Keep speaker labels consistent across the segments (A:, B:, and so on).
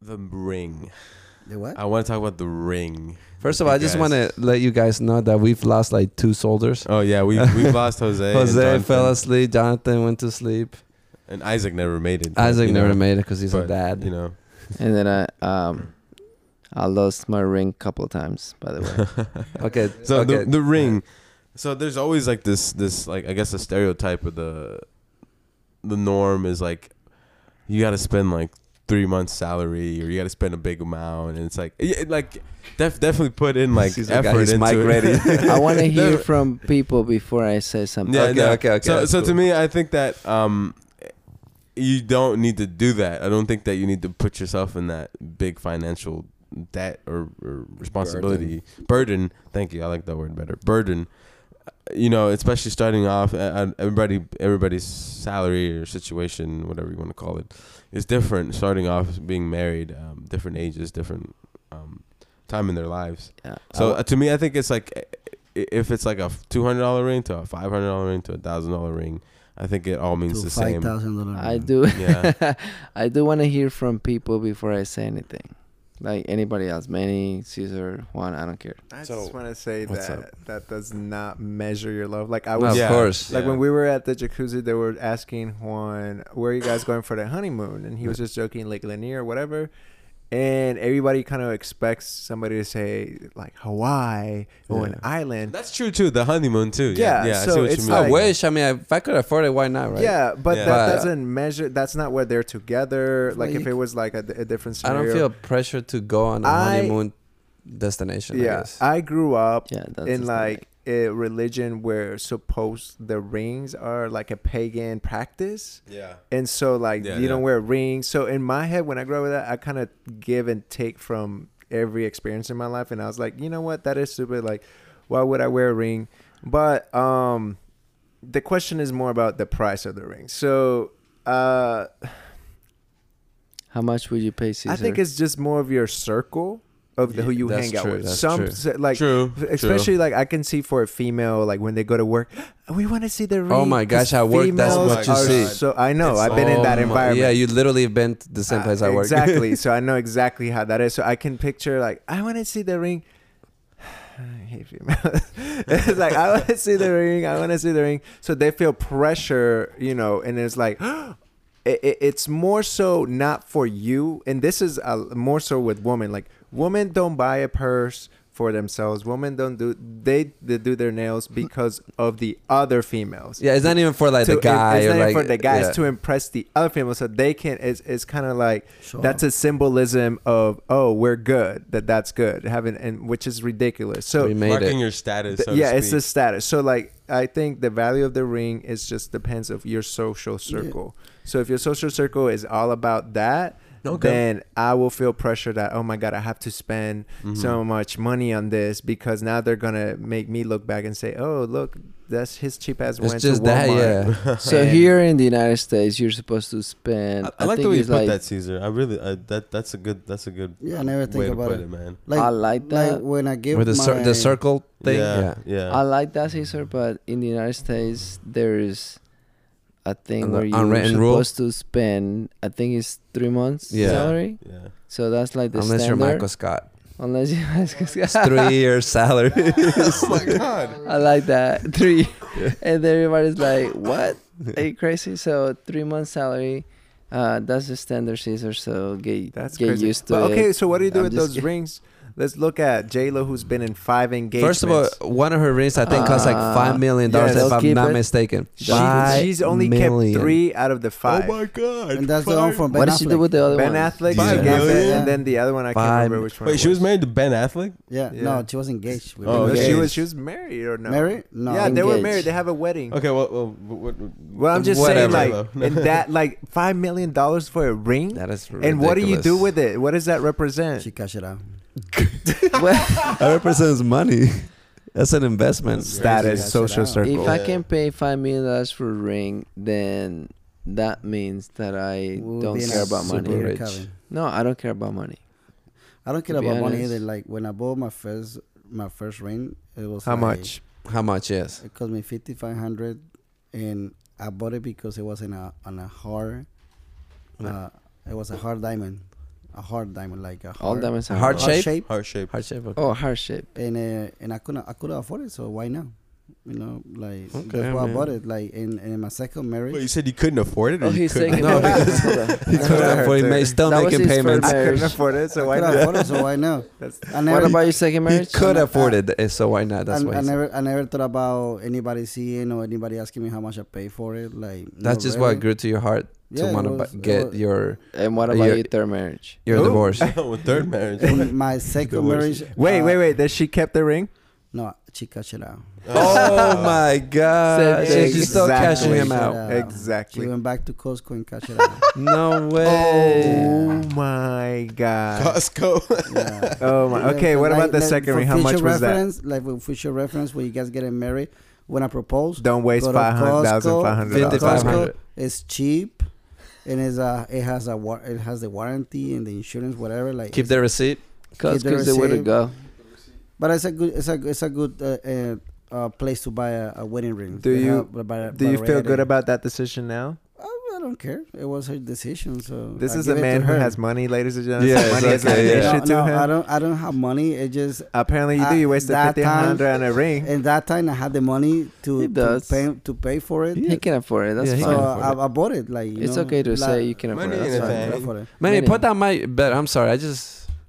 A: the ring.
B: The what?
A: I want to talk about the ring.
C: First of all, I just want to let you guys know that we've lost like two soldiers.
A: Oh yeah, we we lost Jose. and
C: Jose fell
A: Jonathan.
C: asleep. Jonathan went to sleep.
A: and Isaac never made it.
C: Isaac
A: you know,
C: never made it because he's a
A: but,
C: dad.
A: You know,
D: And then I um I lost my ring a couple of times, by the way.
C: Okay.
A: so
C: okay.
A: the, the ring so there's always like this this like i guess a stereotype of the the norm is like you gotta spend like three months salary or you gotta spend a big amount and it's like yeah, it, like def- definitely put in like
C: He's the guy
A: effort
C: who's
A: into
C: mic
A: it.
C: ready.
D: I want to hear
A: No.
D: from people before I say something.
A: yeah
C: Okay,
A: no.
C: okay, okay,
A: so,
C: that's
A: so to
C: cool.
A: me i think that um you don't need to do that i don't think that you need to put yourself in that big financial debt or, or responsibility burden. thank you i like that word better burden Uh, you know especially starting off uh, uh, everybody everybody's salary or situation whatever you want to call it is different starting off being married um, different ages different um, time in their lives
D: Yeah.
A: so
D: I-
A: uh, to me, I think it's like uh, i- if it's like a two hundred dollar ring to a five hundred dollar ring to a thousand dollar ring, I think it all means
B: To
A: the
B: five
A: same.
B: thousand dollars.
D: I do.
A: Yeah.
D: I do want to hear from people before I say anything. Like anybody else, Manny, Caesar, Juan, I don't care.
E: I
A: So,
E: just want to say
C: what's
E: that that does not measure your love. Like I
C: No,
E: was
C: of
A: Yeah.
C: course.
E: like
A: Yeah.
E: when we were at the jacuzzi, they were asking Juan, "Where are you guys going for the honeymoon?" And he was just joking, like Lanier or whatever. And everybody kind of expects somebody to say like Hawaii or an
A: Yeah.
E: island.
A: That's true too. The honeymoon too. Yeah,
E: Yeah,
A: yeah. I
E: so
A: see what you
E: it's
A: mean.
C: I
E: like-
C: wish. I mean, if I could afford it, why not, right?
E: Yeah, but
A: Yeah.
E: that
C: But-
E: doesn't measure. That's not where they're together.
D: Well,
E: Like
D: you
E: if it was like a, a different
C: I
E: scenario.
C: don't feel pressure to go on a
E: I-
C: honeymoon destination. I
E: Yeah,
C: guess.
E: I, grew up
D: Yeah, that's
E: in
D: just not
E: like a religion where supposed the rings are like a pagan practice.
A: yeah.
E: And so like
A: Yeah,
E: you don't
A: yeah.
E: wear rings. So in my head when I grow up with that, I kind of give and take from every experience in my life and I was like, "You know what? That is stupid. Like why would I wear a ring?" But um the question is more about the price of the ring. So uh
D: How much would you pay Caesar?
E: I think it's just more of your circle of the, who
C: Yeah,
E: you
C: that's
E: hang out
C: true,
E: with.
C: that's
E: Some
C: true.
E: se- like
A: True,
E: f- especially like I can see for a female like when they go to work, we want to see the ring.
C: Oh my gosh,
E: 'cause
C: at work, that's
E: females
A: what you
E: are
A: see.
E: So I know
A: It's
E: I've been in
C: Oh
E: that
C: my-
E: environment.
C: Yeah, you literally been to the same
E: Uh,
C: place I work.
E: Exactly. so I know exactly how that is. So I can picture like I want to see the ring. I hate females. it's like I want to see the ring. I want to see the ring. So they feel pressure, you know, and it's like. It, it, it's more so not for you, and this is uh, more so with women. Like women don't buy a purse for themselves. Women don't do they, they do their nails because of the other females
C: Mm-hmm. yeah, it's not even for like
E: to-
C: the guy
E: it's
C: or
E: not
C: like
E: for the guys
C: yeah.
E: to impress the other females, so they can. It's it's kind of like
B: Sure.
E: that's a symbolism of oh we're good that that's good having and which is ridiculous. So
C: we made
A: Marking
C: it.
A: your status.
E: th-
A: so to
E: yeah, it's
A: speak.
E: the status. So like I think the value of the ring is just depends of your social circle. So if your social circle is all about that.
A: Okay.
E: Then I will feel pressure that oh my god I have to spend
A: Mm-hmm.
C: Mm-hmm.
E: so much money on this because now they're gonna make me look back and say oh look that's his cheap ass went
C: It's just
E: to Walmart.
C: that, yeah.
D: so
E: and-
D: here in the United States, you're supposed to spend.
A: I, I like the way you
D: it's
A: put that, Caesar. I really I, that that's a good that's a good
B: Yeah, I never think
A: way
B: about
A: to put
B: it.
A: it, man.
B: Like,
D: I like that.
B: when I give
C: With the, cir-
B: my,
C: the circle thing. Yeah.
A: yeah, yeah.
D: I like that, Caesar, but in the United States, there is a thing
C: An
D: where you're
C: unwritten rule?
D: supposed to spend. I think it's three months
C: Yeah.
D: salary.
A: yeah.
D: So that's like the
C: Unless you're
D: standard.
C: Michael Scott.
D: Unless you're Michael Scott.
C: It's three years salary.
A: Oh my god.
D: I like that three, and everybody's like, "What? Are you crazy?" So three months salary, uh, that's the standard Caesar. So get
E: That's
D: get
E: crazy.
D: used to
E: but
D: it.
E: okay, so what do you do
D: I'm
E: with
D: just
E: those
D: kidding.
E: rings? Let's look at J Lo, who's been in five engagements.
C: First of all, one of her rings I think cost like
D: Uh,
C: five million dollars
D: yes.
C: if I'm
D: Keep
C: not
D: it.
C: mistaken.
E: she,
C: Five
E: she's only
C: million.
E: kept three out of the five.
A: Oh my god.
B: and that's the one from Ben
D: What did she do
B: Affleck.
D: with the other
E: ben
D: one?
E: Affleck,
A: Five
E: she gave it,
A: million?
E: and then the other one I
C: Five-
E: can't remember which one.
A: Wait,
E: it
A: she was
E: was
A: married to Ben Affleck.
B: yeah,
E: Yeah.
B: no, she was engaged. With
A: Oh,
E: No,
B: him.
E: she
A: engaged.
E: was she was married or no?
B: Married? No.
E: Yeah, they were
D: Engaged.
E: married. They have a wedding.
A: Okay, well, well what, what,
E: Well, I'm just
C: Whatever.
E: saying, like, in that, like, five million dollars for a ring.
C: That is ridiculous.
E: and what do you do with it? What does that represent?
B: She cashed it out.
C: That represents money. That's an investment.
E: Status,
B: That's
E: social
B: it.
E: circle.
D: If I
A: Yeah.
D: can pay five million dollars for a ring, then that means that I
B: We'll
D: don't
B: be in
D: care
B: a
D: about money.
B: super
C: Rich.
B: recovery.
D: No, I don't care about money.
B: I don't care
D: To be
B: about money
D: honest.
B: either. Like when I bought my first my first ring, it was
E: How
B: like,
E: much?
C: How much? Yes.
B: It cost me fifty five hundred, and I bought it because it was in a on a hard. Uh, it was a hard diamond. a hard diamond, like a hard,
D: All diamonds are
C: Heart
D: hard.
C: shape?
A: Heart shape.
C: Heart shape. Okay.
D: Oh, heart shape.
B: and uh, and I couldn't I couldn't afford it, so why not? You know, like
C: Okay,
B: that's why I
C: man.
B: bought it. Like in, in my second marriage,
A: Wait, you said you couldn't afford it, or
D: Oh,
A: you
D: he's
A: couldn't?
D: saying
C: No, because-
D: Hold on.
C: He couldn't
E: Heart
C: afford it,
E: shape.
C: ma- still
D: That was
C: making
D: his first
C: payments.
E: I couldn't
D: marriage.
E: afford it, so
B: I
E: why
B: couldn't
E: not?
B: afford it, so why not?
E: That's-
B: I
D: What
B: never,
D: about your second
C: He
D: marriage?
C: could afford it, eh, so why not?
B: I,
C: That's why.
B: I
C: he's-
B: never I never thought about anybody seeing or anybody asking me how much I pay for it. Like
C: That's
B: not
C: just
B: really.
C: what grew to your heart
B: Yeah,
C: to
B: it
C: want
B: was-
C: to
B: it
C: get
B: was-
C: your
D: And what
C: Uh,
D: about
C: your-
D: your third marriage?
C: your
E: Ooh.
C: divorce.
A: with third marriage.
B: In my second
C: Divorce.
B: marriage.
E: Wait,
B: uh,
E: wait, wait. Does she kept the ring?
B: No, chica, chill out.
C: oh my
E: Uh,
C: god!
D: Said
C: She's still cashing
B: exactly.
C: him out.
B: Yeah. She
E: Exactly.
B: went back to Costco and cashed it out.
C: No way.
E: Oh my god.
A: Costco.
B: Yeah.
E: Oh my. Okay, what about the
B: Like-
E: second
B: for
E: ring? How much
B: future
E: was that?
B: reference, Like for future reference, when you guys getting married, when I propose,
E: Don't waste
B: Go to
E: five hundred thousand
B: Costco,
E: five hundred
B: Costco.
C: Fifty-five
E: dollars.
C: hundred.
B: it's cheap, and it's a it has a war, it has the warranty and the insurance, whatever. Like,
C: Keep the receipt.
D: Because
B: Either
D: the way to
B: save-
D: go.
B: but it's a good it's a it's a good uh, uh, uh, place to buy a, a wedding ring.
E: Do
B: They
E: you-
B: have- uh, by-
E: Do
B: by
E: you feel
B: rate
E: good
B: and-
E: about that decision now?
B: Oh, I don't care. It was her decision. So
E: This
B: I
E: is
B: give
E: a
B: it to
E: man who
B: her.
E: has money, ladies and gentlemen.
C: Yeah,
E: money is
C: exactly, yeah.
E: an issue to
B: No, no, I
E: him.
B: don't. I don't have money. It just
E: Apparently, you do. You
B: I-
E: wasted
B: that
E: fifty
B: time-
E: hundred on a ring.
B: and that time I had the money
D: He
B: to, to
D: does.
B: pay to pay for it.
D: He can afford it. That's
C: Yeah, he
B: So
C: can afford
D: fine.
C: it.
B: I, I bought it. Like you
D: It's
B: know,
D: okay to
B: like-
D: say you can afford
A: Money
D: it.
A: ain't
D: That's
A: a
D: fine.
A: thing.
B: Go for it.
C: Man,
D: Minimum.
C: put down my bet. I'm sorry. I just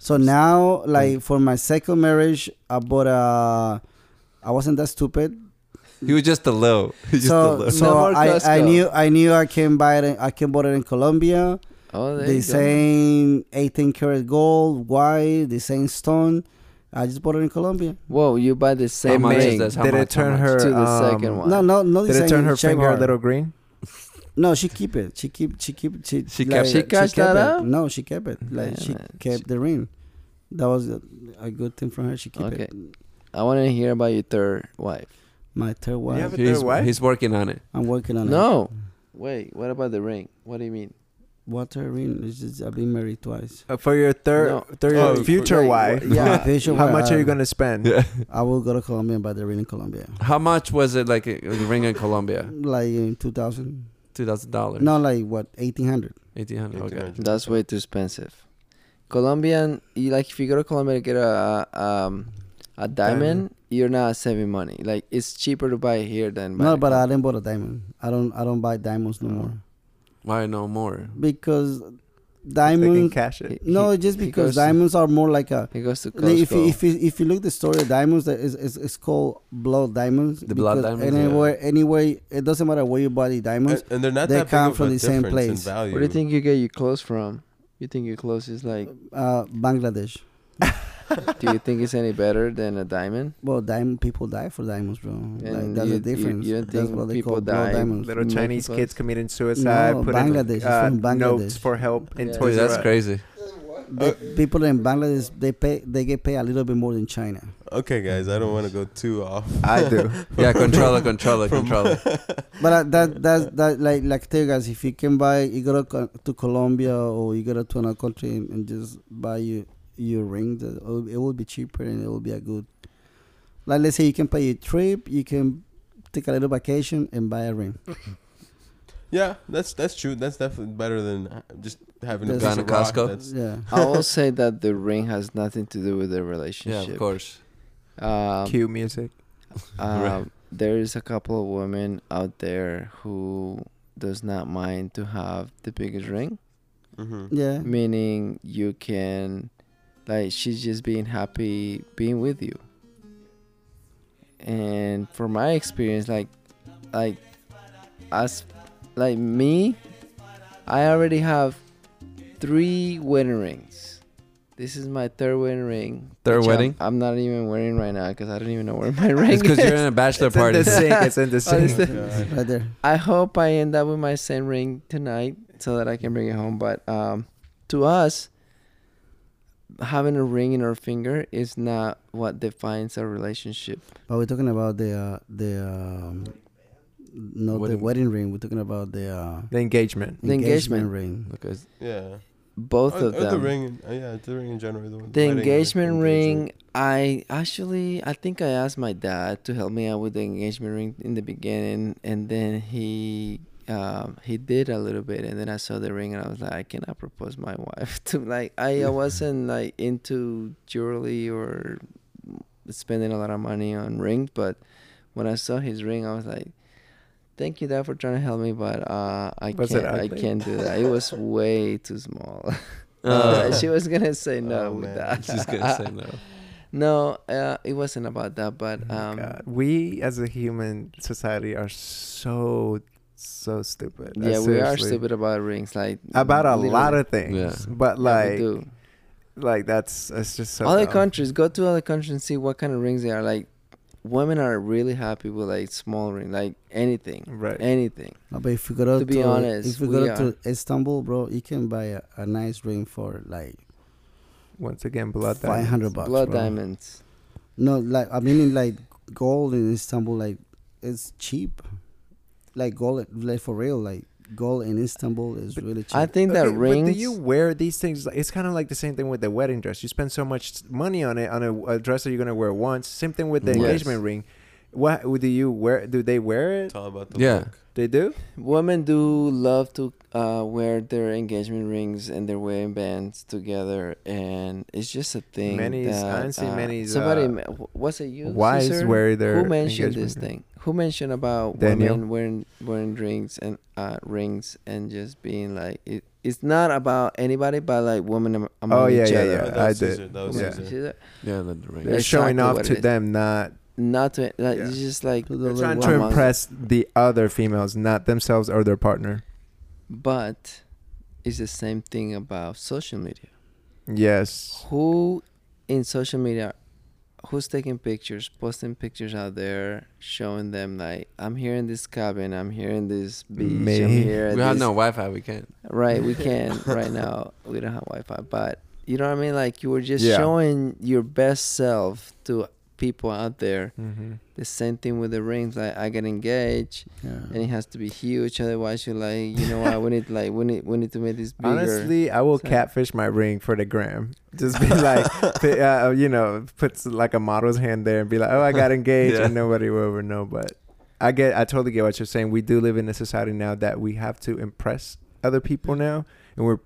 B: So now, like for my second marriage, I bought a. I wasn't that stupid.
C: he was just a low. He just a
B: So
C: low.
B: so
D: No more
B: I, I
D: Costco.
B: knew I knew I can buy it. In, I can bought it in Colombia.
D: Oh, there
B: The
D: you go.
B: same 18 karat gold, white, the same stone. I just bought it in Colombia.
D: Whoa, you buy the same
C: much is
D: ring.
C: this? How
E: Did it
C: much, how
E: turn
C: much?
E: her
D: To the
E: um,
D: second one.
B: No, no, no. the
E: Did it
B: same
E: turn her
B: shape
E: finger a
B: hard.
E: little green?
B: No, she keep it. She keep. She keep. She.
C: She kept-
D: She cashed that
B: it.
D: out?
B: No, she kept it. Like she
D: Damn it.
B: kept the ring. That was a, a good thing from her. She kept it.
D: I want to hear about your third wife.
B: My third wife.
E: have a
C: He's,
E: third wife?
C: he's working on it.
B: I'm working on it.
D: No. Wait, what about the ring? What do you mean?
B: What her ring? It's just I've been married twice.
E: Uh, for your third,
D: No.
E: third
A: Oh,
E: future
D: Right,
E: wife,
D: wh- Yeah.
B: Future
E: how
B: wife,
E: much are you
B: uh,
E: gonna spend?
C: Yeah.
B: I will go to Colombia and buy the ring in Colombia.
C: How much was it like a, a ring in Colombia?
B: Like in 2000.
C: Two thousand dollars.
B: No, like what? 1800.
C: eighteen hundred. Okay.
A: 1800.
D: That's way too expensive. Colombian, you like if you go to Colombia to get a a, um, a diamond, you're not saving money. Like it's cheaper to buy here than buy
B: No,
D: in
B: but I
D: Colombia.
B: didn't bought a diamond. I don't. I don't buy diamonds
D: Oh.
B: no more
C: Why no more?
B: because
E: They can
B: diamonds.
E: cash it.
D: He-
B: No,
D: he-
B: just
D: he
B: because
D: goes-
B: diamonds are more like a.
D: He goes to
B: Like, if you,
D: Costco.
B: if you if you look the story of diamonds, that is is it's called blood diamonds.
C: The blood
B: because
C: diamonds, yeah.
B: Anywhere, anyway, it doesn't matter where you buy the diamonds.
A: And, and they're not
B: They
A: that
B: come
A: big
B: from
A: of a
B: the same
A: difference in
B: place.
A: Value.
D: Where do you think you get your clothes from? You think your clothes is like?
B: Uh, Bangladesh.
D: do you think it's any better than a diamond?
B: Well, diamond people die for diamonds, bro. Like,
D: And
B: that's
D: you-
B: the
D: you-
B: difference.
D: you don't
B: that's
D: think
B: what they
D: people
B: call blood
D: die?
B: diamonds.
E: Little
D: Mm,
E: Chinese
D: multiplies.
E: kids committing suicide,
B: No,
E: putting
B: Bangladesh, it's
E: uh,
B: from Bangladesh.
E: notes for help in
D: Yeah.
C: Dude,
E: toys.
D: Toys
C: that's
E: R Us.
C: crazy.
B: The people in Bangladesh they pay they get paid a little bit more than China.
A: Okay, guys, I don't want to go too off.
E: I do.
C: Yeah, controller, controller, controller.
B: But uh, that that's that like like tell you guys if you can buy you go to, Co- to Colombia or you go to another country and, and just buy you your ring that it'll- it will be cheaper and it will be a good like let's say you can pay a trip you can take a little vacation and buy a ring
A: yeah, that's that's true. That's definitely better than uh, just having a piece
B: That's-
C: Going
A: of
C: to
A: rock
C: Costco?
A: That's,
B: yeah
D: I will say that the ring has nothing to do with the
C: Yeah,
D: relationship.
C: of course.
D: Um,
E: Cue music.
C: Right.
D: Um, there is a couple of women out there who does not mind to have the biggest ring,
A: hmm
B: yeah
D: meaning you can, like, she's just being happy being with you. And from my experience, like, like, as, like me, I already have three wedding rings. This is my third wedding ring.
C: Third
D: which I'm-
C: wedding?
D: I'm, not even wearing right now because I don't even know where my ring
C: It's
D: is.
C: because you're in a bachelor
E: It's in
C: party.
E: the sink. It's in the
D: Oh, it's
E: sink.
D: the-
B: right there
D: I hope I end up with my same ring tonight so that I can bring it home. But um, to us, having a ring in our finger is not what defines a relationship.
B: but we're talking about the uh, the um, not
C: Wedding-
B: the wedding ring we're talking about the uh,
E: The engagement.
D: The engagement.
B: ring
C: Okay, it's-
A: Yeah.
D: Both
A: Or-
D: of
A: or
D: them.
A: The ring, in- uh, yeah, the ring in general. The,
D: The
A: wedding
D: engagement
A: engagement.
D: ring, I actually, I think I asked my dad to help me out with the engagement ring in the beginning, and then he um, he did a little bit, and then I saw the ring, and I was like, I cannot propose my wife to like I, I wasn't like into jewelry or spending a lot of money on rings, but when I saw his ring, I was like, Thank you, Dad, for trying to help me, but uh, I
E: Was it
D: can't. I
E: ugly?
D: can't do that. It was way too small.
C: Uh,
D: she was gonna say no
A: Oh,
D: with
A: man.
D: that.
C: She's gonna say no.
D: No, uh, it wasn't about that, but um,
E: Oh God. We as a human society are so so stupid.
D: yeah,
E: Like,
D: we are
E: seriously.
D: stupid about rings, like
E: about a lot
D: literally.
E: of things.
C: Yeah.
E: But
D: Yeah, we
E: like
D: do.
E: like that's it's just so
D: other
E: dumb.
D: countries, go to other countries and see what kind of rings they are. Like, women are really happy with like small ring, like anything,
E: Right.
D: anything.
B: No, but if you go to,
D: To be honest,
B: if you
D: we
B: go to Istanbul, bro, you can buy a, a nice ring for like
E: Once again, blood
B: five hundred bucks.
D: Blood
B: bro.
D: diamonds.
B: No, like I mean, in like gold in Istanbul, like it's cheap. Like gold, like for real, like gold in Istanbul is really cheap.
D: I think that
E: Okay,
D: rings.
E: But do you wear these things? Like, It's kind of like the same thing with the wedding dress. You spend so much money on it on a, a dress that you're gonna wear once. Same thing with the
D: Yes.
E: engagement ring. What do you wear? Do they wear it?
A: It's all about the
C: Yeah.
A: look.
E: They do.
D: Women do love to uh, wear their engagement rings and their wedding bands together, and it's just a thing.
E: Many's- I
D: that,
E: see
D: uh,
E: many's,
D: somebody
E: uh,
D: ma- wh- was it you?
E: wives
D: sister?
E: wear their
D: Who mentioned
E: engagement
D: this
E: ring.
D: thing? Who mentioned about
E: Daniel.
D: women wearing wearing rings and uh, rings and just being like it, It's not about anybody, but like women am- among
E: Oh, yeah,
D: each
E: yeah,
D: other.
E: yeah.
A: Oh, that
E: I
A: was
E: did.
A: Caesar, that was
E: Yeah.
A: Caesar.
D: She's like,
C: Yeah, not the ring.
E: They're showing
D: Exactly
E: off
D: what
E: to
D: it is.
E: them, not
D: Not to like
E: Yeah.
D: it's just like
B: To the
E: they're
B: little
E: trying to
B: woman.
D: Among-
E: impress the other females, not themselves or their partner.
D: but it's the same thing about social media.
E: Yes.
D: Who in social media who's taking pictures, posting pictures out there, showing them like I'm here in this cabin, I'm here in this beach, I'm
E: Me.
D: here at
C: We have
D: this
C: no Wi-Fi. We can't.
D: Right, we can right now. We don't have Wi-Fi, but you know what I mean. Like you were just
E: Yeah.
D: showing your best self to people out there.
E: Mm-hmm.
D: The same thing with the rings. Like I get engaged, and
B: yeah.
D: it has to be huge. Otherwise, you're like, you know what? We need like we need we need to make this bigger.
E: Honestly, I will
D: So-
E: catfish my ring for the gram. Just be like, p- uh, you know, puts like a model's hand there and be like, oh, I got engaged,
C: Yeah.
E: and nobody will ever know. But I get, I totally get what you're saying. We do live in a society now that we have to impress other people now, and we're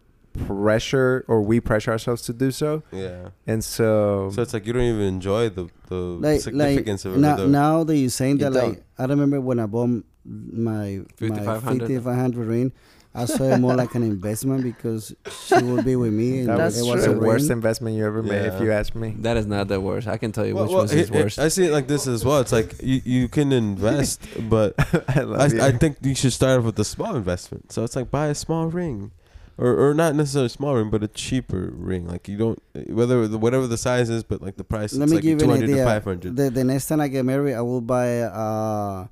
E: pressure or we pressure ourselves to do so.
A: Yeah.
E: And so,
A: So it's like you don't even enjoy the, the
B: Like, like
A: significance of it.
B: now,
A: the,
B: now that you're saying
D: You
B: that, like I remember when I bought my my
C: 5500.
B: 5500 ring, I saw it more like an investment because she would be with me, and
E: that
D: That's
E: was
B: it was
E: the
B: a
D: true.
E: worst
B: ring.
E: investment you ever made, if
A: Yeah.
E: you ask me.
C: That is not the worst. I can tell you
A: Well,
C: which
A: well,
C: one's his
A: it- it-
C: worst.
A: I see it like this as well. It's like you, you can invest, but
E: I love
A: I,
E: you.
A: I think you should start off with a small investment. So it's like buy a small ring, or or not necessarily a small ring, but a cheaper ring. Like you don't whether the, whatever the size is, but like the price.
B: Let
A: it's
B: me
A: like
B: give
A: two
B: you an
A: hundred to
B: idea.
A: five hundred.
B: The, the next time I get married, I will buy uh,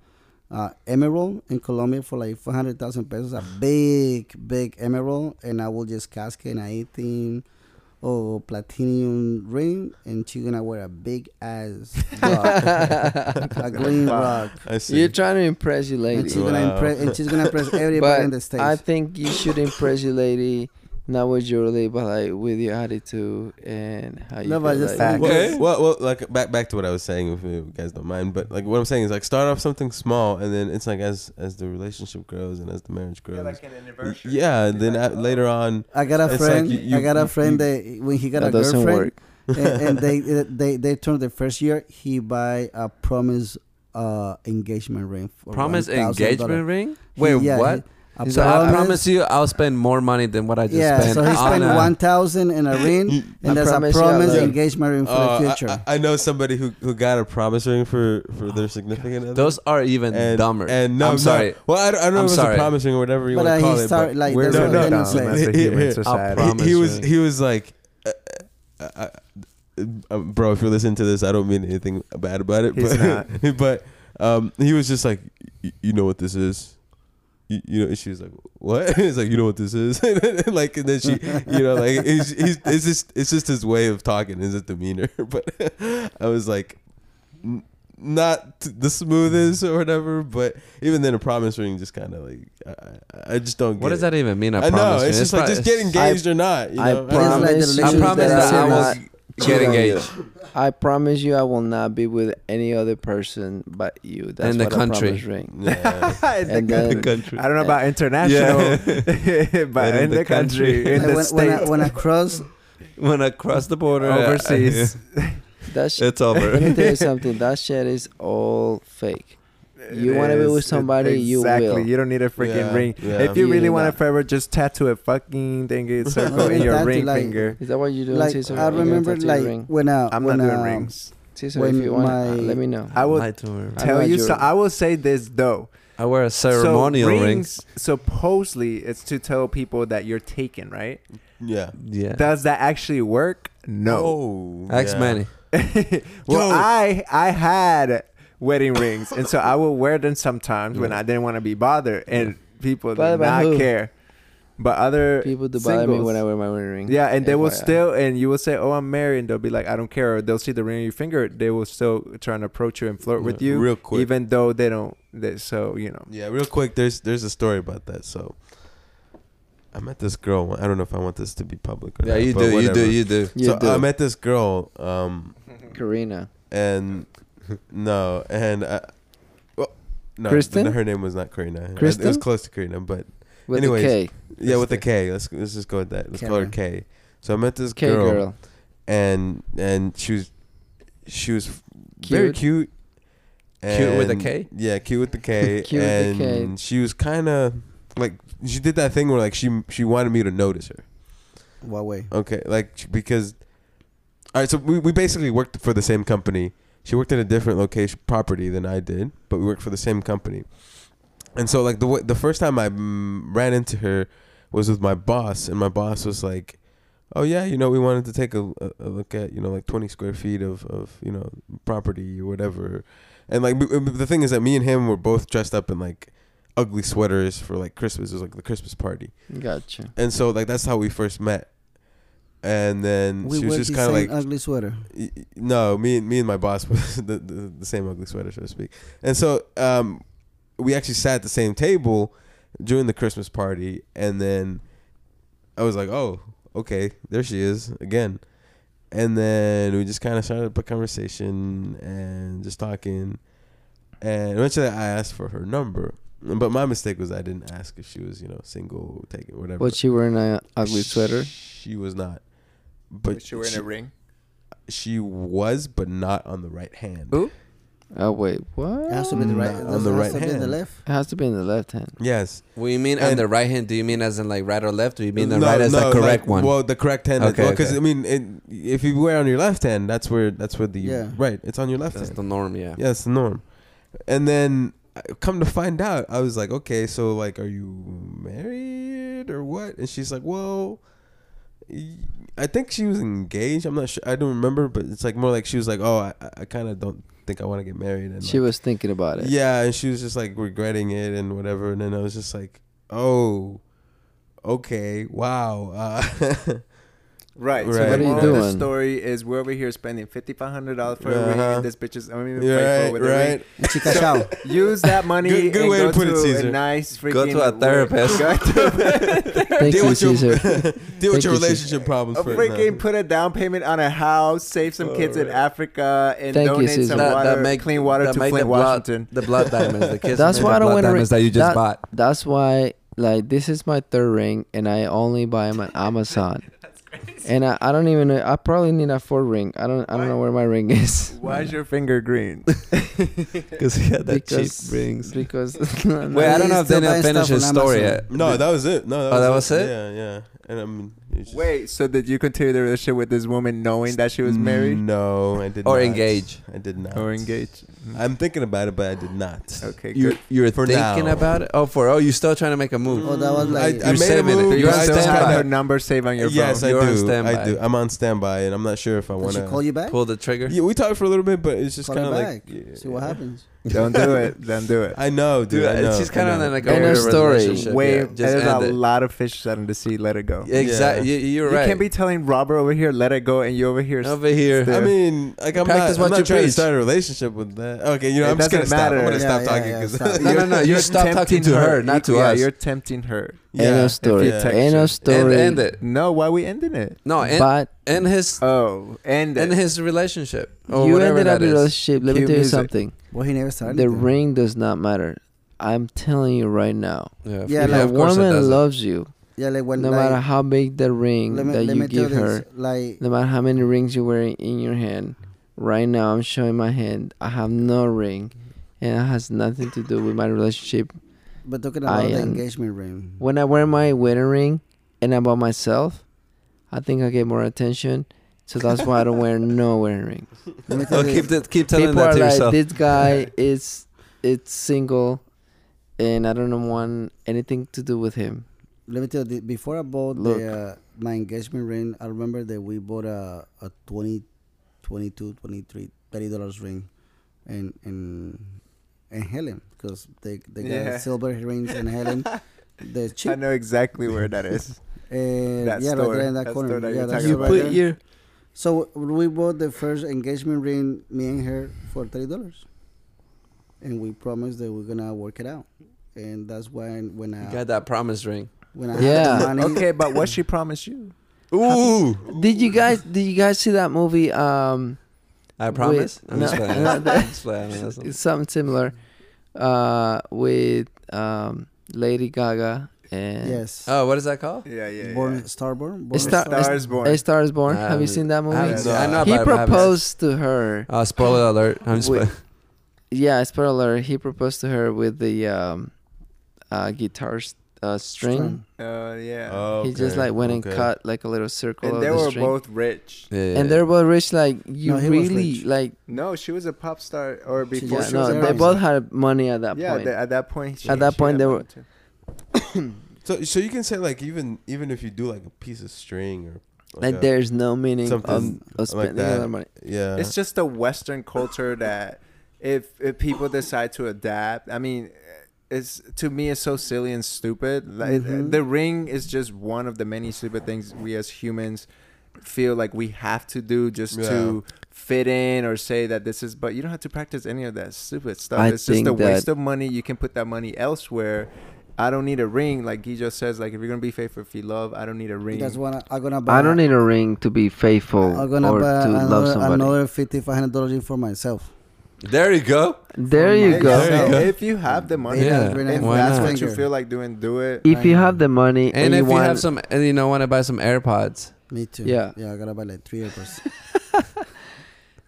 B: uh, emerald in Colombia for like 400,000 pesos, a big, big emerald, and I will just cast it in a 18 or platinum ring, and she gonna wear a big ass rock, a green rock.
A: I see.
D: you're trying to impress your
B: And
D: lady.
B: she's, gonna
A: Wow.
B: impress, and she's gonna impress everybody in the States.
D: I think you should impress your lady, not with your lady, but like with your attitude and how you.
B: No,
D: feel,
B: but just
D: like,
E: think- Okay.
A: Well, well, well, like back back to what I was saying, if you guys don't mind. But like what I'm saying is like start off something small, and then it's like as as the relationship grows and as the marriage grows. Yeah,
E: an
A: then a-
D: uh,
A: later on,
B: I got a
A: It's like
B: friend.
A: you- you-
B: I got a
A: you-
B: friend
A: you-
B: that when he got
D: that
B: a
D: doesn't
B: girlfriend,
D: work.
B: and, and they uh, they they turned the first year. He buy a promise uh engagement ring. For
C: promise
B: $1,000.
C: engagement ring?
B: He-
C: Wait,
B: yeah,
C: what?
B: he- a
C: so I promise you, I'll spend more money than what I just
B: yeah,
C: spent.
B: so he
C: on
B: spent
C: a-
B: one thousand in a ring,
D: I
B: and that's
D: promise
B: a
D: you I
B: promise
A: love you.
B: engagement ring for
A: uh,
B: the
A: I-
B: future.
A: I, I know somebody who, who got a promise ring for for their significant other.
C: Those are even
A: and,
C: dumber.
A: And no,
C: I'm
A: no.
C: sorry.
A: Well, I don't, I don't know
C: I'm
A: if it's
C: sorry.
A: a promise ring or whatever you
B: but
A: want
B: uh,
A: to call
B: he
A: it.
B: started like
E: we're
B: that's
A: no,
B: what
A: no, no,
B: I'm gonna
E: dumb
A: no,
B: say.
E: as a human
A: I'll
E: society.
A: But he, he
C: promise
A: was
C: ring.
A: he was like, uh, uh, uh, uh, bro. If you listen to this, I don't mean anything bad about it.
E: He's
A: but but um, he was just like, "Y- you know what this is. You, you know, and she was like, "What?" He's like, "You know what this is?" like, and then she, you know, like, he's, he's, it's just, it's just his way of talking, his demeanor. but I was like, n- not t- the smoothest or whatever. But even then, a promise ring just kind of like, I- I, I just don't.
C: what
A: get
C: does
A: it.
C: that even mean? A
A: I know. It's,
C: promise ring?
A: just like
C: pro-
A: just get engaged or not. You know,
D: I promise
B: like the
D: you
B: relationship
C: I promise
B: that
C: that
B: I
C: I
B: was-
C: will get engaged
D: I promise you, I will not be with any other person but you. That's
C: And the
D: what
C: country.
D: I promise ring.
A: Yeah.
D: And then-
E: I
C: country.
E: don't know about international, but in, the country, in
B: Like,
E: the
B: when, when, I,
E: state,
B: when I cross,
C: When I cross the border I-
E: overseas.
D: That shit.
C: it's over.
D: Let me tell you something. That shit is all fake. You
E: It
D: wanna be
E: is.
D: with
E: It-
D: somebody, you
E: Exactly.
D: will.
E: You don't need a freaking
A: Yeah.
E: ring.
A: Yeah.
E: If you
D: You
E: really
D: do
E: want
D: not.
E: to forever, just tattoo a fucking thingy circle in
B: it's
E: your
B: tattoo,
E: ring
B: like-
E: finger.
D: Is that what you do?
B: like
D: Cesar?
B: I
D: You're gonna
B: remember,
D: tattoo
B: like
D: ring?
B: when I
E: I'm
B: when um,
E: not doing
B: I,
E: rings.
D: Cesar, if
B: when
D: you want,
B: my-
D: uh, let me know.
E: I will
C: My tour.
D: I
E: tell
D: love
E: you.
D: your-
E: So I will say this though.
C: I wear a ceremonial
E: so
C: ring.
E: Supposedly, it's to tell people that you're taken, right?
A: yeah.
C: Yeah.
E: Does that actually work? No.
A: Oh,
C: Ask
A: yeah.
C: Manny.
E: well,
A: Yo.
E: I I had wedding rings, and so I would wear them sometimes when I didn't want to be bothered, and people
D: Bothered
E: did
D: by
E: not
D: who?
E: care. But other
D: People do bother me
E: singles-
D: when I wear my wedding ring.
E: Yeah, and they will
D: FYI.
E: still, and you will say, "Oh, I'm married," and they'll be like, "I don't care." Or they'll see the ring on your finger. They will still try and approach you and flirt with
A: Yeah,
E: you,
A: real quick.
E: even though they don't. They, so you know,
A: Yeah, real quick, there's there's a story about that. So I met this girl. I don't know if I want this to be public. Or
C: Yeah,
A: not,
C: you
A: but
C: do, you
A: whatever.
C: do, you do.
D: You
A: so
D: do.
A: I met this girl, um,
D: Karina.
A: and no, and I, well, no,
D: Kristen?
A: her name was not Karina. It was
D: Kristen?
A: close to Karina, but
D: With
A: Anyways,
D: the K.
A: yeah, with a K. Let's let's just go with that. Let's call her K. So I met this
D: K girl.
A: and and she was she was very cute.
C: Cute with a
A: and-
C: K?
A: Yeah, cute with the K.
D: Cute with
A: and
D: the K.
A: she was kind of like she did that thing where like she she wanted me to notice her.
B: What way?
A: Okay, like she- because all right, so we we basically worked for the same company. She worked in a different location property than I did, but we worked for the same company. And so like the wa- the first time I mm, ran into her was with my boss, and my boss was like, "Oh yeah, you know, we wanted to take a, a, a look at you know like twenty square feet of of you know property or whatever." And like b- b- the thing is that me and him were both dressed up in like ugly sweaters for like Christmas. It was like the Christmas party,
D: Gotcha.
A: and so like that's how we first met. And then
B: We
A: she was
B: wear
A: just
B: the
A: kind of
B: same uh,
A: like
B: ugly sweater.
A: y- y- no, me and me and my boss was the, the, the same ugly sweater, so to speak. And so um, we actually sat at the same table during the Christmas party, and then I was like, "Oh, okay, there she is again." And then we just kind of started up a conversation and just talking, and eventually I asked for her number. But my mistake was I didn't ask if she was, you know, single, taken, whatever.
D: Was she wearing an ugly sweater?
A: She was not. But
E: she wearing
A: she-
E: a ring.
A: she was, but not on the right hand.
E: Ooh.
D: Oh wait, what?
B: It has to be the right.
A: On
B: it
A: the
B: has to
A: right
B: be the
A: hand.
B: left.
D: It has to be in the left hand.
A: Yes.
C: What you mean on
A: And-
C: the right hand? Do you mean as in like right or left? Do you mean the right as the correct
A: like,
C: one?
A: Well, the correct hand.
C: Okay,
A: Because
C: okay.
A: I mean, it, if you wear on your left hand, that's where that's where the
B: Yeah.
A: right. It's on your left
C: That's
A: hand.
C: the norm, yeah.
A: yeah, it's the norm. And then uh, come to find out, I was like, okay, so like, are you married or what? And she's like, well, y- I think she was engaged. I'm not sure. I don't remember, but it's like more like she was like, oh, I, I kind of don't think I want to get married. And
D: She
A: like,
D: was thinking about it.
A: Yeah, and she was just like regretting it and whatever. And then I was just like, oh, okay, wow. Uh,
E: Right.
A: Right.
E: So
A: What
E: the
A: are you
E: moral of the
D: doing?
E: story is we're over here spending fifty five hundred dollars for a ring,
A: Uh-huh.
E: and this bitch is I'm even
A: right,
E: playful with a ring.
A: right.
B: Chica Chow.
E: Use that money.
A: Good- good
E: and
A: way to
E: go
A: put it, Caesar.
E: A nice freaking
C: Go to a therapist.
E: Go to
D: Thank
A: Deal
D: you,
A: with your
D: Caesar.
A: deal with your
D: you, Caesar.
A: relationship problems
E: a
A: for
E: freaking put a down payment on a house, save some kids in Africa, and
D: Thank you,
E: donate
D: Caesar.
E: some
D: That-
E: water, clean water
C: that
E: to
C: make
E: Flint,
C: the blood-
E: Washington.
C: The blood diamonds, the kids.
D: That's
C: made
D: why
C: the
D: I don't
C: blood
D: wanna
C: diamonds
D: re-
C: that you just
D: that-
C: bought.
D: That's why, like, this is my third ring, and I only buy them on Amazon. And I, I don't even know. I probably need a fourth ring. I don't. I don't know where my ring is.
E: Why is your finger green?
C: Because he had that
D: Because-
C: cheap rings.
D: Because
C: Wait, I don't know if
B: Still
C: they didn't
B: buying
C: finish
B: stuff
C: his
B: on
C: story
B: Amazon.
C: yet.
A: No, that was it. No, that,
C: Oh,
A: was,
C: that was it?
A: Yeah, yeah. And I mean, it's just-
E: Wait, so did you continue the relationship with this woman knowing that she was married
A: No, I did
C: Or
A: not.
C: engage.
A: I did not.
E: or engaged?
A: I'm thinking about it, but I did not.
E: Okay,
C: You're,
E: good.
C: you're
A: For
C: thinking
A: now.
C: about it? Oh, for oh, you're still trying to make a move.
B: Oh, that was like.
A: I, I
C: You're
A: made a
C: saving it.
A: move.
E: Do you
C: you're
A: I
C: on
E: still
A: just
E: have
C: standby.
E: her
A: kinda-
E: number saved on your
A: Yes,
E: phone?
A: I
C: You're on
A: do. I
C: standby.
A: do. I'm on standby, and I'm not sure if I
B: Did
A: want
B: she call you back?
C: Pull the trigger.
A: Yeah, we talked for a little bit, but it's just
B: Call
A: kind
B: her
A: of like.
B: back.
A: yeah.
B: See what happens.
E: Don't do it. Don't do it.
A: I know, dude.
C: Dude,
A: I know,
C: she's
A: I
C: kind of
A: know.
C: like a
D: End
C: weird
D: of story.
C: relationship.
E: Way
C: yeah. Just
E: there's
C: end
E: a
C: it.
E: lot of fish out in the sea. Let it go.
C: Exactly.
A: Yeah.
C: You, you're
E: You
C: right.
E: can't be telling Robert over here, let it go, and you over here. s-
C: over here.
E: Yeah.
A: I mean, like I'm
C: Practice
A: not, I'm
C: what
A: not
C: you
A: trying to
C: preach.
A: start a relationship with that. Okay, you know,
E: It
A: I'm just gonna
E: doesn't
A: stop. I'm
E: matter.
A: gonna stop
B: Yeah, yeah,
A: talking
B: yeah,
A: because
B: stop.
C: no, no, no. You
E: You're
C: stop talking
E: tempting
C: to her, not to
E: yeah,
C: us.
E: You're tempting her.
D: End of story.
E: text
D: End
E: her.
D: of story.
C: And end it.
E: No, why we ending it?
C: No, and
D: But
C: and his
E: Oh, and
C: and
E: it.
C: his relationship or
D: you
C: whatever
D: ended up
C: that
D: in a
C: is.
D: relationship. Let me
E: Cue
D: tell you
E: music.
D: something.
B: Well, he never said
D: The
B: anything.
D: ring does not matter. I'm telling you right now.
C: Yeah,
B: Yeah,
C: of
D: if a
C: course it
D: woman
C: doesn't.
D: loves you,
B: Yeah, like when
D: no
B: like,
D: matter how big the ring
B: let me,
D: that
B: let
D: you
B: me tell
D: give
B: this,
D: her,
B: like
D: no matter how many rings you're wearing in your hand. Right now, I'm showing my hand. I have no ring, and it has nothing to do with my relationship.
B: but talking about
D: I
B: the
D: am-
B: engagement ring.
D: When I wear my wedding ring and about myself, I think I get more attention. So that's why I don't wear no wedding ring.
B: Let me
C: Oh,
B: tell you,
C: keep that, keep telling
D: people
C: that
D: are
C: to
D: like,
C: yourself.
D: this guy is it's single, and I don't want anything to do with him.
B: let me tell you, before I bought
D: Look.
B: the, uh, my engagement ring, I remember that we bought a, a 20, 22, 23, 30 dollars ring and and and Helen because they they got
E: Yeah.
B: silver rings and Helen. They're
E: I
B: cheap.
E: know exactly where that is.
B: And
E: that
B: yeah,
E: store,
B: right there in that,
E: that
B: corner.
E: store that
B: yeah,
E: you're
B: that's
E: talking
B: right
E: about.
B: there.
E: Put
D: your
B: So we bought the first engagement ring, me and her, for thirty dollars, and we promised that we're gonna work it out. And that's when when
C: You
B: I
C: got that promise ring.
B: when I had
D: Yeah.
B: the money,
E: okay, but what she promised you?
A: Ooh.
D: Did you guys did you guys see that movie? Um,
C: I promise. I'm
D: no,
C: just playing.
D: no,
C: I'm just playing. That's not-
D: it's something similar, uh, with um Lady Gaga and
B: yes,
C: Oh, what is that called?
E: Yeah, yeah,
B: born starborn, born
D: A Star-
B: Star-
E: Stars born.
D: A Star Is Born.
C: I
D: Have you
C: haven't-
D: seen that
C: I
D: movie?
C: haven't seen it. I know
D: He
C: about it, but I haven't
D: proposed to her.
C: Uh, spoiler alert. I'm just
D: Wait.
C: playing.
D: Yeah, spoiler alert. He proposed to her with the um, uh, guitar s- uh, string.
E: Oh yeah.
D: He just like went and
A: okay.
D: cut like a little circle
E: and
D: of
E: they
D: the
E: were
D: string.
E: both rich.
C: Yeah, yeah,
D: and they're both rich. Like you
B: No, he was
D: really
B: rich.
D: like.
E: No, she was a pop star, or before
D: Yeah,
E: she was
D: no,
E: a
D: they
B: very
E: pop
B: rich.
D: both had money at that
E: yeah,
D: point.
E: they- at that point. She,
D: At that
E: she
D: point,
E: had
D: they
E: money
D: were-
E: too.
A: So so you can say like even even if you do like a piece of string or
D: like
A: a-
D: there's no meaning of,
A: Something
D: of spending
A: that.
D: other money.
A: yeah.
E: It's just the Western culture that if if people decide to adapt, I mean, it's to me it's so silly and stupid. Like
D: Mm-hmm.
B: Mhm.
E: the ring is just one of the many stupid things we as humans feel like we have to do just to fit in or say that this is but you don't have to practice any of that stupid stuff
D: I
E: it's just a
D: think
E: waste
D: that-
E: of money you can put that money elsewhere i don't need a ring like he just says like if you're gonna be faithful if you love i don't need a ring
B: That's when I, I'm gonna buy.
D: I don't need a ring to be faithful
B: I'm gonna
D: or to
B: buy
D: love
B: another,
D: somebody.
B: another fifty five hundred dollars for myself.
C: There you go.
D: there you
E: Hey,
D: go.
E: so
A: There you go.
E: if you have the money
C: Yeah,
E: if
C: why
E: that's
C: not?
E: what you feel like doing do it
D: If you have the money
C: And,
D: and,
C: if
D: you
C: you,
D: want,
C: have some, and you know, want to buy some AirPods.
B: Me too.
D: Yeah.
B: yeah, I gotta buy like three airports.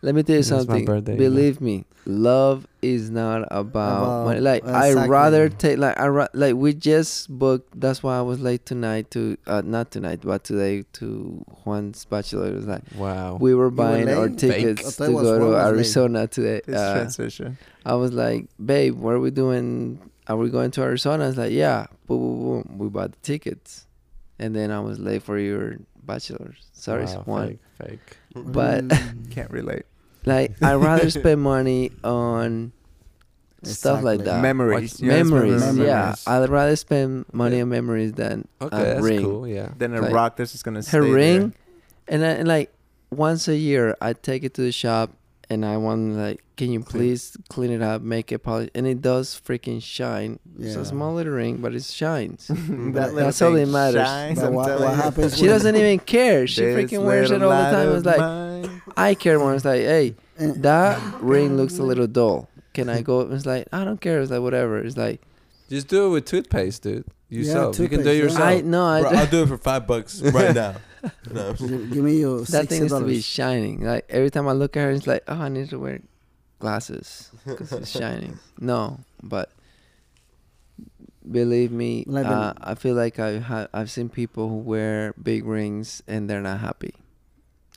D: let me tell you
C: It's my
D: something.
C: birthday, you know.
D: Believe me, love is not about,
B: About-
D: money. Like I
B: exactly.
D: rather take like I ra- like we just booked. That's why I was late tonight to uh, not tonight but today to Juan's bachelor. It was like
C: Wow.
D: we were
B: were
D: buying our
B: late?
D: tickets
B: Fake.
D: to
B: I thought it
D: go
B: was
D: to
B: Juan was late.
D: Arizona today.
E: this
D: Uh,
E: transition.
D: I was like, babe, what are we doing? Are we going to Arizona? I was like, yeah, boom, boom, boom. We bought the tickets. And then I was late for your bachelor's. Sorry,
C: Wow,
D: Swan.
C: Fake, fake.
D: But
B: Mm,
E: Can't
D: uh,
E: relate.
D: like, I'd rather spend money on stuff like
B: Exactly.
D: that.
E: memories.
C: what-
E: You gotta spend
D: memories,
E: memories.
D: yeah.
B: Memories.
D: I'd rather spend money
E: Yeah.
D: on memories than
C: Okay,
D: a
C: that's
D: ring.
C: cool. Yeah.
E: Then a
D: Like,
E: rock that's just gonna stay
D: Her
E: there.
D: ring, and, I, and like once a year, I take it to the shop and I want like, can you
E: Clean.
D: please clean it up, make it polish, and it does freaking shine. It's
B: yeah.
D: a small little ring, but it shines.
E: that
B: That's
E: little
D: all
E: thing
D: that matters.
E: shines,
B: But
E: I'm
B: what-
E: telling
B: what
E: you.
B: happens
D: she
B: when-
D: doesn't even care. She
E: This
D: freaking wears it
E: little
D: all the
E: light
D: time.
E: of
D: It's like
E: mine.
D: I care more. It's like, hey,
B: And-
D: that ring looks a little dull. Can I go? It's like I don't care. It's like whatever. It's like
C: Just do it with toothpaste, dude. Yourself. you can do it
B: toothpaste, yeah.
C: yourself.
D: I no, I
A: Bro, I'll do it for five bucks right now. No.
B: Give give me your
D: that thing
B: sixty
D: needs to be
B: dollars.
D: shining. Like every time I look at her, it's like, oh, I need to wear glasses because it's shining. No, but believe me,
B: Like the-
D: uh, I feel like I ha- I've seen people who wear big rings and they're not happy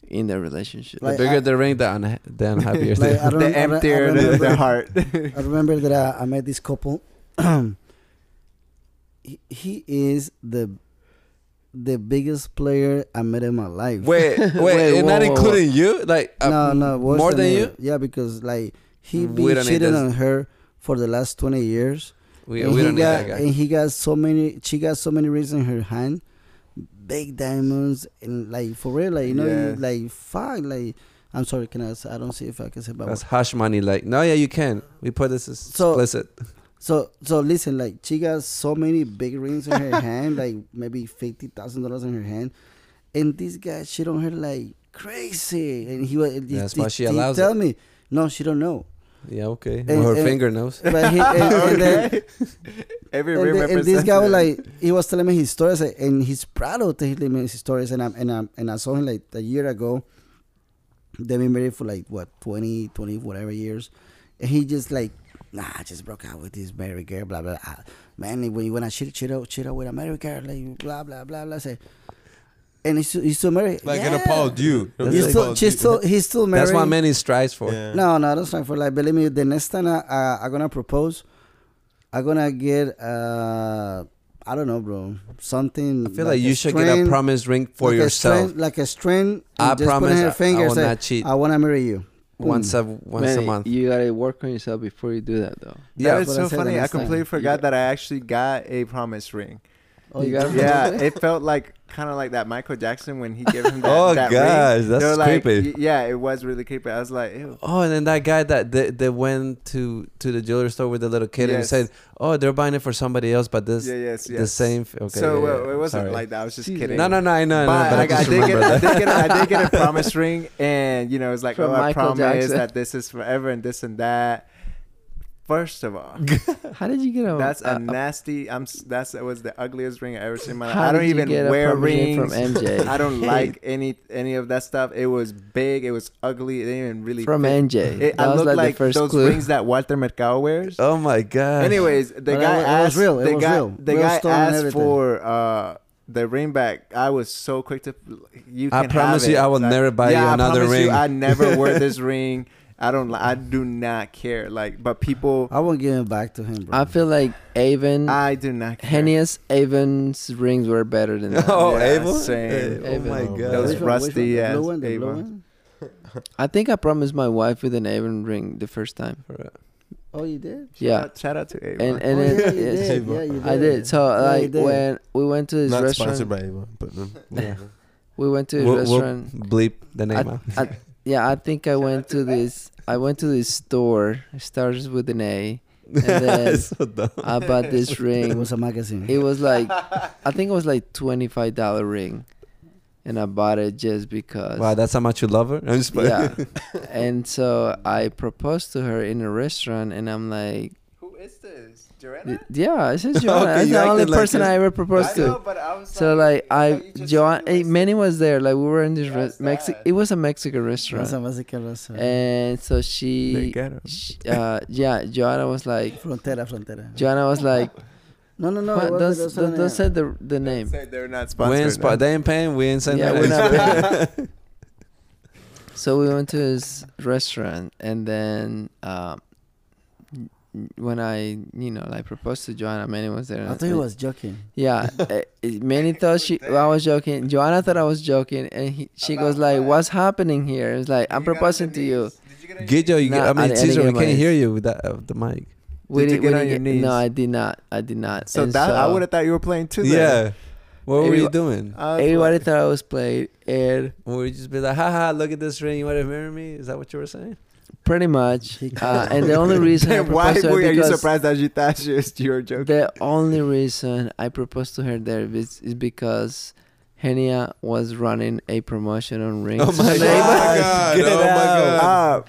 D: in their relationship.
C: the
B: Like,
C: bigger
B: I-
C: the ring, the, unha- the unhappier.
B: Like,
C: the
B: I don't-
E: the
B: I don't- I
E: emptier the,
B: remember-
E: the heart.
B: I remember that I, I met this couple. he, he is the the biggest player I met in my life.
C: wait, wait,
D: Wait,
C: you're
D: whoa,
C: not
D: whoa,
C: including you? Like uh,
B: no, no, worse
C: more than
B: me.
C: you?
B: Yeah, because like
C: We
B: he been
C: don't need
B: cheating
C: this.
B: on her for the last twenty years.
C: We,
B: and
C: we
B: he
C: don't need
B: got,
C: that guy.
B: And he got so many. She got so many rings in her hand, big diamonds, and like for real, like you know, you,
E: Yeah.
B: like fuck, like I'm sorry, can I? Say, I don't see if I can say, but
C: That's hush money. Like, no, yeah, you can. We put this as
B: So-
C: explicit.
B: So so listen, like she got so many big rings in her hand, like maybe fifty thousand dollars in her hand, and this guy shit on her like crazy, and he was. and this-
C: That's why
B: this-
C: she
B: he
C: allows
B: Tell me, no, she don't know.
C: Yeah, okay.
B: And-
C: With her
B: and-
C: fingernails.
B: But he, and, and then,
E: Every
B: and,
E: ring
B: the- and
E: represents.
B: this guy was
E: it.
B: like he was telling me his stories like, and he's proud of telling me his stories and I'm, and I'm, and I saw him like a year ago they've been married for like what 20 20 whatever years and he just like nah I just broke out with this married girl blah blah, blah. man when you wanna cheat cheat out cheat out with a married girl like blah blah blah blah say and he's, he's still married
A: Like
B: yeah.
A: an Paul Dew.
C: That's
B: he's
C: like
B: still, she's still he's still married
C: That's what many strives for.
A: Yeah.
B: no, no, that's not for like. Believe me, the next time I, I I'm gonna propose, I'm gonna get uh I don't know, bro, something.
C: I feel like, you
B: a
C: should get
B: string-
C: a promise ring for
B: like a
C: yourself.
B: string- like a string.
C: I
B: and just put it in
C: promise
B: her
C: I- I
B: finger,
C: will
B: say, "Ah,
C: not cheat.
B: I wanna marry you.
C: once
B: Boom.
C: a once a
D: Man,
C: month.
D: You gotta work on yourself before you do that, though.
C: yeah,
E: that is
B: but I
E: so
B: said
E: funny. I
B: last time.
E: completely
D: You got-
E: forgot that I actually got a promise ring.
B: Oh,
D: You
B: you
D: got
B: got
D: it?
E: Yeah, it felt like kind of like that Michael Jackson when he gave him that.
C: Oh,
E: that
C: gosh,
E: ring.
C: that's
E: They were like,
C: creepy.
E: y- Yeah, it was really creepy. I was like, Ew.
C: Oh, and then that guy that they, they went to to the jewelry store with the little kid and
E: Yes.
C: said, "Oh, they're buying it for somebody else, but this
E: yeah, yes, yes.
C: the same." f- Okay,
E: so
C: yeah,
E: uh,
C: yeah,
E: it wasn't
C: sorry.
E: like that. I was just
D: Jesus.
E: kidding.
C: No, no, no, I know, I know,
E: But
C: but I
E: like, I,
C: just
E: did get,
C: remember
E: I
C: that.
E: did get, I did get a promise ring, and you know, it's like,
D: From
E: oh, I
D: Michael
E: promise
D: Jackson.
E: that this is forever and this and that. First of all,
D: How did you get a?
E: that's
D: a,
E: a nasty. I'm. s- That's that was the ugliest ring I ever seen. In my life.
D: How
E: I don't
D: did you
E: even
D: get a
E: wear
D: promise ring
E: rings
D: from MJ?
E: I don't like any any of that stuff. It was big. It was ugly. It didn't even really
D: from
E: fit.
D: NJ?
E: It,
D: that
E: I
D: was
E: looked like,
D: like, the first
E: those
D: clue.
E: rings that Walter Mercado wears.
C: Oh my god.
E: Anyways, the
B: it
E: guy
B: wa- it was
E: asked.
B: real, it
E: the
B: was
E: guy,
B: real.
E: the
B: Real
E: guy
B: stone and
E: asked
B: everything.
E: for uh, the ring back. I was so quick to. You.
C: I
E: can
C: promise
E: have
C: you
E: it.
C: I will
E: Like,
C: never buy you
E: yeah, I
C: another
E: promise you
C: ring.
E: I never wear this ring. I don't. li- I do not care. Like, but people,
D: Um,
B: I won't give it back to him, bro.
D: I feel like Avon,
E: I do not care.
D: Hennius Avon's rings were better than that.
C: oh,
E: Yeah,
C: Abel.
E: same.
C: Eh, Oh
D: Abel.
C: my
A: Oh,
C: god.
E: those
B: Which one- which
E: rusty
B: one? The
E: ass
B: blue one, the blue
E: Avon.
B: one?
D: I think I promised my wife with an Avon ring the first time.
B: Oh, you did?
D: Yeah,
E: Shout, shout out to Abel.
D: and and
B: oh,
D: then
B: yeah, you
D: yes,
B: did. Yeah, you did.
D: I did. So
B: Yeah, you
D: like
B: did.
D: when we went to this
A: Not
D: restaurant,
A: sponsored by Avon, but um,
C: Yeah.
D: we went to his
C: We'll, we'll
D: restaurant.
C: bleep the name out.
D: I, yeah, I think I went to this. I went to this store. It starts with an A. And then
C: It's so dumb.
D: I bought this
B: It
D: ring.
B: was a magazine.
D: It was like I think it was like twenty five dollar ring, and I bought it just because.
C: Wow, that's how much you love her. I'm just playing.
D: yeah. and so I proposed to her in a restaurant, and I'm like,
E: Who is this?
D: "Y-
E: Joanna.
D: yeah, I said Joanna.
C: Okay,
D: That's
C: you
D: the
C: acted
D: only
C: like
D: person
C: this-
D: I ever proposed
E: I know,
D: to.
E: but I was
D: So like
E: but
D: I
E: you just-
D: Joanna,
E: you wasted-
D: Manny was there. Like we were in this
E: Yeah,
D: re-
E: it's
D: Mexican.
E: bad.
D: It was a Mexican
B: It was
D: restaurant,
B: a Mexican restaurant.
D: and so
E: They
D: she,
E: get 'em.
D: she uh, yeah, Joanna was like,
B: Frontera, Frontera.
C: Eh,
D: Joanna was like,
B: No, no, no.
D: "What?
B: it wasn't-
D: don't,
B: it
D: don't,
B: wasn't
D: don't,
B: a-
D: say the the name.
E: Say they're not
C: We ain't
E: sponsored.
C: spo- they ain't paying. We ain't sending.
D: Yeah,
C: them
D: we're not
C: anything.
D: So we went to his restaurant, and then um, when I, you know, like proposed to Joanna, Manny was there.
B: I thought
C: Eh.
B: he was joking.
D: Yeah, eh, eh, Manny thought she I was joking. Joanna thought I was joking, and he, she goes like, "What's happening here?" It was like, "I'm proposing to you."
C: Gijo, you,
D: Nah,
C: I
D: I
C: mean,
D: didn't
C: Caesar,
D: get
C: we
D: my
C: can't
D: ears.
C: hear you with that, uh, the mic.
D: We
E: Did you
D: didn't- we
E: get on
D: didn't
E: your
D: No,
E: knees?
D: I did not. I did not.
E: So
D: And
E: that I
D: so
E: would have thought you were playing too. then.
C: Yeah. What were
D: Every-
C: you doing?
E: I was like-
D: Everybody thought I was played, and
C: Were you just be like, haha, look at this ring. You want to marry me? Is that what you were saying?
D: pretty much. Uh, and the only reason I
E: Then why
D: proposed to her
E: were you
D: because
E: surprised that she thought she was your joke?
D: The only reason I proposed to her there is, is because Henia was running a promotion on rings.
C: Oh my
D: And
C: God.
D: I-
A: God,
C: Get
A: oh my
C: out.
A: God.
E: Up.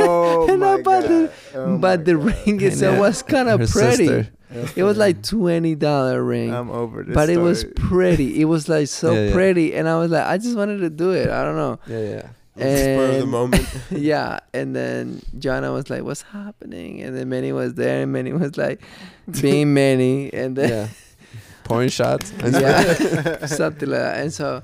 E: Oh
D: And I
E: my
D: bought the-
E: god! Oh my
D: but the
E: God.
D: ring itself
C: Henia,
D: was kind of
C: her
D: pretty.
C: sister.
D: It was like twenty dollar ring,
E: I'm over this.
D: but it was
E: story.
D: pretty. It was like so
C: Yeah, yeah.
D: pretty, and I was like, I just wanted to do it. I don't know.
C: Yeah, yeah.
A: spur of the
D: And-
A: moment.
D: yeah, and then Joanna was like, "What's happening?" And then Manny was there, and Manny was like, "Being Manny," and then
C: Yeah. Porn shots.
D: yeah, something like that. And so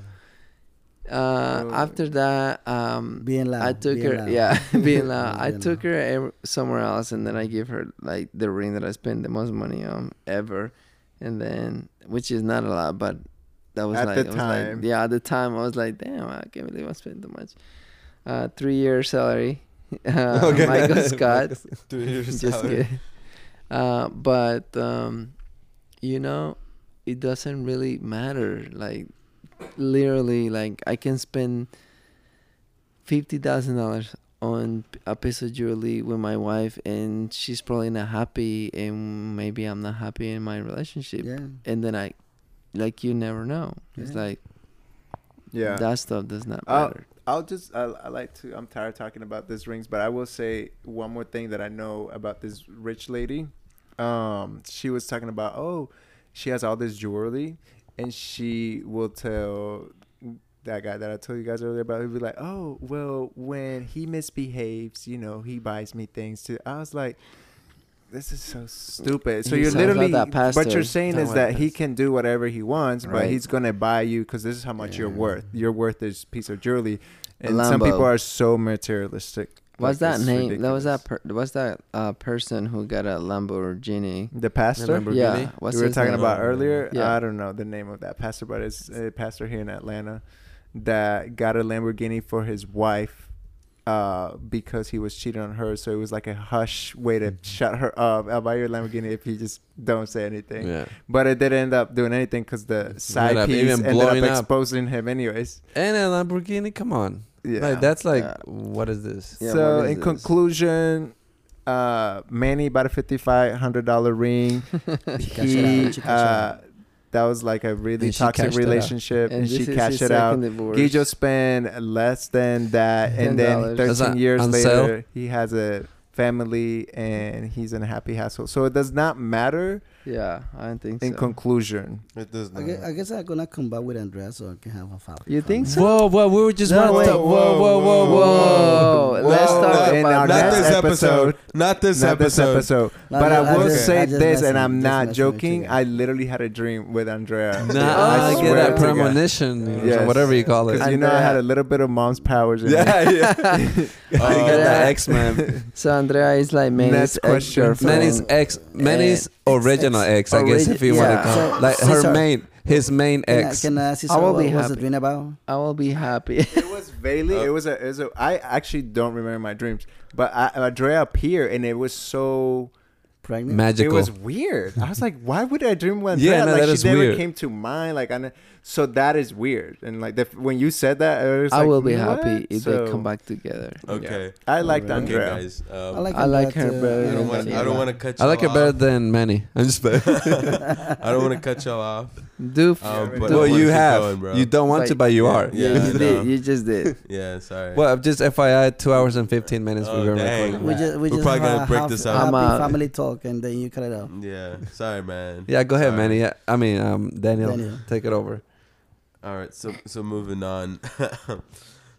D: uh,
E: Oh.
D: after that, um,
B: Being loud.
D: I took
B: being
D: her,
B: loud.
D: yeah, being loud.
B: Just
D: I
B: being
D: took
B: loud.
D: her ev- somewhere else, and then I gave her like the ring that I spent the most money on ever, and then which is not a lot, but that was
E: At
D: like,
E: the
D: I was
E: time.
D: like yeah, at the time I was like, damn, I can't believe I spent that much. Uh, three year salary, uh,
C: Okay.
D: Michael Scott.
A: Three years
D: Just
A: salary.
D: kidding. Uh, but um, you know, it doesn't really matter. Like, literally, like I can spend fifty thousand dollars on a piece of jewelry with my wife, and she's probably not happy, and maybe I'm not happy in my relationship,
B: Yeah.
D: and then I, like, you never know. It's
B: Yeah.
D: like
E: Yeah.
D: That stuff does not
E: Uh,
D: matter.
E: I'll just I, I like to I'm tired of talking about these rings, but I will say one more thing that I know about this rich lady. Um, she was talking about oh, she has all this jewelry, and she will tell that guy that I told you guys earlier about. He'll be like, oh, well, when he misbehaves, you know, he buys me things too. I was like. This is so stupid. So
D: He
E: you're
D: sounds like
E: literally,
D: that
E: what
D: pastor
E: you're saying
D: that
E: is
D: went
E: that he
D: this-
E: can do whatever he wants, but
D: Right.
E: he's gonna buy you because this is how much you're
C: Yeah.
E: worth. You're worth this piece of jewelry,
D: A
E: and some people
D: Lambo.
E: are so materialistic.
D: What's
E: Like,
D: that
E: it's
D: name? That was that.
E: ridiculous.
D: Per, what's that uh, person who got a Lamborghini?
E: the pastor
C: Remember-
D: Yeah.
C: Lamborghini?
D: What's
E: we were
D: his
E: talking
D: name?
E: about
C: Oh,
E: earlier.
D: yeah.
E: I don't know the name of that pastor, but it's a pastor here in Atlanta that got a Lamborghini for his wife uh, because he was cheating on her. So it was like a hush way to
D: Mm-hmm.
E: shut her up. I'll buy your Lamborghini if you just don't say anything.
C: Yeah.
E: But it didn't end up doing anything because the side
C: up
E: piece
C: even
E: ended up
C: blowing up.
E: exposing him, anyways.
C: And a Lamborghini, come on.
E: Yeah.
C: Like that's like
D: Yeah.
C: what is this?
D: Yeah,
E: so
D: what is
E: in
D: this?
E: conclusion, uh, Manny bought a fifty-five hundred dollar ring. he
B: She cashed it out.
E: uh, that was like a really
C: And she
E: toxic
C: cashed it out.
E: relationship, and,
D: this
E: she
D: is his
E: cashed it
D: second
E: out.
D: Divorce.
E: Gijo spent less than that, and then
D: $10. That's
E: thirteen
C: on-
E: years
C: on
E: later,
C: sale?
E: he has a family and he's in a happy household. So it does not matter.
D: yeah, I don't think
E: In
D: so.
E: conclusion,
A: It does
B: I guess, I guess I'm gonna come back with Andrea so I can have a fight.
D: You think so?
C: Whoa, whoa, we were just
D: No,
C: wanted
D: wait.
C: to- whoa, whoa, whoa, whoa,
D: Whoa. Let's
A: Whoa.
D: talk
A: Not-
D: about
E: our
A: Not
E: next
A: this episode.
E: episode.
A: Not this
E: not this
A: episode.
E: episode.
B: No,
E: but
B: no,
E: I will
A: just-
E: say
B: I just
E: this,
B: messing-
E: and I'm
B: just
E: not
B: messing with you
E: joking.
B: guys.
E: I literally had a dream with Andrea.
C: Nah,
D: Yeah,
C: I,
D: I
C: get
D: swear
C: that
D: to God.
C: premonition,
E: Yes.
C: or whatever you call it.
E: Because you know I had a little bit of mom's powers. In yeah.
A: Yeah, yeah.
C: I got
D: Andrea-
C: that X Man.
D: So Andrea is like Manny's
E: Next question from-
C: Manny's
D: ex-girlfriend.
C: ex, Manny's original ex, I guess
D: Origi-
C: if you
D: yeah.
C: want to call
B: So,
C: like her
B: Cesar,
C: main, his main
B: Can I,
C: ex.
B: can I ask you
D: I will
B: what
D: be
B: was the
D: happy.
B: dream about?
D: I will be happy.
E: It was vaguely. It was a. It was a. I actually don't remember my dreams, but I, Andrea appeared, and it was so.
B: Pregnant?
C: Magical.
E: It was weird. I was like, why would I dream one?
C: Yeah,
E: Yeah,
C: no,
E: like
C: that
E: she
C: is
E: never
C: weird.
E: came to mind. Like, I ne- so that is weird. And like the, when you said that, I was
D: I
E: like,
D: will be
E: what?
D: happy if
E: so,
D: they come back together.
A: Okay.
E: I liked
B: Alright.
A: Okay,
E: Andrea.
A: guys. Um, I,
D: I like her
B: too.
D: better
A: don't
D: than
A: want. I don't want to cut.
C: I like
A: y'all
C: her better
A: off.
C: than Manny. I'm just
A: I don't want to cut y'all off.
D: Do f-
A: Um,
E: Yeah,
A: but
E: right.
A: I
C: Well,
A: wanna
C: you
A: keep
C: have.
A: going, bro.
C: You don't want
D: Like-
C: to, but you
D: Yeah.
C: are.
A: Yeah,
D: you
A: I
D: just
A: know.
D: did. You just did.
A: Yeah, sorry.
C: Well, just FYI, two hours and fifteen minutes
A: Oh,
C: we were
A: dang.
C: recording.
B: We just, we
A: We're
B: just
A: probably
B: have
A: gonna
B: a
A: break
B: half-
A: this up.
B: happy
D: I'm out.
B: family talk and then you cut it out.
A: Yeah. Sorry, man.
C: Yeah, go ahead,
A: Sorry.
C: Manny. Yeah, I mean, um, Daniel,
B: Daniel.
C: take it over.
A: All right, so so moving on.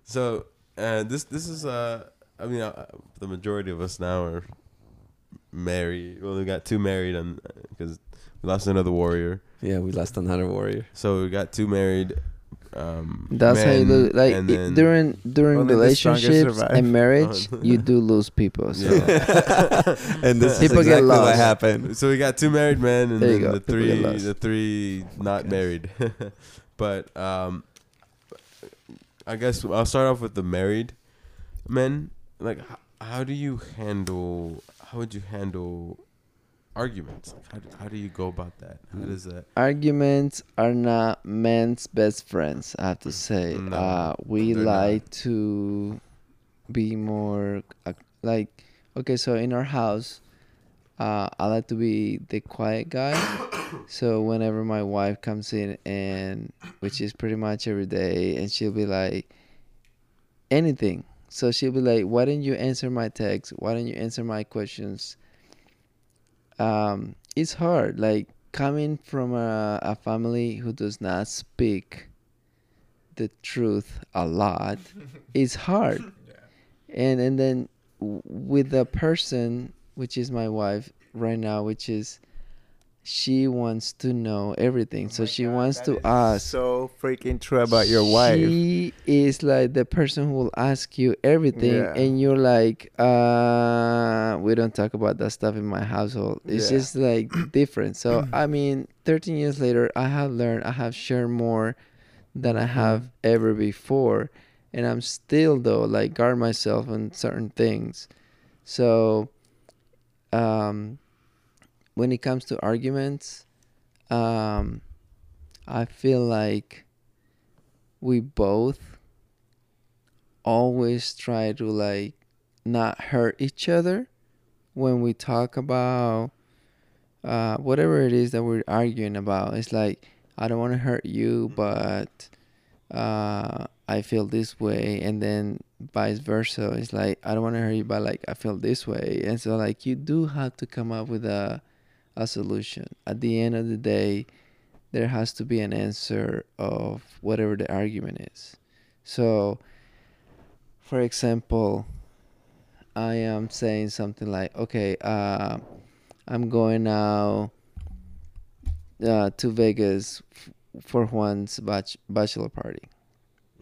A: so uh, this this is uh I mean uh, the majority of us now are married. Well, we got two married and because we lost another warrior,
C: Yeah, we lost another warrior.
A: so we got two married. Um,
D: That's how you
A: men,
D: lose. Like
A: and
D: i-
A: then-
D: during during
E: Only the strongest
D: relationships
E: survive.
D: and marriage, you do lose people. So
C: and this
D: People
C: is
D: get
C: exactly what
D: lost.
C: happened.
A: So we got two married men and
D: There you
A: then
D: go.
A: the
D: People get
A: three
D: lost.
A: the three not married. but um I guess I'll start off with the married men. Like how, how do you handle how would you handle arguments? Like how do, how do you go about that?
D: Mm.
A: How does that
D: arguments are not men's best friends. I have to say,
A: Mm, No,
D: uh, we
A: they're
D: like to be more ac- like okay. So in our house, uh, I like to be the quiet guy. so whenever my wife comes in and which is pretty much every day, and she'll be like anything. So she'll be like, "Why didn't you answer my text? Why didn't you answer my questions?" Um, it's hard. Like coming from a, a family who does not speak the truth a lot is hard and and then w- with the person which is my wife right now which is she wants to know everything so she wants
E: Oh That
D: to
E: is
D: ask
E: So freaking true about your wife.
D: she is like the person who will ask you everything,
E: Yeah.
D: and you're like, uh, we don't talk about that stuff in my household. It's
E: Yeah.
D: just like different. So, I mean, 13 years later, I have learned, I have shared more than I have ever before. And I'm still, though, like, guard myself on certain things. So, um, when it comes to arguments, um, I feel like we both always try to like not hurt each other when we talk about uh, whatever it is that we're arguing about. It's like I don't want to hurt you, but uh, I feel this way, and then vice versa. It's like I don't want to hurt you, but like I feel this way, and so like you do have to come up with a a solution. At the end of the day, there has to be an answer of whatever the argument is. So, for example, I am saying something like, "Okay, uh, I'm going now uh, to Vegas f- for Juan's bach- bachelor party."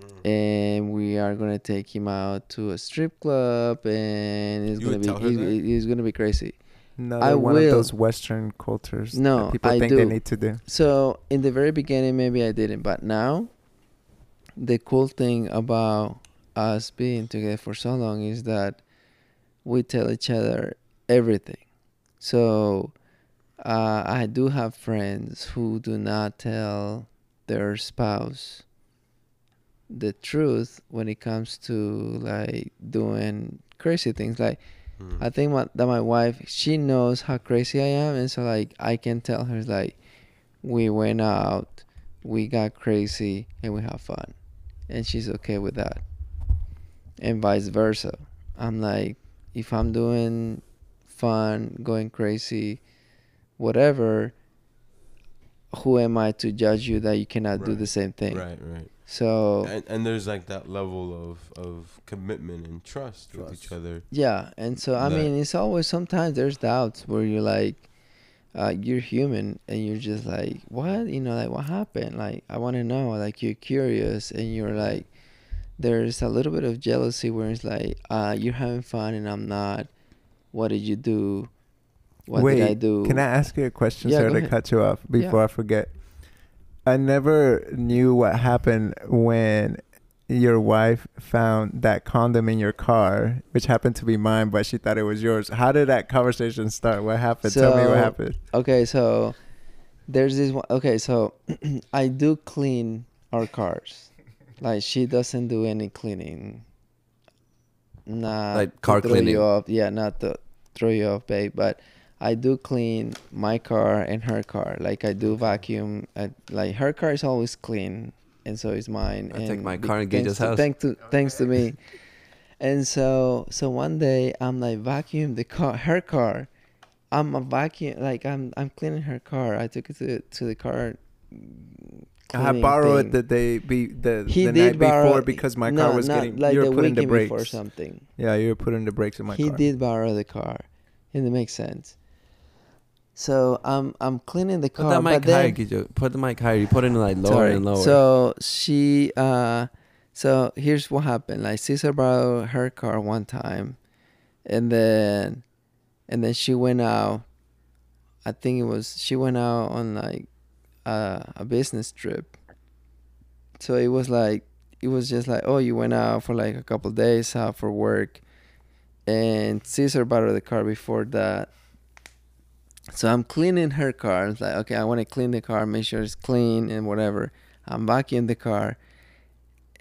A: Mm.
D: and we are gonna take him out to a strip club, and it's
A: You would
D: gonna
A: tell
D: be
A: her
D: it-
A: that?
D: it- it's gonna be crazy.
E: Another
D: I
E: one
D: will.
E: of those Western cultures
D: No,
E: that people
D: I
E: think they
D: do.
E: need to do.
D: So in the very beginning, maybe I didn't, but now, the cool thing about us being together for so long is that we tell each other everything. So uh, I do have friends who do not tell their spouse the truth when it comes to like doing crazy things like
A: hmm.
D: I think my, that my wife, she knows how crazy I am, and so like I can tell her like, we went out, we got crazy, and we have fun, and she's okay with that, and vice versa. I'm like, if I'm doing fun, going crazy, whatever, who am I to judge you that you cannot do
A: Right.
D: the same thing?
A: Right, right.
D: So
A: And, and there's like that level of of commitment and trust, with each
B: Trust.
A: other.
D: Yeah, and so I
A: that-
D: mean, it's always sometimes there's doubts where you're like, uh, you're human and you're just like, what? You know, like what happened? Like I want to know. Like you're curious and you're like, there's a little bit of jealousy where it's like, uh, you're having fun and I'm not. What did you do? What
E: Wait,
D: did I do?
E: Can I ask you a question,
D: Yeah,
E: sir,
D: go
E: to
D: ahead.
E: cut you off
D: Yeah.
E: before I forget? I never knew what happened when your wife found that condom in your car, which happened to be mine, but she thought it was yours. How did that conversation start? What happened? Tell me
D: So-
E: what happened.
D: Okay, so there's this one. Okay, so I do clean our cars. Like she doesn't do any cleaning. Nah.
C: Like car cleaning.
D: You off. Yeah, not to throw you off, babe. But I do clean my car and her car. Like I do vacuum. I, like her car is always clean, and so is mine.
C: I take my
D: be-
C: car and Gage's
D: thanks to-
C: house.
D: Thanks to thanks to me. And so so one day I'm like vacuum the car, her car. I'm a vacuum like I'm I'm cleaning her car. I took it to to the car.
E: I
D: cleaning
E: borrowed
D: thing.
E: the day be the,
D: He
E: the
D: did
E: night
D: borrow
E: before because my
D: no,
E: car was
D: not
E: getting
D: like
E: you were
D: the
E: putting the
D: weekend before
E: brakes.
D: something.
E: Yeah, you were putting the brakes in my
D: he
E: car.
D: did borrow the car, and it makes sense. So I'm I'm cleaning the
C: Put
D: car,
C: that
D: but
C: mic higher,
D: then
C: Gijo. Put the mic higher. You put it in like lower
D: Sorry.
C: and lower.
D: So she, uh, so here's what happened. Like Cesar borrowed her car one time, and then, and then she went out. I think it was she went out on like uh, a business trip. So it was like it was just like oh you went out for like a couple days out for work, and Cesar borrowed the car before that. So I'm cleaning her car. It's like, okay, I want to clean the car, make sure it's clean and whatever. I'm back in the car.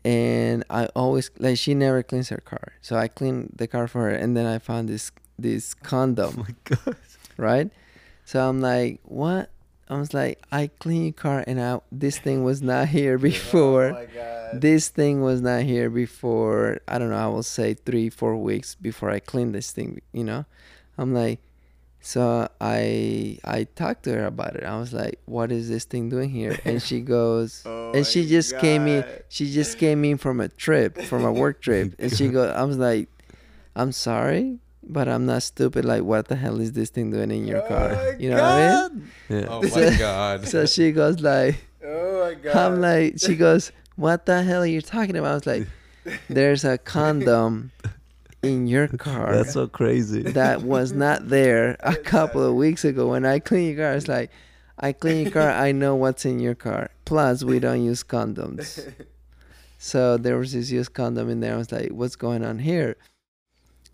D: And I always like she never cleans her car. So I clean the car for her and then I found this this condom. Right? So I'm like, what? I was like, I clean your car and I this thing was not here
E: Oh
D: before. This thing was not here before I don't know, I will say three, four weeks before I cleaned this thing, you know? I'm like so I I talked to her about it. I was like, "What is this thing doing here?" And she goes, and she just came in. She just came in from a trip, from a work trip, and she goes, "I was like, I'm sorry, but I'm not stupid. Like, what the hell is this thing doing in
E: Oh
D: your car? You know what I mean?"
C: yeah.
A: Oh
D: So-
A: my god.
D: So she goes like,
E: Oh my god.
D: I'm like, she goes, "What the hell are you talking about?" I was like, "There's a condom in your car."
C: That's so crazy.
D: that was not there a couple of weeks ago when I clean your car. It's like, I clean your car, I know what's in your car. Plus, we don't use condoms. So there was this used condom in there. I was like, what's going on here?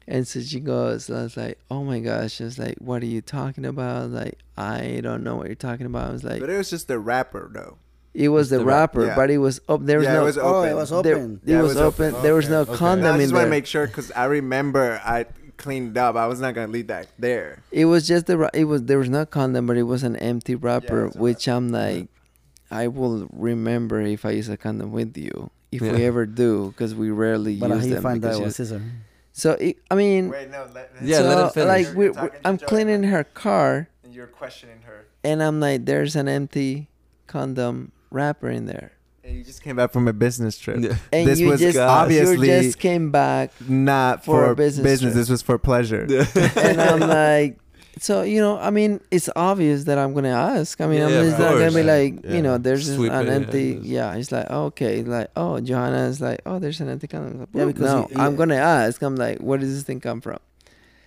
D: And so she goes, I was like, oh my gosh. I was like, what are you talking about? Like, I don't know what you're talking about. I was like,
E: But it was just the rapper though.
D: it was the
C: the wrap-
D: wrapper,
E: yeah.
D: but it was up. There was
E: Yeah, it
D: no.
E: was
B: Oh, it
E: open.
B: was
D: there-
B: open.
D: it was open. There was no
A: Okay, okay.
D: condom
E: No, I
D: in
E: just want
D: there.
E: to make sure because I remember I cleaned up. I was not gonna leave that there.
D: It was just the ra- it was there was no condom, but it was an empty wrapper,
E: it's a
D: which I'm like, I will remember if I use a condom with you. If we
C: Yeah.
D: ever do, because we rarely
B: But how
D: use
B: you
D: them.
B: find
D: because
B: that
D: you-
B: was scissor?
D: so it, I mean,
E: Wait, no. Let,
C: Yeah,
D: so,
C: let him finish.
D: Like we,
E: You're
D: we,
E: talking to
D: I'm
E: Joy.
D: cleaning her car,
E: And you're questioning her.
D: and I'm like, there's an empty condom wrapper in there,
E: And you just came back from a business trip.
C: Yeah.
D: and
E: this
D: you
E: was
D: just
E: obviously
D: you just came back,
E: not
D: for
E: for,
D: a business
E: business.
D: trip.
E: This was for pleasure.
D: and I'm like, so you know, I mean, it's obvious that I'm gonna ask. I mean, I'm
C: Yeah,
D: just
C: of
D: not gonna be
A: course.
D: like,
A: Yeah.
D: you know, there's just
C: Sweep
D: an
C: it,
D: empty.
C: yeah,
D: Yeah, it's like okay, like oh, Johanna is like oh, there's an empty condom. Like,
B: Yeah,
D: "Ooh,
B: because
D: no,
B: you-
D: I'm
B: yeah.
D: gonna ask. I'm like, where does this thing come from?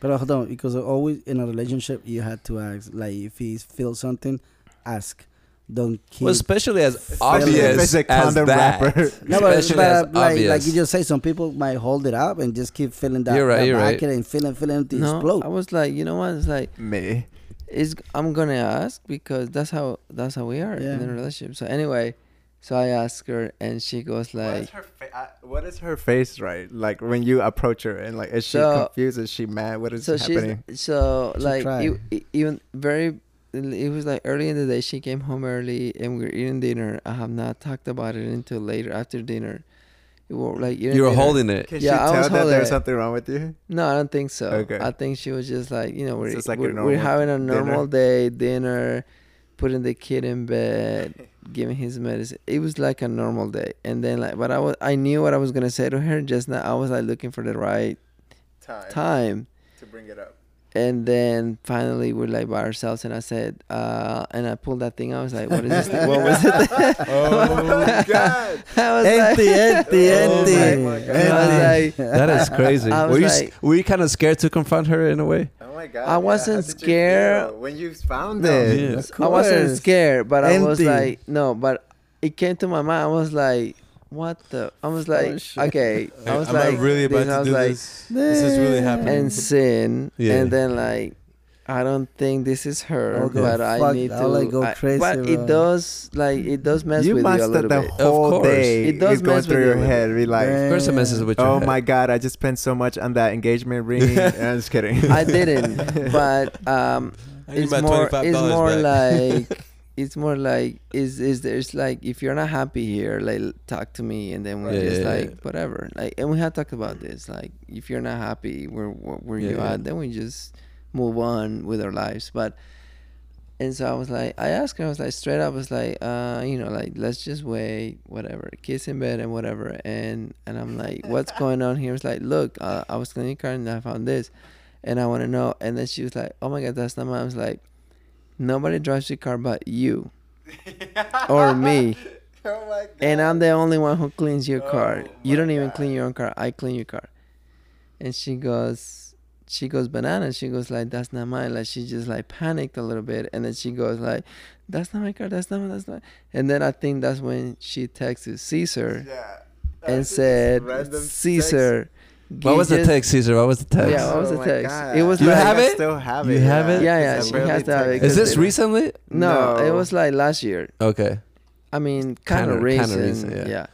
B: But hold on, because always in a relationship you had to ask. Like if he feels something, ask. Don't keep.
C: Well, especially as
E: if
C: obvious
E: it's a
C: as
E: condom
C: that.
E: wrapper.
B: no, but,
C: especially
B: but,
C: as
B: like, like
C: obvious.
B: you just say, some people might hold it up and just keep filling that,
C: You're right,
B: that
C: you're right.
B: bucket and filling, filling until it
D: no,
B: explode.
D: I was like, you know what? It's like
E: Me.
D: is I'm gonna ask because that's how that's how we are in
B: Yeah.
D: a relationship. So anyway, so I asked her and she goes
E: What
D: like,
E: is her fa- I- what is her face right like when you approach her and like is she
D: So-
E: confused is she mad what is
D: so she's
E: happening
D: so
B: She
D: like
B: tried.
D: e- e- even very it was like early in the day she came home early and we were eating dinner. I have not talked about it until later after dinner. We were like eating
C: You were
D: dinner.
C: holding it.
E: can
D: yeah, I
E: she
D: was
E: tell that
D: holding
E: there's
D: it.
E: something wrong with you
D: No, I don't think so.
E: Okay.
D: I think she was just like, you know, we're,
E: just like a
D: we're, we're
E: normal
D: having a
E: dinner.
D: normal day, dinner, putting the kid in bed, giving his medicine. It was like a normal day. And then like, but I was, I knew what I was going to say to her just now. I was like looking for the right
E: time,
D: time.
E: to bring it up
D: And then finally we're like by ourselves and I said, uh, and I pulled that thing. I was like, what is this? thing? What was it?
A: Oh,
E: god
D: I was
B: Empty,
D: like,
B: empty,
E: Oh
B: empty.
E: my God.
D: I was
B: empty.
D: like,
C: That is crazy.
D: I
C: were,
D: was
C: you, s-
D: like-
C: were you kind of scared to confront her in a way?
E: oh my god
D: I wasn't
E: How did you
D: scared.
E: feel when you found
B: No,
E: it
C: Oh, Yeah.
B: of
D: I wasn't
B: course.
D: scared, but I was
B: Empty.
D: like, no, but it came to my mind. I was like, what the? I was like,
B: shit.
D: okay. I was
A: am
D: like,
A: I really
D: this, I
A: about to
D: was
A: do
D: like,
A: this? This is really happening.
D: And sin,
C: Yeah.
D: and then like, I don't think this is her,
B: I'll go
D: but I
B: fuck-
D: need to.
B: I'll, like, go
D: I-
B: crazy,
D: but it
B: bro.
D: does like it does mess
E: you
D: with you a
E: must
D: little
E: have the
D: bit.
E: whole
C: course.
E: day
D: It does
E: is going
D: mess with
E: through
D: you
E: your
D: a little
E: head be like
C: Of course, it messes with your
E: oh
C: head.
E: my god i just spent so much on that engagement ring i'm just kidding
D: I didn't, but um,
A: I need
D: it's
A: my
D: more.
A: $25
D: It's more
A: back.
D: like. It's more like is is there's like if you're not happy here, like talk to me, and then we're
C: Yeah,
D: just
C: yeah,
D: like
C: yeah.
D: whatever. Like, and we have talked about this. Like, if you're not happy where where, where
C: Yeah,
D: you
C: yeah.
D: at, then we just move on with our lives. But and so I was like, I asked her, I was like straight up, I was like, uh, you know, like let's just wait, whatever, kiss in bed and whatever. And and I'm like, what's going on here? It's like, look, uh, I was cleaning car and I found this, and I want to know. And then she was like, oh my god, that's not mine. I was like, nobody drives your car but you or me,
E: oh my god
D: and I'm the only one who cleans your
E: Oh
D: car. You
E: my
D: don't even
E: God.
D: clean your own car. I clean your car. And she goes, she goes banana. She goes like, that's not mine. Like she just like panicked a little bit, and then she goes like, that's not my car. That's not. mine, That's not. And then I think that's when she texted Caesar
E: yeah
D: and said, Caesar.
C: What was the
D: Gidget-
C: text, Caesar? What was the text?
D: Yeah,
E: Oh
D: what was the text? It was
C: You
D: like-
C: have it?
E: still have
C: You
E: it.
C: have it?
D: Yeah, yeah,
E: Because I
D: she has
E: barely
D: to have it
C: Is
E: text
D: because
C: this
D: they-
C: recently?
D: No, it
E: No.
D: was like last year.
C: Okay.
D: I mean, kind of
C: Kinda- kinda
D: recent.
C: recent,
D: yeah.
C: yeah.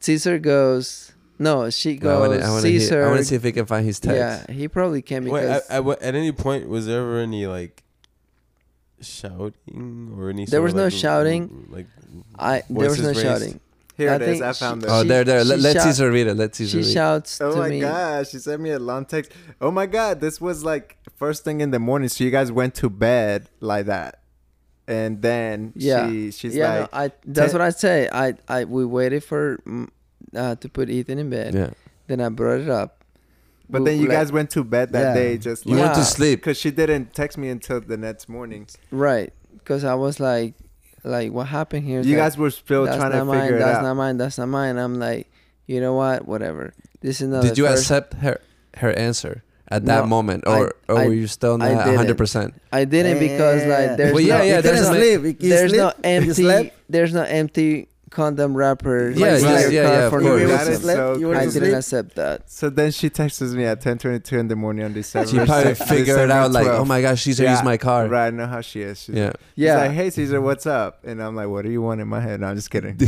D: Caesar goes. No, she
C: Well, I
D: goes.
C: wanna- I want to
D: Caesar.
C: hear. I want to see if we can find his text.
D: Yeah, he probably can
A: Wait,
D: because
A: at, at, what- at any point was there ever any like shouting or any?
D: There
A: sort
D: was
A: of,
D: no
A: like, r-
D: shouting.
A: Like
D: I there was
A: voices
D: no
A: raised.
D: shouting.
E: Here
D: I
E: it is.
D: think
E: I found
D: she-
E: it.
C: Oh, there, there. Let,
D: she
C: let
D: shout-
C: Caesar read it. Let Caesar
D: She
C: read.
D: shouts
E: Oh
D: to
E: my
D: me.
E: gosh, she sent me a long text. Oh my god, this was like first thing in the morning. So you guys went to bed like that, and then
D: Yeah.
E: she she's
D: yeah,
E: like,
D: no, I. That's
E: "Ten-
D: what I say. I I we waited for mm, uh, to put Ethan in bed.
C: Yeah.
D: Then I brought it up.
E: but
D: We-
E: then you
D: like-
E: guys went to bed that
B: Yeah.
E: day just
C: You
E: like
C: went
D: Yeah.
C: to sleep.
E: because she didn't text me until the next morning.
D: right? Because I was like, like what happened here? is
E: You
D: like,
E: guys were still
D: that's
E: trying to
D: not mine.
E: figure it
D: That's
E: out.
D: not mine. That's not mine. I'm like, you know what? Whatever. This is not.
C: Did
D: the
C: you
D: first-
C: accept her her answer at that
D: No,
C: moment,
D: I-
C: or or
D: I-
C: were you still
D: I
C: not
D: didn't.
C: 100? percent
D: I didn't because like there's
C: Well,
D: no,
C: yeah, yeah,
B: You
C: there's
B: couldn't
C: no-
B: sleep. You
D: there's
B: sleep.
D: no
B: You
D: empty.
B: slept.
D: There's no empty condom wrapper.
C: Yeah,
D: like, in
E: yeah,
D: your
C: yeah,
D: car
C: yeah, of
D: for
C: course.
D: no
C: You
B: You
E: That
B: were
D: reason.
E: is
B: aslept.
E: so
B: You were
D: I
E: crazy.
D: didn't
B: asleep.
D: accept that.
E: So then she texts me at 10:22 in the morning on December.
C: She probably
E: sec-
C: figured it
E: December
C: out like, oh
E: 12th.
C: my gosh, Caesar
E: Yeah,
C: used my car.
E: Right, I know how she is. She's
C: Yeah.
E: Yeah.
D: Yeah.
E: like, hey, Caesar, what's up? And I'm like, what do you want in my head? No, I'm just kidding.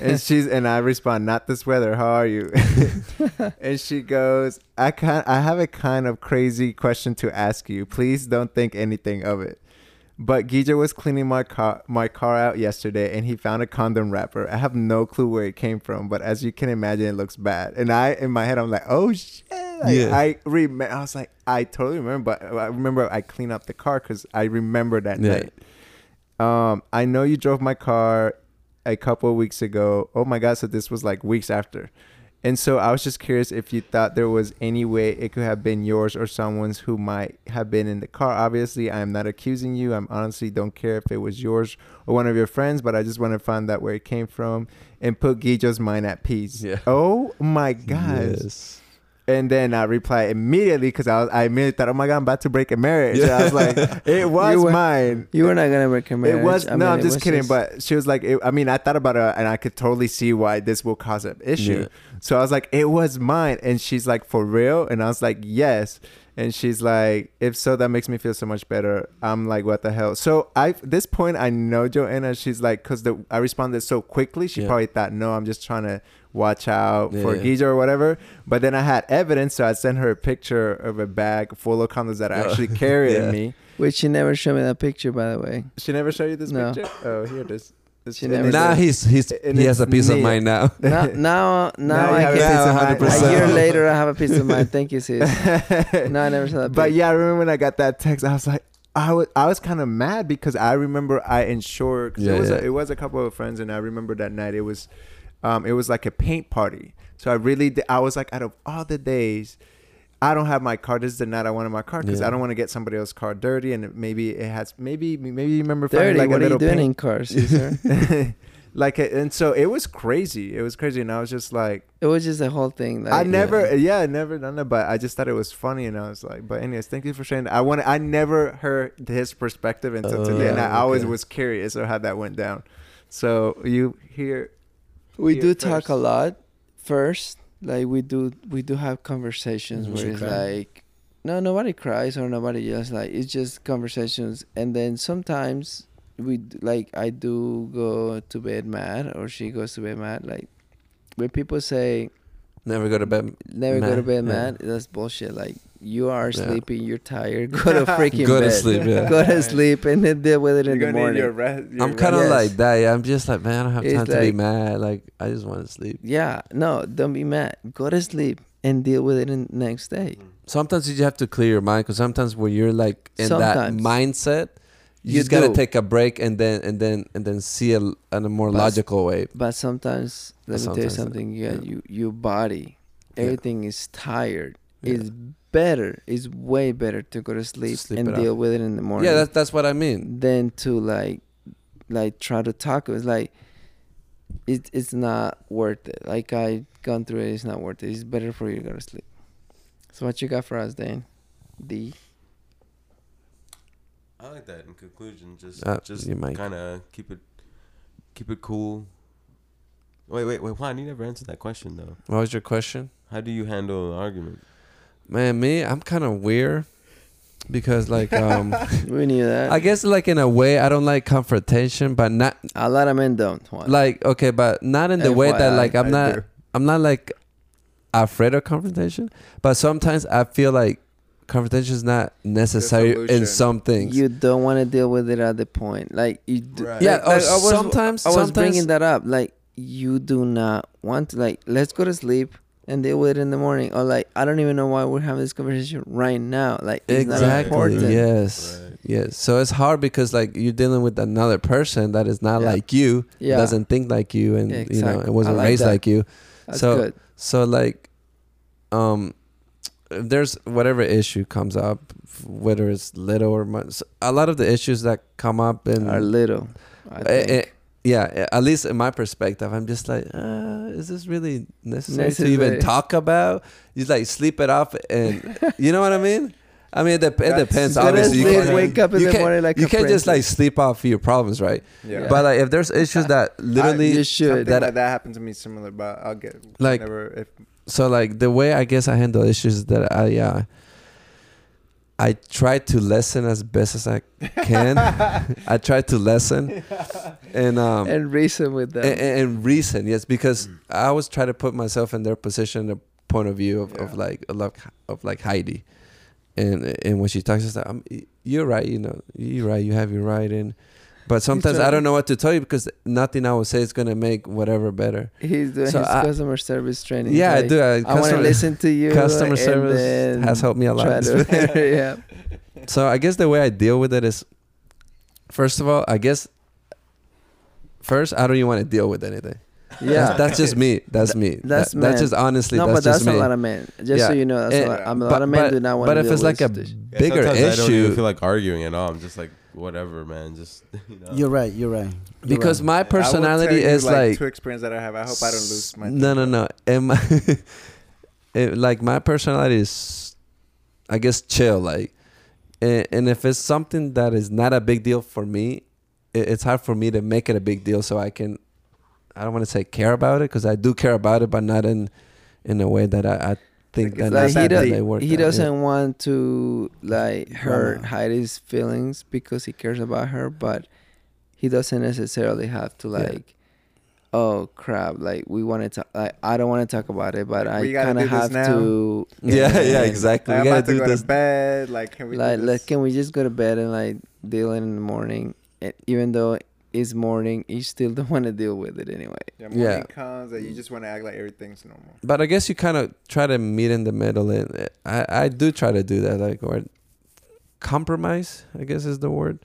E: and she's and I respond, not this weather. How are you? and she goes, I can I have a kind of crazy question to ask you. Please don't think anything of it. But Gija was cleaning my car my car out yesterday and he found a condom wrapper. I have no clue where it came from, but as you can imagine it looks bad. And I in my head I'm like, "Oh shit." Like,
C: Yeah.
E: I rem- I was like, "I totally remember, but I remember I cleaned up the car cuz I remember that
C: Yeah.
E: night." Um, I know you drove my car a couple of weeks ago. Oh my god, so this was like weeks after. And so I was just curious if you thought there was any way it could have been yours or someone's who might have been in the car. Obviously, I'm not accusing you. I'm honestly don't care if it was yours or one of your friends, but I just want to find out where it came from and put Guijo's mind at peace.
C: Yeah.
E: Oh my gosh.
C: Yes.
E: And then I replied immediately because I, was- I immediately thought, oh my God, I'm about to break a marriage. I was like, it was
D: were-
E: mine.
D: You were not gonna recommend.
E: It was
D: I
E: no,
D: mean,
E: I'm
D: it
E: just
D: was
E: kidding. But she was like, it, I mean, I thought about it, and I could totally see why this will cause an issue.
C: Yeah.
E: So I was like, it was mine, and she's like, for real, and I was like, yes, and she's like, if so, that makes me feel so much better. I'm like, what the hell? So I this point, I know Joanna. She's like, cause the I responded so quickly. She
C: Yeah.
E: probably thought, no, I'm just trying to watch out
C: Yeah,
E: for
C: yeah.
E: Giza or whatever. But then I had evidence, so I sent her a picture of a bag full of condoms that I
C: Oh,
E: actually carried
C: yeah.
E: in me.
D: Which she never showed me that picture, by the way.
E: She never showed you this
D: No.
E: picture? Oh, here it is. It's-
D: She
E: it
D: never
E: is-
C: Now he's he's
E: And
C: he has
E: it's
C: a peace of
E: neat.
C: mind now.
D: Now, now, now,
E: you
D: I
E: have
D: can.
C: now
E: a piece of
D: A
E: mind.
D: year later, I have a piece of mind. Thank you, sis. No, I never saw that.
E: But
D: picture.
E: yeah, I remember when I got that text, I was like, I was I was kind of mad because I remember I insured. 'cause
C: Yeah,
E: it was
C: yeah.
E: A, it was a couple of friends, and I remember that night it was, um, it was like a paint party. So I really did, I was like, out of all the days. I don't have my car. This is the night I wanted my car because
C: Yeah.
E: I don't want to get somebody else's car dirty, and it- maybe it has maybe maybe you remember finding
D: dirty.
E: like
D: what
E: a
D: are you
E: little
D: doing
E: paint
D: in cars, sister?
E: like a- and so it was crazy. It was crazy, and I was just like,
D: it was just the whole thing. Like,
E: I never, yeah. I never done that, but I just thought it was funny, and I was like, but anyways, thank you for sharing. That. I want, I never heard his perspective until
C: Oh,
E: today, and I always
C: okay.
E: was curious of how that went down. So you hear,
D: we
E: here
D: do
E: first.
D: talk a lot first like we do we do have conversations
B: Mhm.
D: where
B: She
D: it's
B: cried.
D: like no nobody cries or nobody yells like it's just conversations and then sometimes we d- like i do go to bed mad or she goes to bed mad like when people say
C: Never go to bed.
D: never go to
C: Mad,
D: bed
C: yeah.
D: mad that's bullshit like you are
C: Yeah.
D: sleepy you're tired go to freaking
C: Go to
D: bed
C: sleep, yeah.
D: go to sleep and then deal with it
E: you're
D: in the
E: gonna need
D: morning
E: your rest. your
C: I'm kind of
D: Yes.
E: rest.
C: like that. Yeah. I'm just like, man, I don't have
D: It's
C: time to be
D: like-
C: mad. Like, I just want to sleep.
D: yeah no don't be mad go to sleep and deal with it in next day
C: Sometimes you have to clear your mind because sometimes when you're like in
D: Sometimes.
C: that mindset, you,
D: You
C: just gotta
D: do.
C: take a break and then and then and then see it in a more
D: But-
C: logical way.
D: But sometimes, let me tell you
C: Sometimes, uh,
D: something. Yeah,
C: yeah.
D: you your body,
C: Yeah.
D: everything is tired.
C: Yeah.
D: It's better. It's way better to go to sleep,
C: sleep
D: and
C: it
D: deal
C: off.
D: with it in the morning.
C: Yeah, that's that's what I mean.
D: than to like, like try to tackle. It's like, it it's not worth it. Like I gone through it. It's not worth it. It's better for you to go to sleep. So what you got for us, Dan? D.
A: I like that. In conclusion, just
C: Uh,
A: just
C: your mic.
A: kind of keep it keep it cool. Wait, wait, wait, Juan, you never answered that question though.
C: What was your question?
A: How do you handle an argument?
C: Man, me, I'm kind of weird because like um
D: We knew that.
C: I guess like in a way I don't like confrontation, but not
D: A lot of men don't. Juan.
C: like okay, but not in the way that
D: FYI,
C: like I'm
E: I
C: not
E: do.
C: I'm not like afraid of confrontation, but sometimes I feel like confrontation is not necessary in
E: solution.
C: some things.
D: You don't want to deal with it at the point. Like you do,
E: Right.
C: yeah,
D: like-
C: or
D: like, I was-
C: sometimes
D: I was bringing
C: sometimes
D: that up. Like you do not want to. Like let's go to sleep and deal with it in the morning. Or like I don't even know why we're having this conversation right now. Like it's not important.
C: exactly. Yes.
A: Right.
C: Yes. So it's hard because like you're dealing with another person that is not
D: Yeah.
C: like you,
D: Yeah.
C: doesn't think like you, and
D: Yeah,
C: you know,
D: exactly.
C: it wasn't
D: I like
C: raised
D: that.
C: like you.
D: That's
C: So-
D: good.
C: So like, um, if there's whatever issue comes up, whether it's little or much, a lot of the issues that come up and
D: Or little. I
C: Mm. Eh,
D: think.
C: eh, yeah, eh, at least in my perspective, I'm just like, uh, is this really necessary, to even
D: Necessary.
C: talk about? You like sleep it off, and you know what I mean. I mean, it, dep- it
E: That's-
C: depends.
E: Let us
C: Obviously, you
E: live,
C: can't,
D: wake up in
C: you
D: the
C: can't-
D: morning like
C: you
D: a
C: can't just like
D: princess.
C: sleep off your problems, right?
E: yeah.
C: But like, if there's issues that literally,
D: you should.
E: Something
C: that-
E: like that happened to me similar, but I'll get
C: Like-
E: whenever if
C: so like the way I guess I handle issues that I, uh, I try to listen as best as I can. I try to listen, and um, eh,
D: and reason with them.
C: and, and, and reason yes because i always try to put myself in their position the point of view of, of
E: Yeah.
C: like of like of like heidi and and when she talks, it's like, I'm, you're right, you know, you're right, you have your right, and but sometimes I don't know what to tell you because nothing I would say is gonna make whatever better.
D: He's doing
C: So
D: his
C: I-
D: customer service training.
C: yeah,
D: like,
C: I do. I,
D: I want to
C: customer-
D: listen to you.
C: Customer
D: and
C: service
D: then
C: has helped me a
D: try
C: lot.
D: to- yeah.
C: so I guess the way I deal with it is, first of all, I guess first I don't even want to deal with anything.
D: Yeah.
C: that's, that's just me. That's me.
D: that's
C: That- that's
D: man.
C: just honestly.
D: no,
C: that's
D: but that's
C: just me.
D: a lot of men. Just
C: Yeah.
D: so you know, that's
C: And-
D: a lot. I'm a
C: but-
D: lot of men
C: but-
D: do not want.
C: but
D: to
C: if
D: deal
C: it's
D: with
C: like a
D: this.
A: Yeah,
C: bigger
A: sometimes I don't even
C: issue,
A: feel like arguing at all. I'm just like, whatever, man. Just you know.
B: You're right. You're right. You're
C: because
B: right.
C: my personality is like
E: two experience that I have. I hope I don't lose my.
C: no no no and my it, like my personality is i guess chill like and, and if it's something that is not a big deal for me it, it's hard for me to make it a big deal so i can i don't want to say care about it because i do care about it but not in in a way that i, I think
E: Like,
C: that,
E: it's
D: like he,
E: not that
C: does,
E: deep.
C: they work
D: he
C: out, yeah.
D: doesn't want to like hurt
B: Drama.
D: hide his feelings because he cares about her but he doesn't necessarily have to
C: Yeah.
D: like oh crap like we want to talk like i don't want to talk about it but
E: Like,
D: i
E: we gotta
D: kind of
E: do this
D: have
E: now.
D: to
C: yeah yeah
D: and,
C: exactly
E: I'm
C: we gotta
E: about to
C: do
E: go
C: this
E: to bed. Like, can we?
D: like
E: do
D: let,
E: this?
D: can we just go to bed and like deal it in the morning and even though it's morning you still don't want to deal with it anyway
E: Yeah,
C: Yeah.
E: morning comes that you just want to act like everything's normal.
C: but I guess you kind of try to meet in the middle, and uh, I I do try to do that, like or compromise. I guess is the word.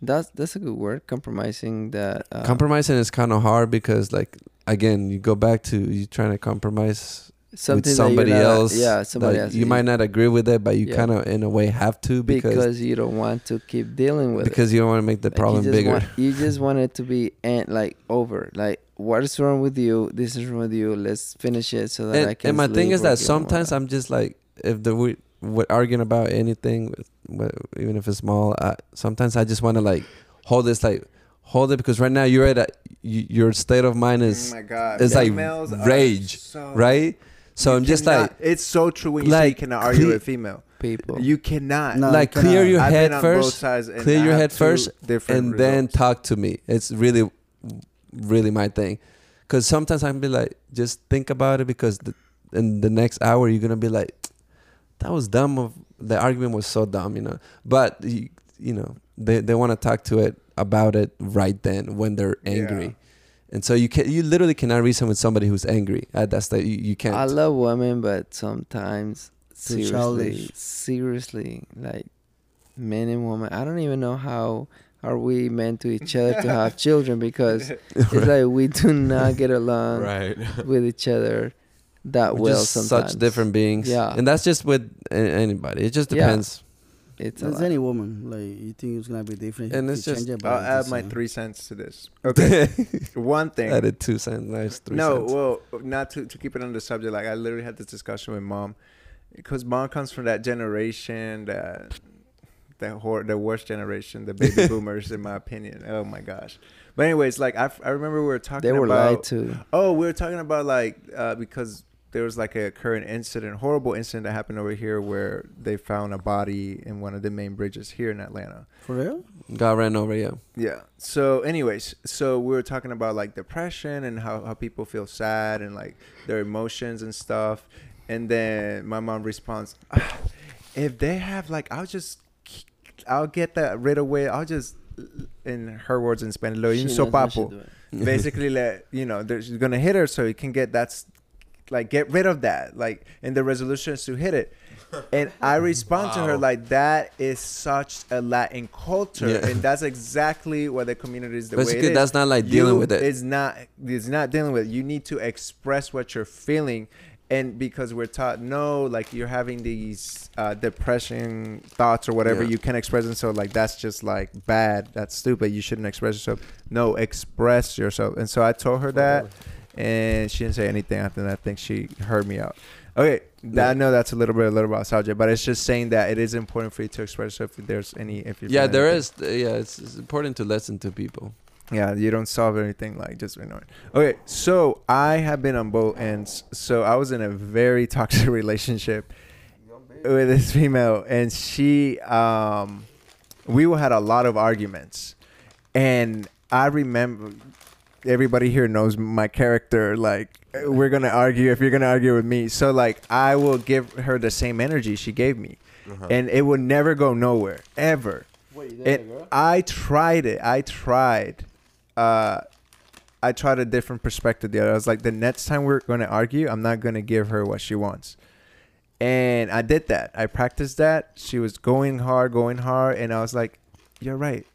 D: that's that's a good word compromising that uh,
C: Compromising is kind of hard because, like, again, you go back to you trying to compromise
D: something that
C: with
D: you're
C: somebody
D: not-
C: else.
D: yeah somebody
C: that
D: else
C: You might not agree with it, but you
D: Yeah.
C: kind of, in a way, have to
D: because,
C: because
D: you don't want to keep dealing with it.
C: because you don't want to make the
D: Like,
C: problem
D: you just
C: bigger.
D: Want, you just want it to be and like over. Like what is wrong with you? This is wrong with you. Let's finish it so that I
C: and,
D: can.
C: and my thing
D: sleep
C: is
D: or
C: that
D: get
C: sometimes
D: more.
C: I'm just like if the we we're arguing about anything, with- with- even if it's small, I, sometimes I just want to like hold this like hold it because right now you're at a, you, your state of mind
E: oh
C: is
E: my god,
C: it's like
E: females are
C: rage,
E: so-
C: right. So
E: you
C: I'm just
E: cannot-
C: like
E: it's so true when you say you
C: like,
E: cannot argue
C: cle-
E: with a female.
D: people.
E: You cannot.
B: No,
C: like
B: you cannot.
C: clear your
E: I've been
C: head
E: on both
C: first
E: sides and
C: clear
E: I
C: your
E: have
C: head
E: two
C: first
E: different
C: and then
E: results.
C: talk to me. It's really really my thing because sometimes I'm be like just think about it because the, in the next hour you're gonna be like that was dumb of the argument was so dumb you know but you, you know they, they want to talk to it about it right then when they're angry and so you can you literally cannot reason with somebody who's angry at that state you, you can't
D: I love women, but sometimes
B: Too
D: seriously,
B: childish.
D: seriously, like men and women. I don't even know how are we meant to each other to have children because it's like we do not get along
A: right.
D: with each other that
C: we're
D: well.
C: just
D: sometimes
C: such different beings
D: Yeah.
C: and that's just with a- anybody it just
D: Yeah.
C: depends
D: It's a
B: There's
D: lot.
B: any woman like you think it's gonna be different.
C: And
B: you
C: it's
B: change
C: just-
B: it, but
E: I'll
B: it's
E: add
B: just,
E: my
B: uh,
E: three cents to this. Okay, one thing.
C: added two cents nice three
E: no,
C: cents
E: well, not to, to keep it on the subject. Like I literally had this discussion with mom, because mom comes from that generation that the hor- the worst generation, the baby boomers, in my opinion. Oh my gosh. But anyways, like I, f- I remember we were talking
D: They were
E: about
D: lied to.
E: Oh, we were talking about like uh, because there was like a current incident, horrible incident that happened over here where they found a body in one of the main bridges here in Atlanta.
B: For real?
C: got ran over yeah
E: Yeah. So, anyways, so we were talking about like depression and how, how people feel sad and like their emotions and stuff. And then my mom responds, "Ah, if they have like, I'll just, I'll get that right away. I'll just, in her words in Spanish, lo
D: She knows what she
E: papo
D: doing.
E: basically like you know they're she's gonna hit her so you can get that's like get rid of that like and the resolution is to hit it and i respond to her
A: Wow.
E: like that is such a latin culture
C: Yeah.
E: and that's exactly what the community is the way
C: basically
E: it is
C: that's not like dealing
E: You-
C: with it
E: it's not it's not dealing with it. you need to express what you're feeling and because we're taught no like you're having these uh, depression thoughts or whatever
C: Yeah.
E: you can express and so like that's just like bad that's stupid you shouldn't express yourself no express yourself and so i told her that and she didn't say anything after that i think she heard me out okay that, i know that's a little bit a little bit subject but it's just saying that it is important for you to express yourself if there's any if you're
C: yeah
E: feeling
C: there
E: anything.
C: is yeah it's, it's important to listen to people
E: Yeah, you don't solve anything like just ignoring. Okay, so I have been on both ends. So I was in a very toxic relationship with this female, and she, um, we had a lot of arguments, and I remember everybody here knows my character. Like we're gonna argue if you're gonna argue with me. So like I will give her the same energy she gave me.
A: Uh-huh.
E: and it would never go nowhere ever.
D: Wait, you
E: It, I tried it. I tried. Uh, I tried a different perspective. The other, I was like, the next time we're gonna argue, I'm not gonna give her what she wants. And I did that. I practiced that. She was going hard, going hard, and I was like, "You're right.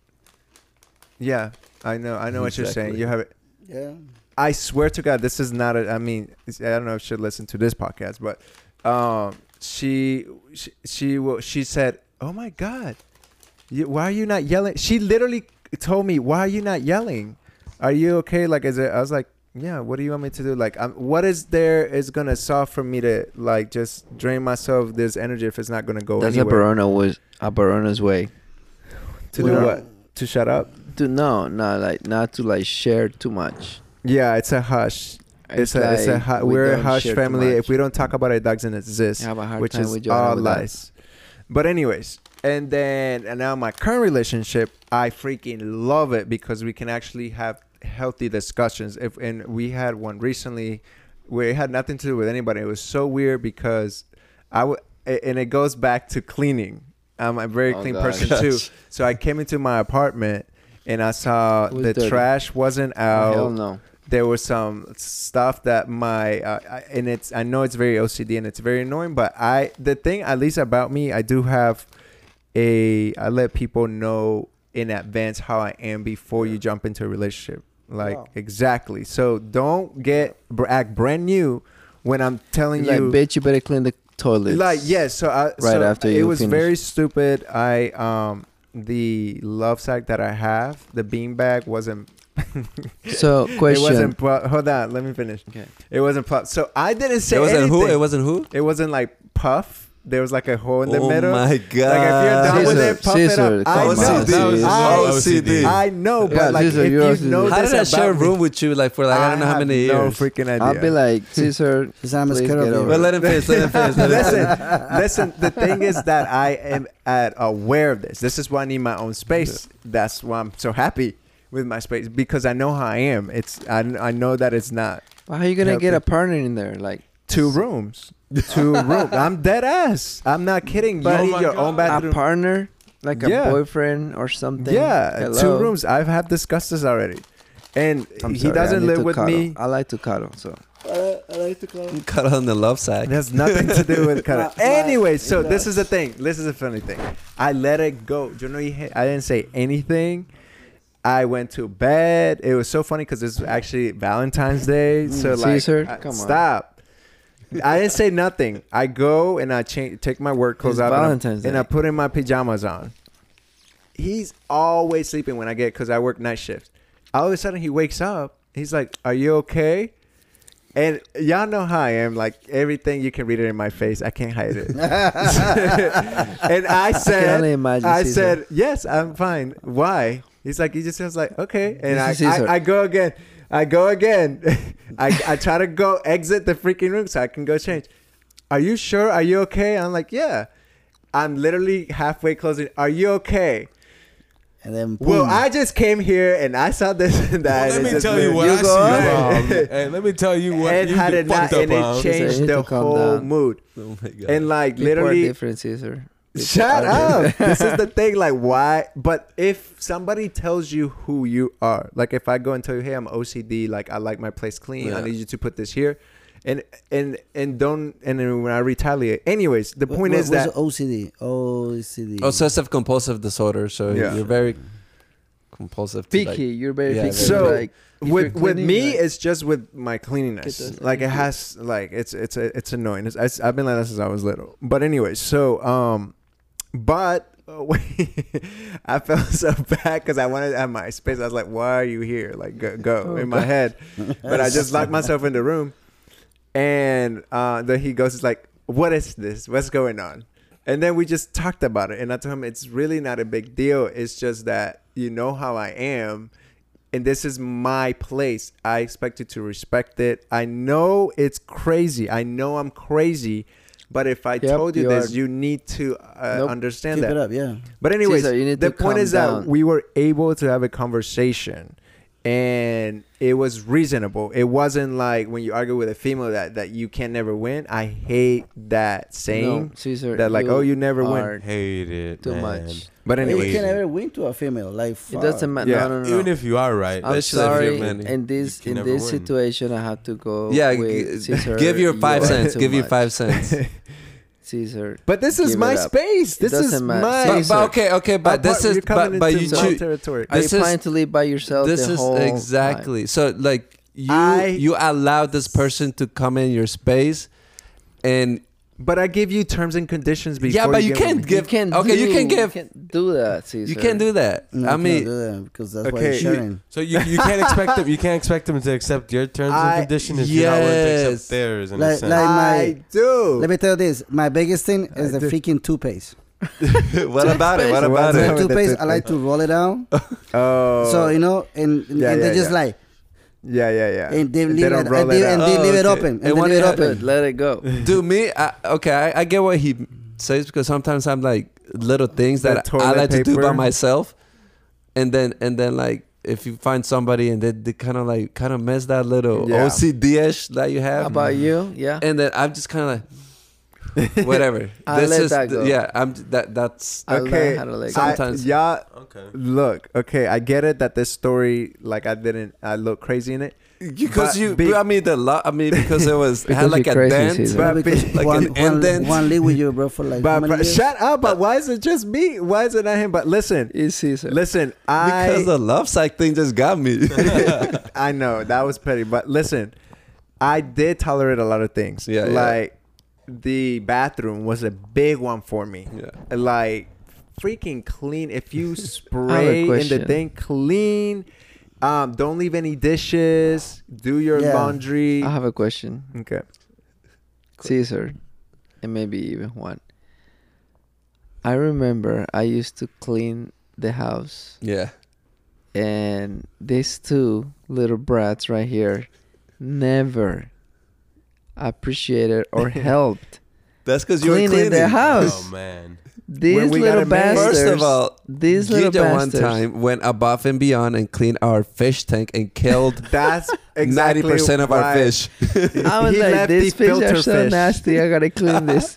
E: Yeah, I know. I know what you're saying.
C: Exactly.
E: You have it.
B: Yeah.
E: I swear to God, this is not a. I mean, it's- I don't know if she'll listen to this podcast, but um, she, she, she, will, she said, "Oh my God, you, why are you not yelling?" She literally told me, "Why are you not yelling? Are you okay?" Like, is it? I was like, "Yeah. What do you want me to do? Like, I'm, what is there is gonna solve for me to like just drain myself this energy if it's not gonna go
D: That's a
E: anywhere?
D: Barona was a Barona's way.
E: To do
B: Well,
E: what? To shut up?
D: To no, not like not to like share too much.
E: Yeah, it's a hush. It's, a, it's a
D: like
E: hu-
D: we
E: we're a
D: don't
E: hush
D: share too
E: family.
D: much.
E: If we don't talk about it, it doesn't exist.
D: I have a hard
E: which
D: time
E: is
D: with Joanna
E: all
D: with that.
E: lies. But anyways, and then and now my current relationship, I freaking love it because we can actually have healthy discussions. If and we had one recently, where it had nothing to do with anybody. It was so weird because I would, and it goes back to cleaning. I'm a very
D: Oh,
E: clean
D: God.
E: person too, so I came into my apartment and I saw
D: It was
E: the
D: dirty. Oh,
E: trash wasn't out
D: Hell no.
E: there was some stuff that my uh, I- and it's I know it's very OCD and it's very annoying, but I the thing at least about me I do have a I let people know in advance how I am before you jump into a relationship. Like
B: Wow.
E: exactly. So don't get br- act brand new when I'm telling
D: like
E: you
D: bitch, you better clean the toilets.
E: like yes, so I so
D: after
E: it
D: you
E: was
D: finish.
E: very stupid. I um the love sack that I have, the bean bag wasn't
D: So
E: It
D: question.
E: wasn't. Pl- hold on, let me finish.
D: Okay.
E: It wasn't puff. So I didn't say
C: It wasn't
E: anything.
C: who? It wasn't who?
E: It wasn't like puff. There was like a hole in the
C: oh
E: middle.
C: my
E: Like if you're
C: god. Oh,
E: done with
D: Caesar,
E: it, puff
D: Caesar,
E: it up.
D: come
E: I know.
D: on. Caesar.
E: That was-
C: That
E: I,
C: was
A: OCD.
E: I know, but
D: Yeah,
E: like
D: Caesar,
E: if
D: you're
E: you
D: Caesar.
E: know
C: how
E: this
C: did I share a
E: about me,
C: room with you like for like I, don't know how
E: have
C: many
E: no
C: years?
E: freaking idea.
D: I'll be like Caesar.
B: Because I'm
D: Please
B: scared of
D: get
B: you.
D: over
C: Well, let him finish. Let him finish. Let him finish.
E: listen, listen. The thing is that I am at aware of this. This is why I need my own space. That's why I'm so happy with my space because I know how I am. It's I, I know that it's not
D: How are you gonna
E: Help
D: get
E: me.
D: a partner in there? Like
E: two rooms. Two rooms. I'm dead ass. I'm not kidding. You
A: Oh
E: need
A: my
E: your
A: God.
E: own
D: a
E: bathroom.
D: partner, like a
E: Yeah.
D: boyfriend or something.
E: Yeah,
D: Hello?
E: two rooms. I have discussed this already, and
D: I'm
E: he
D: sorry, I
E: doesn't
D: need
E: live
D: to
E: with
D: cuddle.
E: me.
D: I like to cuddle, so
B: I like to call.
C: Cut on the love
E: It
C: side.
E: has nothing to do with color.
B: Nah, nah,
E: anyway, so
B: it
E: this
B: does.
E: is the thing. This is a funny thing. I let it go. Do you know? he- I didn't say anything. I went to bed. It was so funny because it's actually Valentine's Day. So
D: Mm,
E: like,
D: Caesar,
E: I-
D: come on.
E: stop. I didn't say nothing. I go and I change, take my work clothes
D: It's
E: out, and I'm-
D: Valentine's
E: and I
D: Day.
E: put in my pajamas on. He's always sleeping when I get because I work night shift. All of a sudden, he wakes up. He's like, "Are you okay?" And y'all know how I am. Like everything, you can read it in my face. I can't hide it. and I
D: I can
E: said,
D: only imagine.
E: I
D: Caesar.
E: said, yes, I'm fine. Why? He's like, he just sounds like, okay. And I,
D: This is Caesar.
E: I, I go again. I go again. I, I try to go exit the freaking room so I can go change. Are you sure? Are you okay? I'm like, yeah. I'm literally halfway closing. Are you okay?
B: And then boom.
E: Well, I just came here and I saw this and that.
A: Well,
E: and
A: let
E: it
A: me
E: just
A: tell you
E: made-
A: what I see,
E: go-
A: Bob. Hey, let me tell you what
E: and
A: you
E: had
A: get
E: it not,
A: fucked up
E: and
A: on.
E: it
D: Caesar,
E: changed
D: you need
E: the
D: to calm
E: whole
D: down.
E: mood.
C: Oh my god.
E: And like
D: People are
E: literally,
D: different, Caesar. People
E: Shut
D: are
E: up. this is the thing. Like, why? But if somebody tells you who you are, like if I go and tell you, hey, I'm OCD, like I like my place clean, I
C: Yeah.
E: need you to put this here. And and and don't and then when I retaliate. Anyways, the
B: Wha-
E: point
B: wha-
E: is
B: what's
E: that
B: OCD. OCD.
C: obsessive compulsive disorder. So
E: Yeah.
C: you're very compulsive. To
D: Picky,
C: like,
D: you're very
C: Yeah,
D: picky.
E: very So-
D: like, if you're
E: with with
D: cleaning,
E: me
D: like-
E: it's just with my
D: It
E: cleanliness
D: does.
E: like it has like it's it's it's annoying it's, it's, i've been like that since i was little but anyway so um but oh, i felt so bad because i wanted to have my space i was like why are you here like go, go in my head but i just locked myself in the room and uh then he goes it's like what is this what's going on and then we just talked about it and i told him it's really not a big deal it's just that you know how i am and this is my place. I expect you to respect it. I know it's crazy. I know I'm crazy, but if I
D: Yep,
E: told you,
D: you
E: this,
D: are.
E: you need to uh,
D: Nope.
E: understand
B: Keep
E: that.
B: it up, yeah.
E: But anyways,
D: Cesar, you need
E: the
D: to
E: point
D: calm
E: is
D: down.
E: that we were able to have a conversation and it was reasonable. It wasn't like when you argue with a female that that you can never win. I hate that saying.
D: Caesar,
E: that like, oh, you never win.
D: are
A: Hate it.
D: Too
A: man.
D: much.
E: But
A: Wait,
E: anyway,
B: you can never win to a female. Like
D: It
B: fuck.
D: doesn't matter.
E: Yeah.
D: No, no, no.
A: Even if you are right,
D: I'm
A: that shit doesn't
D: sorry.
A: feel many.
D: In this
A: You can
D: in
A: never
D: this
A: win.
D: situation, I have to go.
C: Yeah,
D: with
C: g-
D: Caesar,
C: give your
D: you
C: five
D: are
C: cents.
D: too
C: Give your
D: much.
C: five cents.
D: Caesar.
E: but this is
D: Give
E: my
D: it up.
E: space. This is
D: doesn't matter.
E: my.
D: But-
C: but, but okay, okay,
E: Apart-
C: but this is
E: you're
C: but,
E: coming
C: but you
E: into my
C: choose.
E: territory.
D: Are you
C: This is-
D: planning to live by yourself?
C: This
D: the
C: is
D: whole time?
C: exactly so. Like you,
E: I-
C: you allowed this person to come in your space, and
E: But I give you terms and conditions before.
C: yeah, but you
E: get with
C: can't
E: me.
C: give.
D: you can
C: okay,
D: do,
C: you can give.
D: can't do that, Caesar.
C: You can't do that.
B: No,
C: I
B: you cannot
C: mean,
B: do that because that's why
E: Okay,
B: you're
E: you-
B: sharing.
A: So you, you can't expect them. You can't expect them to accept your terms
E: I-
A: and conditions if you're not willing to
C: yes.
A: accept theirs. In a
B: Like-
A: sense.
B: like-
E: I do.
B: Let me tell you this. My biggest thing
E: I
B: is the
E: do.
B: freaking toothpaste.
C: what about it? What
E: Toothpaste.
C: about
E: What's
C: it?
E: with
B: The
E: the
B: toothpaste, I like
E: toothpaste.
B: to roll it down.
E: oh,
B: so you know, and, and,
E: Yeah,
B: and
E: yeah,
B: they just
E: yeah.
B: like
E: yeah, yeah, yeah.
B: and they
E: And
B: leave
E: they don't
B: it,
E: roll
B: and they,
E: it
B: and
E: out.
B: they
C: Oh,
B: leave it
C: okay.
B: open,
C: And
B: and they
C: what
B: leave it
C: happened?
B: open.
D: Good, let it go.
C: to me, I, okay, I, I get what he says because sometimes I'm like little things
E: The
C: that I
E: toilet
C: like to do by
E: paper.
C: myself, and then and then like if you find somebody and they, they kind of like kind of mess that little
E: Yeah.
C: OCD ish that you
D: How
C: have,
D: about you? Yeah.
C: and then I'm just kind of like whatever.
D: I let that go.
C: yeah. I'm that that's
D: I
E: okay.
D: learned how to let go.
C: Sometimes.
E: I, yeah.
A: okay.
E: Look, okay, I get it that this story, like, I didn't, I look crazy in it,
C: because
E: But
C: you.
E: be-
C: I mean the lot. I mean because it was it
D: Because
C: had like
D: you're
C: a
D: crazy,
C: dent.
D: Caesar.
E: but,
B: because
C: Like
B: one,
C: an
B: one,
C: indent.
B: one leave with you, bro, for like how
E: but,
B: many
E: but
B: years?
E: shut up! But why is it just me? Why is it not him? But listen,
D: It's Caesar.
E: listen,
C: Because
E: I,
C: the love psych thing just got me.
E: I know that was petty, but listen, I did tolerate a lot of things.
C: Yeah, yeah.
E: like the bathroom was a big one for me.
C: yeah.
E: like freaking clean. If you
D: I have a
E: spray in the
D: question.
E: thing, clean. Um, don't leave any dishes. Do your
B: Yeah.
E: laundry.
D: I have a question,
E: Okay.
D: Caesar, and maybe even Juan. I remember I used to clean the house,
C: Yeah.
D: and these two little brats right here never appreciated or helped
C: That's because you were
D: cleaning,
C: cleaning
D: their
A: Oh
D: house.
A: man.
D: These
E: we got
D: little
E: a man-
D: bastards.
C: First of all,
D: these little
C: Ginger one
D: bastards.
C: time went above and beyond and cleaned our fish tank and killed
E: That's
C: ninety
E: exactly
C: percent of our
E: why-
C: fish.
D: I was
E: He
D: like,
E: left
D: these
E: the
D: fish are
E: filter
D: so
E: fish.
D: nasty. I gotta clean this.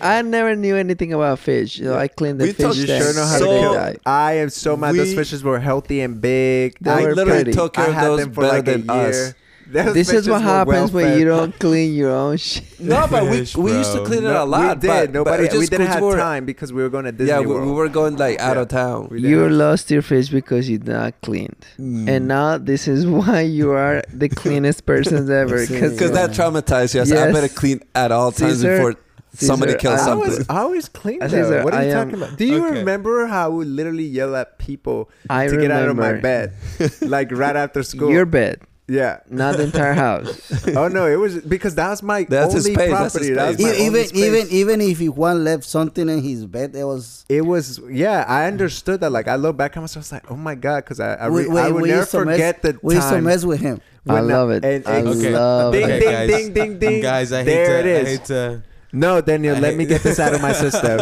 D: I never knew anything about fish. So I cleaned the
C: We
D: fish.
C: talked
E: You
C: Yes.
E: sure know how
C: So-
E: to
D: they
E: kill.
D: died.
E: I am so mad. Those
C: We-
E: fishes were healthy and big.
D: They
E: I
D: were
E: could-
D: pretty.
C: took care
E: I
C: of
E: had
C: those
E: them for
C: better
E: like a
C: than us.
E: year. Those
D: This
E: fishes
D: is what
E: were
D: happens when
E: well-fed.
D: you don't clean your own shit.
C: no, but we
A: Fish,
C: we used to
A: bro.
C: clean it a
E: No,
C: lot.
E: We did.
C: But, but
E: Nobody.
C: it just
E: we didn't
C: 'cause
E: have
C: were-
E: time because we were going to Disney
C: yeah, we, we
E: World.
C: were going like out
E: Yeah.
C: of town.
E: We did.
D: You lost your fish because you not cleaned,
C: Mm.
E: Mm.
D: and now this is why you are the cleanest person ever. Because
C: Because that traumatized you. I, said, I
D: Yes.
C: better clean at all times
D: Caesar,
C: before somebody
D: Caesar,
C: kills
D: I
E: I
C: something.
E: was, I always clean
D: I
E: though.
D: think so.
E: What are you
D: I am-
E: talking about? Do you
A: Okay.
E: remember how I would literally yell at people
D: I
E: to
D: remember
E: get out of my bed, like right after school?
D: your bed,
E: yeah.
D: not the entire house.
E: Oh no, it was because that was my
C: That's his
E: only
C: space, that's
E: property.
C: his
E: That was
C: space.
E: my
B: E-
E: only
B: even
E: space.
B: even even if he one left something in his bed, it was
E: It was yeah. I understood that. Like I look back at myself, I was like, oh my god, because I I, re-
B: we, we,
E: I will
B: we
E: never
B: used to
E: forget
B: mess,
E: the
B: we used to
E: time.
B: mess with him.
D: I
E: when
D: love it.
E: and-
D: I
E: and-
A: Okay.
D: love
E: Ding,
D: it.
A: Okay,
E: ding,
A: guys.
E: ding, ding, ding.
A: Guys, I hate
E: there
A: to,
E: it is.
A: I hate to.
E: No, Daniel,
A: I
E: let
A: hate-
E: me get this out of my system.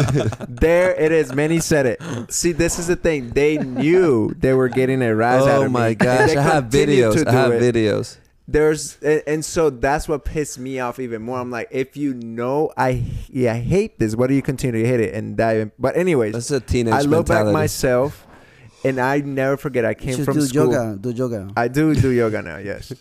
E: there it is. Many said it. See, this is the thing. They knew they were getting a rise out
C: oh
E: of me.
C: my
E: and
C: gosh!
E: they
C: I have
E: continued to
C: videos. I
E: do
C: have
E: it.
C: videos.
E: There's and, and so that's what pissed me off even more. I'm like, if you know I yeah, I hate this, why do you continue to hate it and dive? But anyways,
C: That's a teenage
E: I look back
C: mentality.
E: myself, and I never forget. I
B: You
E: came
B: should
E: from
B: do
E: school.
B: yoga, do yoga.
E: I do do yoga now. Yes,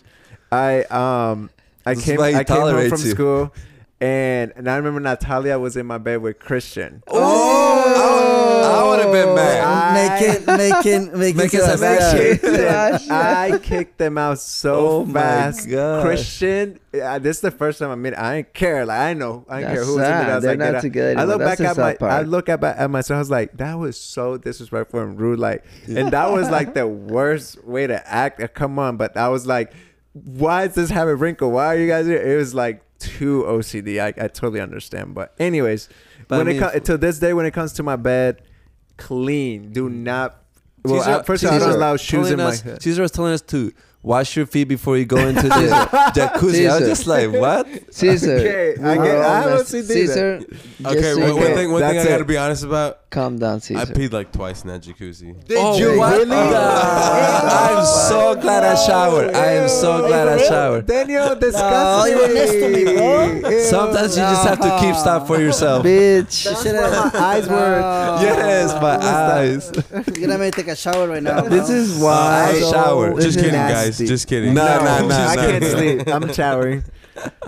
E: I um I
C: This is
E: came
C: why he
E: I came home
C: tolerates
E: from
C: you.
E: school, and and I remember Natalia was in my bed with Christian.
C: Oh, I, would have
E: Oh.
C: been mad.
B: Making making making
C: Make it
B: us
C: some Yeah.
B: laugh.
E: I kicked them, I kicked them out so
C: Oh my
E: fast.
C: gosh.
E: Christian, uh, this is the first time I meet. I didn't care. Like I know, I didn't care
D: That's
E: who was in
D: sad.
E: it. I was
D: They're
E: like,
D: not
E: get out.
D: together.
E: I look
D: That's
E: back
D: the
E: at my,
D: sad part.
E: I look at, my, at myself. I was like, that was so disrespectful and rude. Like, and that was like the worst way to act. Uh, Come on, but I was like, why does this have a wrinkle? Why are you guys here? It was like too OCD. I, I totally understand. But anyways,
C: But I
E: when
C: mean-
E: it comes to this day, when it comes to my bed, clean. Do not. Well,
C: Caesar-
E: Mm-hmm. I, first of all, I
C: Caesar
E: don't allow shoes
C: telling
E: in my
C: us-
E: head.
C: Caesar was telling us to wash your feet before you go into the jacuzzi. I was just like, what?
D: Caesar.
E: Okay, I
D: we're
E: get-
D: all
E: I
D: messed-
E: haven't seen that.
D: Caesar. just
A: Okay,
D: so
A: one,
D: you
A: one
D: know,
A: thing, one thing
E: That's
A: I gotta
E: it.
A: be honest about.
D: Calm down, Caesar.
A: I peed like twice in that jacuzzi.
E: Did
C: Oh,
E: you
C: what?
E: really? Oh,
C: Ah, I'm so glad I showered. I am so glad I showered.
E: Daniel,
B: No,
E: disgusting.
B: you were next to me, bro.
E: Ew.
C: Sometimes you just have to keep
E: Ah.
C: stuff for yourself.
D: Bitch.
B: Shut up.
E: eyes were.
C: Yes, my eyes.
B: You're gonna make me take a shower right now.
E: This
B: bro.
E: is why.
C: I showered.
E: This
A: Just
E: is
A: kidding,
E: nasty.
A: guys. Just kidding.
C: No, no, no,
E: I
C: no.
E: can't sleep. I'm showering.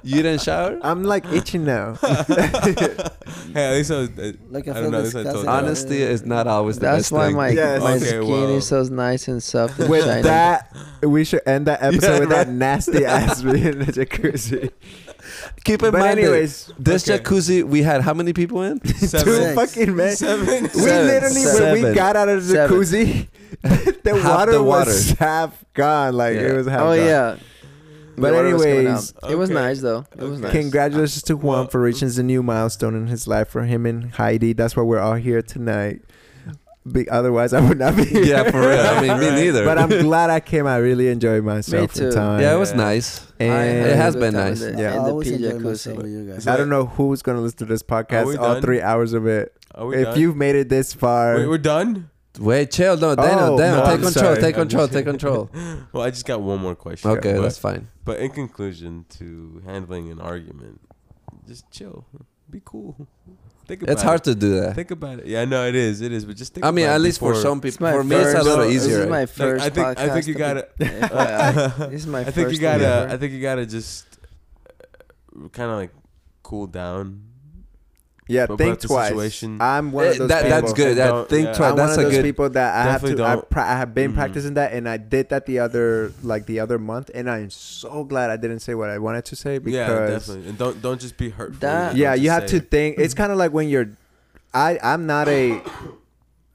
C: You didn't shower?
E: I'm like itching now.
A: Hey, at least I was. uh,
B: Like
A: I
B: I
A: don't
B: feel
A: know, this I told
B: disgusting.
A: you.
C: Honestly, it's not always the
D: That's
C: best
D: why
C: thing.
D: my,
E: Yes.
D: my
A: Okay,
D: skin
A: well.
D: is so nice and soft and
E: with
D: shiny.
E: that, we should end that episode
A: Yeah,
E: with that
A: right.
E: nasty ass me in the jacuzzi.
C: Keep in
E: But
C: mind, that
E: anyways,
C: this
A: okay.
C: jacuzzi we had how many people in?
E: two
A: Seven.
B: Six.
E: fucking men.
A: Seven.
E: We
C: Seven.
E: literally when we
C: Seven.
E: got out of the
D: Seven.
E: jacuzzi, the
C: Half
E: water,
C: the
E: was
C: water.
E: half gone. Like it
C: Yeah.
E: was half.
D: Oh,
E: gone.
D: yeah.
E: But
D: The water was coming
E: anyways,
D: out. it was
A: okay.
D: nice though. It was nice.
A: Okay.
E: Congratulations to Juan
A: Well-
E: for reaching the new milestone in his life for him and Heidi. That's why we're all here tonight. Be, otherwise, I would not be. Here.
C: yeah, for real. I mean, me
A: Right.
C: neither.
E: But I'm glad I came. I really enjoyed myself. in
D: too.
E: Time.
C: yeah, it was
A: Yeah.
C: nice.
D: I
E: And
D: had a
C: It has
D: good
C: been
D: time
C: nice.
D: In the,
E: Yeah.
B: I
D: in the
B: always
D: pee
B: enjoy
D: jacuzzi.
B: myself with you guys.
E: I don't know who's gonna listen to this
A: Are we
E: podcast. All
A: done?
E: three hours of it.
A: Are we
E: If
A: done?
E: you've made it this far,
A: Wait, we're done.
C: Wait, chill. No, Daniel,
E: Oh,
C: Daniel,
E: no,
C: take
E: I'm
C: control,
E: sorry.
C: take
A: I'm
C: control,
A: just-
C: take control.
A: Well, I just got one more question.
C: Okay,
A: but,
C: that's fine.
A: but in conclusion to handling an argument, just chill, be cool. Think about
C: It's hard
A: it.
C: to do that.
A: think about it. yeah, I know it is it is but just think
C: I mean,
A: about
C: at
A: it
C: least for
A: before-
C: some
D: It's
C: people,
D: my
C: for me, it's a
D: first-
A: No,
C: little
D: This
C: easier.
D: is my
A: Like,
D: first
A: I think- I
D: podcast.
A: think you
D: to be-
A: gotta-
D: FYI. this is my
A: I
D: first
A: think you
D: one
A: gotta
D: ever.
A: I think you gotta just uh, kind of like cool down
E: yeah,
A: But
E: think
A: about the
E: twice.
A: situation-
E: I'm one of
C: Eh,
E: those.
C: that-
E: people.
C: that's good. I
A: Don't-
C: think
A: yeah.
C: twice.
E: I'm
C: that's
E: one
C: a
E: of those
C: good.
E: people that I have to.
A: Definitely
E: I,
A: don't.
E: pra- I have been
A: Mhm.
E: practicing that, and I did that the other like the other month, and I'm so glad I didn't say what I wanted to say because
A: yeah definitely and don't don't just be hurtful
D: That-
E: yeah,
A: Don't
E: you
A: just
E: have
A: say
E: to think. It's kind of like when you're. I I'm not a.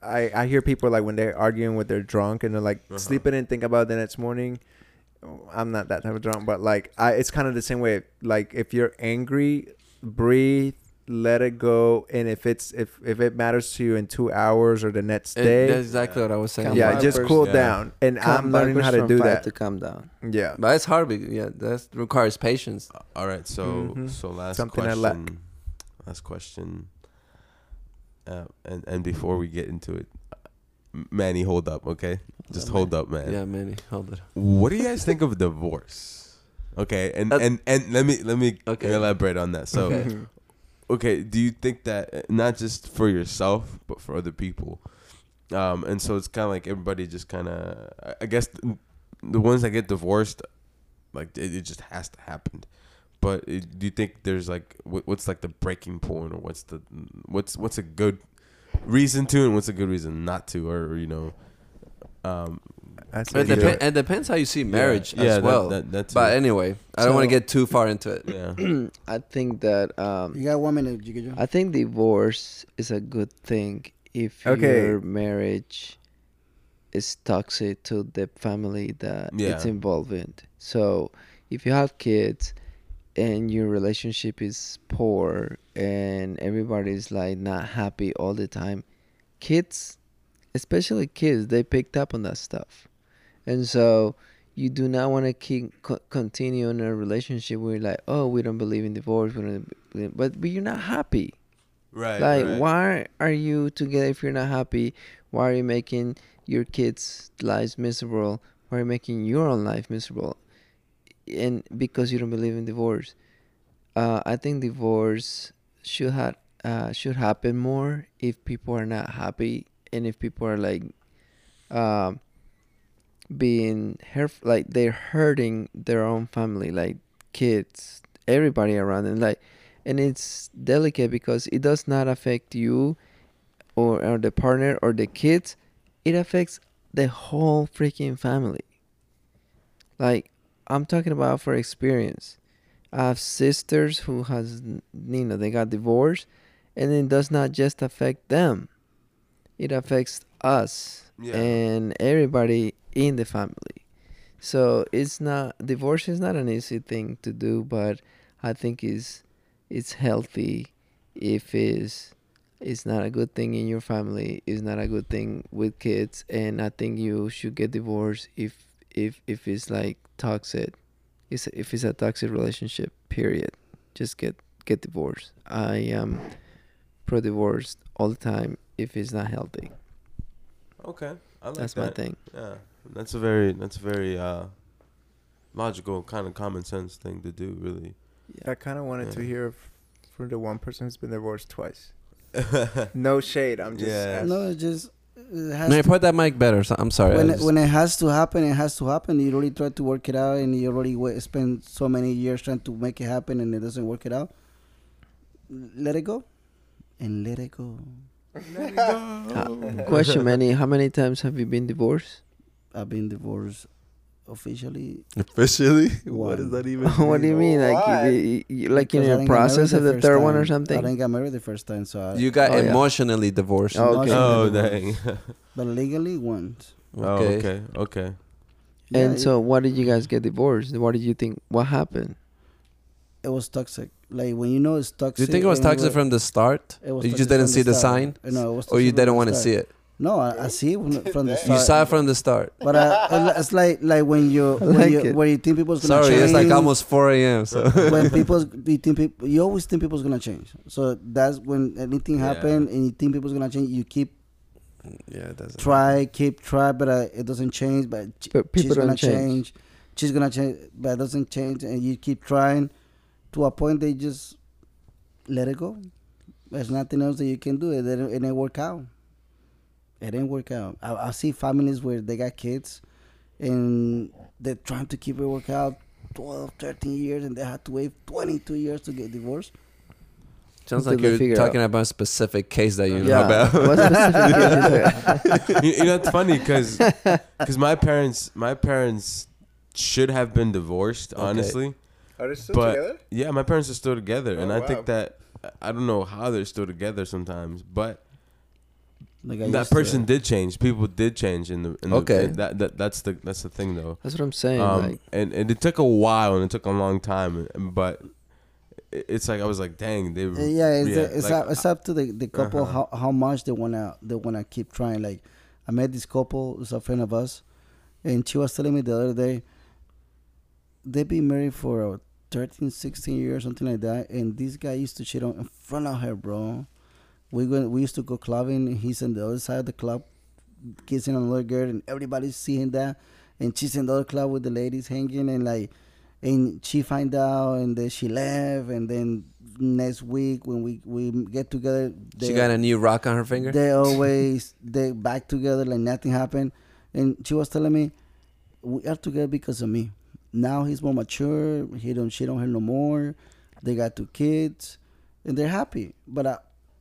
E: I I hear people like when they're arguing with they're drunk and they're like
A: Uh-huh.
E: sleeping and think about the next morning. I'm not that type of drunk, but like I, it's kind of the same way. Like if you're angry, breathe, let it go, and if it's if if it matters to you in two hours or the next
C: It-
E: day,
C: eh, that's exactly what I was saying.
D: Come
E: yeah,
D: back
E: just
D: first.
E: cool
A: Yeah.
E: down. And
D: Come
E: I'm learning
D: backwards
E: how to
D: from
E: do
D: five
E: that.
D: To calm down.
E: yeah,
C: but it's hard. be- Yeah, that requires patience.
A: Uh, All right, so
E: Mhm.
A: so last
E: Something I
A: question.
E: lack.
A: Last question. Uh, and and before we get into it, M- Manny, hold up, okay? Just
C: Yeah,
A: hold up, man.
C: Yeah, Manny, hold it.
A: What do you guys think of divorce? Okay, and
C: That's-
A: and and let me let me
C: Okay.
A: elaborate on that. So, okay.
E: Mhm.
A: do you think that uh, not just for yourself but for other people? Um, and so it's kind of like everybody just kind of, I- I guess, th- the ones that get divorced, like it, it just has to happen. But it, do you think there's like what, what's like the breaking point, or what's the what's what's a good reason to, and what's a good reason not to, or you know, um,
E: I see
C: It,
E: you.
C: depen- it depends how you see marriage
A: yeah,
C: as
A: yeah, that-
C: well.
A: That, that, too.
C: but anyway, I don't want to
B: So-
C: get too far into it.
A: yeah.
D: I think that um,
B: You got one minute, Jigijo.
D: I think divorce is a good thing if
E: Okay.
D: your marriage is toxic to the family that it's
A: Yeah.
D: involved in. So if you have kids and your relationship is poor and everybody's like not happy all the time, kids, especially kids, they picked up on that stuff. And so you do not want to keep co- continue in a relationship where you're like, oh, we don't believe in divorce, we don't, believe-" but but you're not happy.
A: Right.
D: Like,
A: right.
D: why are you together if you're not happy? Why are you making your kids' lives miserable? Why are you making your own life miserable? And because you don't believe in divorce, uh, I think divorce should ha- uh, should happen more if people are not happy and if people are like um, being hurt, like they're hurting their own family, like kids, everybody around them, like, and it's delicate because it does not affect you, or or the partner or the kids, it affects the whole freaking family. Like, I'm talking about for experience. I have sisters who has you know they got divorced, and it does not just affect them, it affects us
A: Yeah.
D: and everybody in the family. So it's not divorce is not an easy thing to do, but I think is it's healthy if is it's not a good thing in your family, it's not a good thing with kids, and I think you should get divorced if if if it's like toxic, it's if it's a toxic relationship, period. Just get get divorced. I am pro divorce all the time if it's not healthy.
A: Okay, I like
D: That's
A: that.
D: my thing.
A: Yeah, that's a very that's a very uh, logical kind of common sense thing to do, really.
E: I kind of wanted to
A: Yeah.
E: hear f- from the one person who's been divorced twice. No shade. I'm just.
A: Yeah.
E: asking.
B: No, it just it has
C: Man,
B: to,
C: put that mic better. So, I'm sorry. I
B: when it,
C: just-
B: when it has to happen, it has to happen. You really try to work it out, and you already wa spend so many years trying to make it happen, and it doesn't work it out. Let it go, and let it go.
D: Uh, question, Manny, how many times have you been divorced?
B: I've been divorced officially.
C: officially,
B: What is that
C: even?
D: what do you mean? Like,
E: Why?
D: you- you- you- like in the
B: because I didn't get married
D: process of the
B: first
D: third one or
B: time. I didn't
D: something?
B: get married the first time, so I,
C: You got
D: Oh, yeah.
C: emotionally divorced.
D: Oh, okay.
A: oh
B: Emotionally
A: dang.
B: but legally once.
A: Oh, okay. Okay.
B: Yeah,
D: and
B: it-
D: so, why did you guys get divorced? What did you think? What happened?
B: it was toxic. Like when you know it's toxic.
C: Do you think it was
B: and we
C: toxic
B: were-
C: from the start?
B: It was
C: You
B: toxic
C: just didn't
B: from
C: see the
B: start. Uh,
C: sign?
B: No, it was
C: Or you
B: toxic from
C: didn't
B: the
C: want to
B: start.
C: see it?
B: No, I, I see it from, from the start.
C: You saw it from the start.
B: But I, it's like like when you
D: I
B: when
D: like
B: you
D: it.
B: when you think people's gonna
C: Sorry,
B: change.
C: it's like almost 4 a.m. So
B: when people's you think people you always think people's gonna change. So that's when anything
A: Yeah.
B: happen and you think people's gonna change. You keep
C: yeah, that's
B: try, keep try, but uh, it doesn't change. But, ch-
D: But people
B: she's
D: don't
B: gonna
D: change.
B: change. She's gonna change, but it doesn't change, and you keep trying. To a point, they just let it go. There's nothing else that you can do. It didn't, it didn't work out. It didn't work out. I, I see families where they got kids, and they're trying to keep it work out. 12, 13 years, and they had to wait 22 years to get divorced.
C: Sounds
D: Until
C: like
D: they
C: you're
D: figure
C: talking about a specific case that you know
D: Yeah.
C: about.
D: What specific case is that?
A: you, you know it's funny because my parents my parents should have been divorced honestly
E: Are they still
A: but
E: together?
A: yeah my parents are still together and
E: Oh,
A: i
E: wow.
A: think that I- i don't know how they're still together sometimes but
B: Like I
A: that
B: used to-
A: person did change people did change in the, in the
C: Okay.
A: in that, that that's the that's the thing though
D: That's what I'm saying.
A: um,
D: like,
A: and, and it took a while and it took a long time but it- it's like i was like dang they
B: Uh, yeah, it's,
A: yeah,
B: it's,
A: like,
B: up, it's up to the, the couple
A: Uh-huh.
B: how, how much they wanna they wanna keep trying. Like, I met this couple, who's a friend of us, and she was telling me the other day they've been married for uh, 13, 16 years, something like that. And this guy used to cheat on in front of her, bro. We went, we used to go clubbing. And he's on the other side of the club, kissing another girl, and everybody's seeing that. And she's in the other club with the ladies hanging, and like, and she find out, and then she left. And then next week when we we get together,
C: She got a new rock on her finger.
B: they always they back together like nothing happened, and she was telling me, "We are together because of me. Now he's more mature. He don't shit on her no more. They got two kids, and they're happy. But I,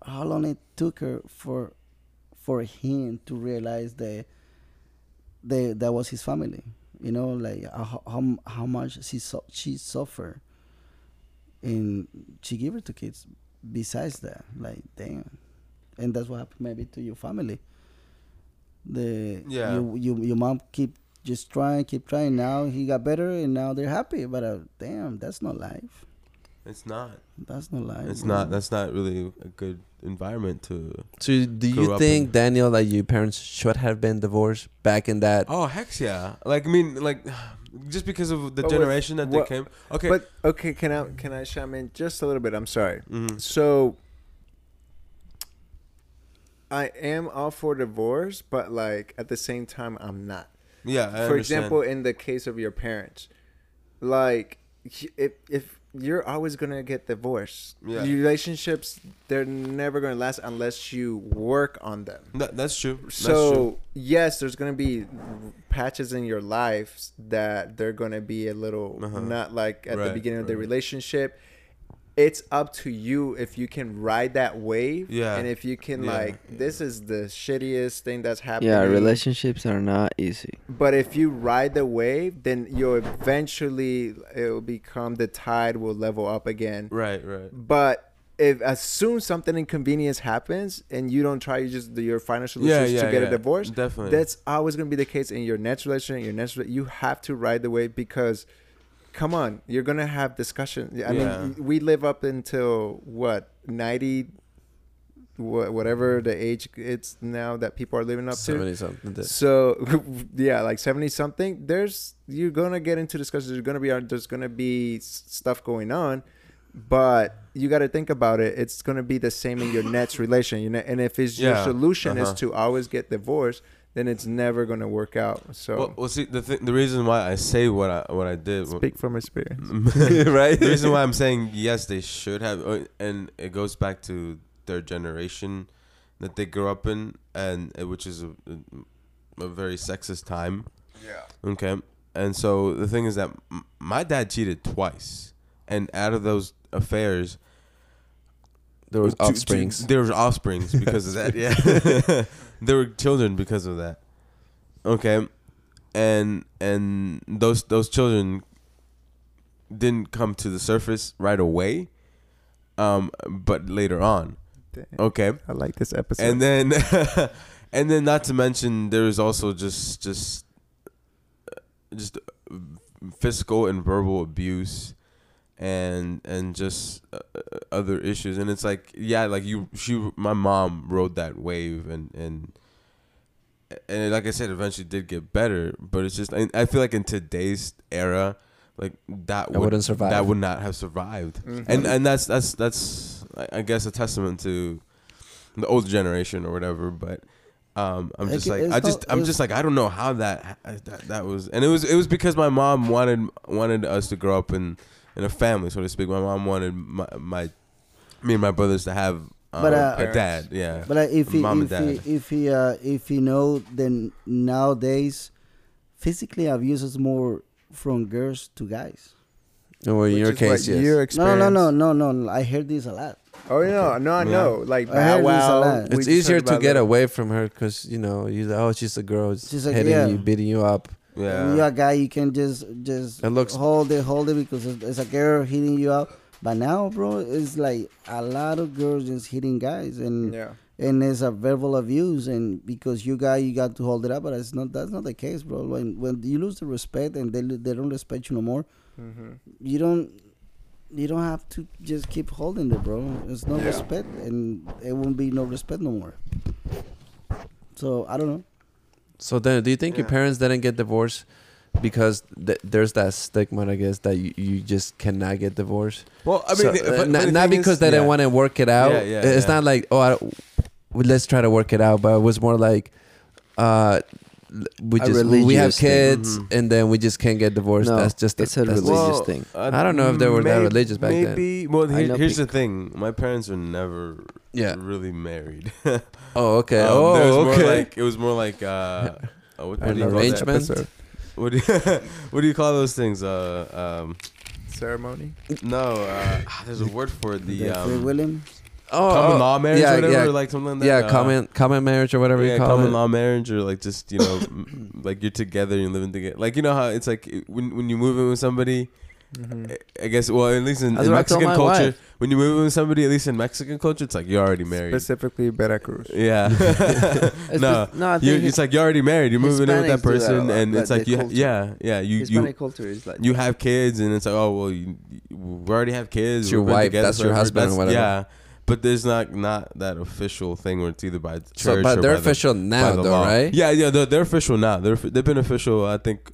B: how long it took her for, for him to realize that, they that was his family. You know, like uh, how how, how much she su- she suffered, and she gave her two kids. Besides that, like damn and that's what happened maybe to your family. The
A: Yeah.
B: you, you your mom keep just trying, keep trying. Now he got better, and now they're happy. But uh, damn, that's not life.
A: it's not
B: That's not life.
A: it's
B: bro.
A: not that's not really a good environment to
C: So do
A: Grew
C: you
A: up
C: think
A: in-
C: Daniel, like your parents should have been divorced back in that?
A: Oh heck yeah! Like I mean, like just because of the
E: But what-
A: generation that
E: what-
A: they came. Okay.
E: But okay, can I can I chime in just a little bit? I'm sorry.
A: Mhm.
E: So I am all for divorce, but like at the same time, I'm not.
A: Yeah. I understand.
E: for example, in the case of your parents, like if if you're always gonna get divorced,
A: Yeah.
E: relationships they're never gonna last unless you work on them.
A: Tha- that's true. That's true.
E: So yes, there's gonna be patches in your life that they're gonna be a little
A: Uh-huh.
E: not like at the
A: Right,
E: beginning of the
A: right.
E: relationship. It's up to you if you can ride that wave,
A: Yeah.
E: and if you can
A: Yeah,
E: like
A: yeah.
E: this is the shittiest thing that's happening.
D: yeah, relationships are not easy.
E: But if you ride the wave, then you'll eventually it'll become the tide will level up again.
A: Right. Right.
E: But if as soon something inconvenience happens and you don't try, you just do your final solution
A: Yeah.
E: is
A: Yeah.
E: to get
A: yeah.
E: a divorce.
A: Definitely.
E: That's always gonna be the case in your next relationship. Your next, rela- you have to ride the wave because, come on, you're gonna have discussion. I
A: Yeah.
E: mean, we live up until what ninety wha- whatever the age it's now that people are living up to.
C: 70 something.
E: So yeah, like seventy something. There's you're gonna get into discussions. There's gonna be there's gonna be s- stuff going on, but you got to think about it. It's gonna be the same in your next relation. You know, and if it's your
A: Yeah,
E: solution
A: uh-huh.
E: is to always get divorced, then it's never gonna work out. So
A: Well, well, see the th- the reason why I say what I what I did
E: speak from experience.
C: mm-hmm.
A: right? The reason why I'm saying yes, they should have, uh, and it goes back to their generation that they grew up in, and uh, which is a, a- a very sexist time. Yeah. Okay. And so the thing is that m- my dad cheated twice, and out of those affairs,
C: There was
A: two- two-
C: offsprings.
A: there was offsprings because of that. Yeah. there were children because of that. Okay. And and those those children didn't come to the surface right away. Um but later on. Okay.
E: I like this episode.
A: And then and then not to mention there is also just just just fiscal and verbal abuse and and just uh, uh, other issues and it's like yeah like you she my mom rode that wave and and and like I said eventually did get better but it's just I, I feel like in today's era like that
C: I
A: would
C: wouldn't survive.
A: that would not have survived
E: Mhm.
C: Mm-hmm.
A: and and that's that's that's I- I guess a testament to the older generation or whatever but um I'm
B: Like,
A: just like
B: it's
A: I just
B: called-
A: I'm
B: it's-
A: just like I don't know how that, that that was and it was it was because my mom wanted wanted us to grow up in in a family so to speak my mom wanted my, my me and my brothers to have um,
B: But, uh,
A: a dad yeah
B: But uh, if he,
A: Mom
B: if
A: and
B: he,
A: dad.
B: if he, uh, if you know, then nowadays, physically abuse is more from girls to guys.
C: Well, in
E: Which
C: your
E: is what
C: case, yes.
E: your
B: No,
E: experience.
B: no, no, no, no, no. I heard this a lot.
E: Oh no, no, I
A: Yeah.
E: know. Like
B: I heard
E: Bow
B: this a
E: Wow.
B: lot.
E: we
C: it's
E: just
C: easier
E: heard
C: to
E: about
C: get
E: that.
C: away from her because you know you oh she's a girl it's
B: She's like,
C: hitting
B: yeah.
C: you beating you up
A: yeah
B: You're a guy, you can just just
C: It looks-
B: hold it, hold it because it's it's a girl hitting you up. But now, bro, it's like a lot of girls just hitting guys, and
E: Yeah.
B: and it's a verbal abuse. And because you guy, you got to hold it up. But it's not that's not the case, bro. When when you lose the respect and they lo- they don't respect you no more,
E: Mm-hmm.
B: you don't you don't have to just keep holding it, bro. It's no
E: Yeah.
B: respect, and it won't be no respect no more. So I don't know.
C: so then do you think your
E: Yeah.
C: parents didn't get divorced because th- there's that stigma I guess that you, you just cannot get divorced
A: well I mean
C: So,
A: but-
C: uh,
A: but
C: not,
A: the
C: not
A: thing is-
C: because they didn't
A: yeah.
C: want to work it out
A: Yeah, yeah,
C: it's
A: yeah.
C: not like oh I, well, let's try to work it out but it was more like uh l- we
D: A
C: just we have
D: religious thing.
C: kids
A: Mhm.
C: and then we just can't get divorced
D: No,
C: that's just
D: it's a
C: that's
D: religious thing.
A: uh,
C: I don't know if they were that
A: may-
C: religious back then.
A: maybe well
D: I
A: here-
D: know
A: here's the
D: peop-
A: thing my parents were never
C: yeah
A: really married
C: oh okay
A: Um, there was
C: oh
A: more
C: okay
A: like- it was more like uh, uh, what, what
C: an
A: do you call that?
C: arrangement
A: What do you, what do you call those things? Uh, um,
E: ceremony.
A: no, uh, ah, there's a word for it, the
B: The Free
A: um,
B: William.
C: oh,
A: common
C: oh,
A: law marriage,
C: yeah,
A: or whatever,
C: yeah.
A: or like something. Like that.
C: yeah,
A: uh,
C: common common marriage or whatever
A: yeah,
C: you call
A: common
C: it.
A: law marriage, or like just you know, m- like you're together, and you're living together. Like you know how it's like it- when when you move in with somebody.
E: Mhm.
A: I- I guess well, at least in,
D: That's
A: in
D: what I told
A: Mexican
D: my
A: culture,
D: wife.
A: when you move in with somebody, at least in Mexican culture, it's like you're already married.
E: Specifically, Veracruz.
A: Yeah,
D: It's
A: no,
D: bef- no, I
A: you,
D: think
A: it's like you're already married. You're moving in with that
D: Hispanics do that a
A: person,
D: lot,
A: and
D: like
A: it's like
D: they
A: you,
D: culture.
A: yeah, yeah, you you
D: Hispanic culture is like
A: you have kids and it's like oh well you, you- we already have kids
C: It's your
A: we've been
C: wife, that's your
A: forever,
C: husband or whatever.
A: yeah but there's not not that official thing where it's either by the
C: So,
A: church
C: but
A: or
C: they're
A: by the-
C: official
A: by
C: now,
A: the
C: though,
A: law.
C: right?
A: yeah yeah they're, they're official now they're they've been official I think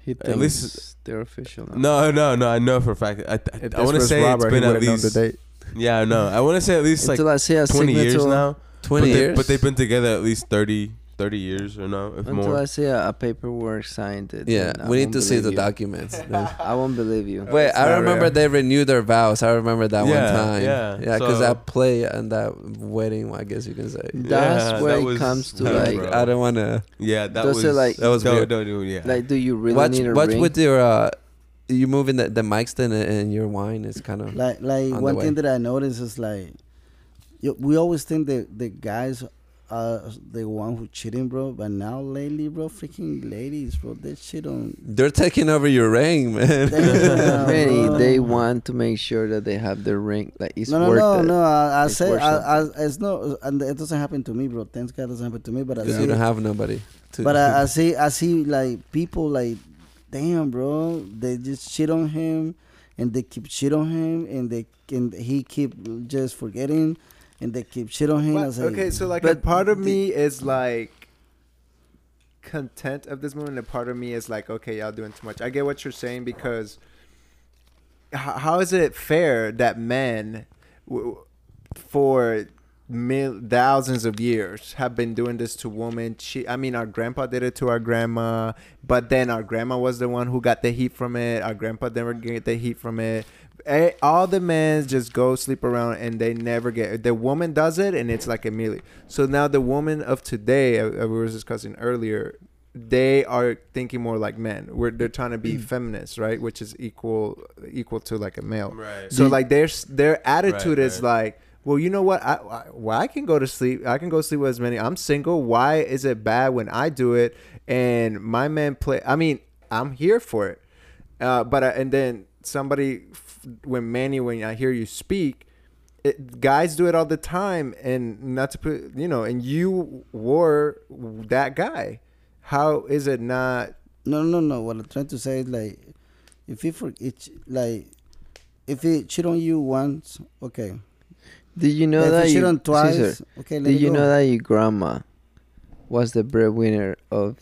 D: he
A: at least-
D: thinks they're official.
A: no
D: now.
A: no no I know for a fact I I,
E: If
A: I
E: this
A: want to
E: was
A: say
E: Robert,
A: it's been
E: he
A: at
E: would've known the
A: least
E: date.
A: yeah I know I want to say at least like
D: Until I see a
A: 20 years
D: signature-
A: now but,
C: Twenty
A: They,
C: years.
A: but they've been together at least 30, 30 years or no if
D: Until
A: more
D: I see a, a paperwork signed it.
C: yeah,
D: then I
C: we need
D: won't
C: to see the
D: believe you.
C: documents. dude.
D: I won't believe you.
C: Wait,
E: it's
C: I
E: not
C: remember
E: real.
C: they renewed their vows. I remember that
A: Yeah,
C: one time.
A: yeah,
C: yeah, because
A: so-
C: that play and that wedding, I guess you can say.
D: That's
A: Yeah,
D: where
A: that
D: it
A: was-
D: comes to
A: Yeah,
D: Mm, like,
A: bro.
C: I don't want to.
A: yeah that
D: Those
A: was
D: are like-
C: That was
A: no,
C: weird.
A: no, no, yeah
D: like, do you really
C: What's
D: need a
C: what's
D: ring?
C: with your? uh You moving the, the mic stand and- and your wine is kind of.
B: Like
C: on
B: like
C: the
B: one
C: way.
B: thing that I notice is like, you, we always think that the guys are the one who cheating, bro. But now lately, bro, freaking ladies, bro, they cheat on.
C: They're taking over your ring, man.
B: Damn,
D: Really,
B: bro.
D: they want to make sure that they have their ring. Like it's
B: no, no,
D: worth
B: no,
D: it.
B: no. I, I
D: It's
B: say,
D: worth
B: I, I, it's no, and it doesn't happen to me, bro. Thanks God, doesn't happen to me. But I
C: Because
B: see,
C: you don't have nobody. To,
B: but uh, I, I see, I see, like people, like, damn, bro, they just cheat on him, and they keep cheat on him, and they and he keep just forgetting, and they keep shit on him. I
E: Well,
B: say,
E: okay, so like a
B: but
E: part of
B: the-
E: me is like content of this movie, and a part of me is like, okay, y'all doing too much. I get what you're saying because h- how is it fair that men w- for mil- thousands of years have been doing this to women? She, I mean, our grandpa did it to our grandma, but then our grandma was the one who got the heat from it. Our grandpa never get the heat from it. Eh, all the men just go sleep around and they never get the woman does it and it's like immediately so now the woman of today uh, uh, we were discussing earlier they are thinking more like men where they're trying to be feminists right which is equal equal to like a male
A: Right.
E: so like their s- their attitude
A: Right,
E: is
A: right.
E: like well you know what I, I well, I can go to sleep I can go sleep with as many I'm single why is it bad when I do it and my man play I mean I'm here for it uh, but I, and then somebody f- when Manny when I hear you speak it, guys do it all the time and not to put you know and you were that guy how is it not
B: No, no, no. What I'm trying to say is like, if it for it's like, if it cheat on you once, okay.
D: Did you know
B: But
D: that
B: if it
D: you
B: cheat on twice,
D: Cesar,
B: okay. Let
D: Did
B: it
D: you
B: go.
D: know that your grandma was the breadwinner of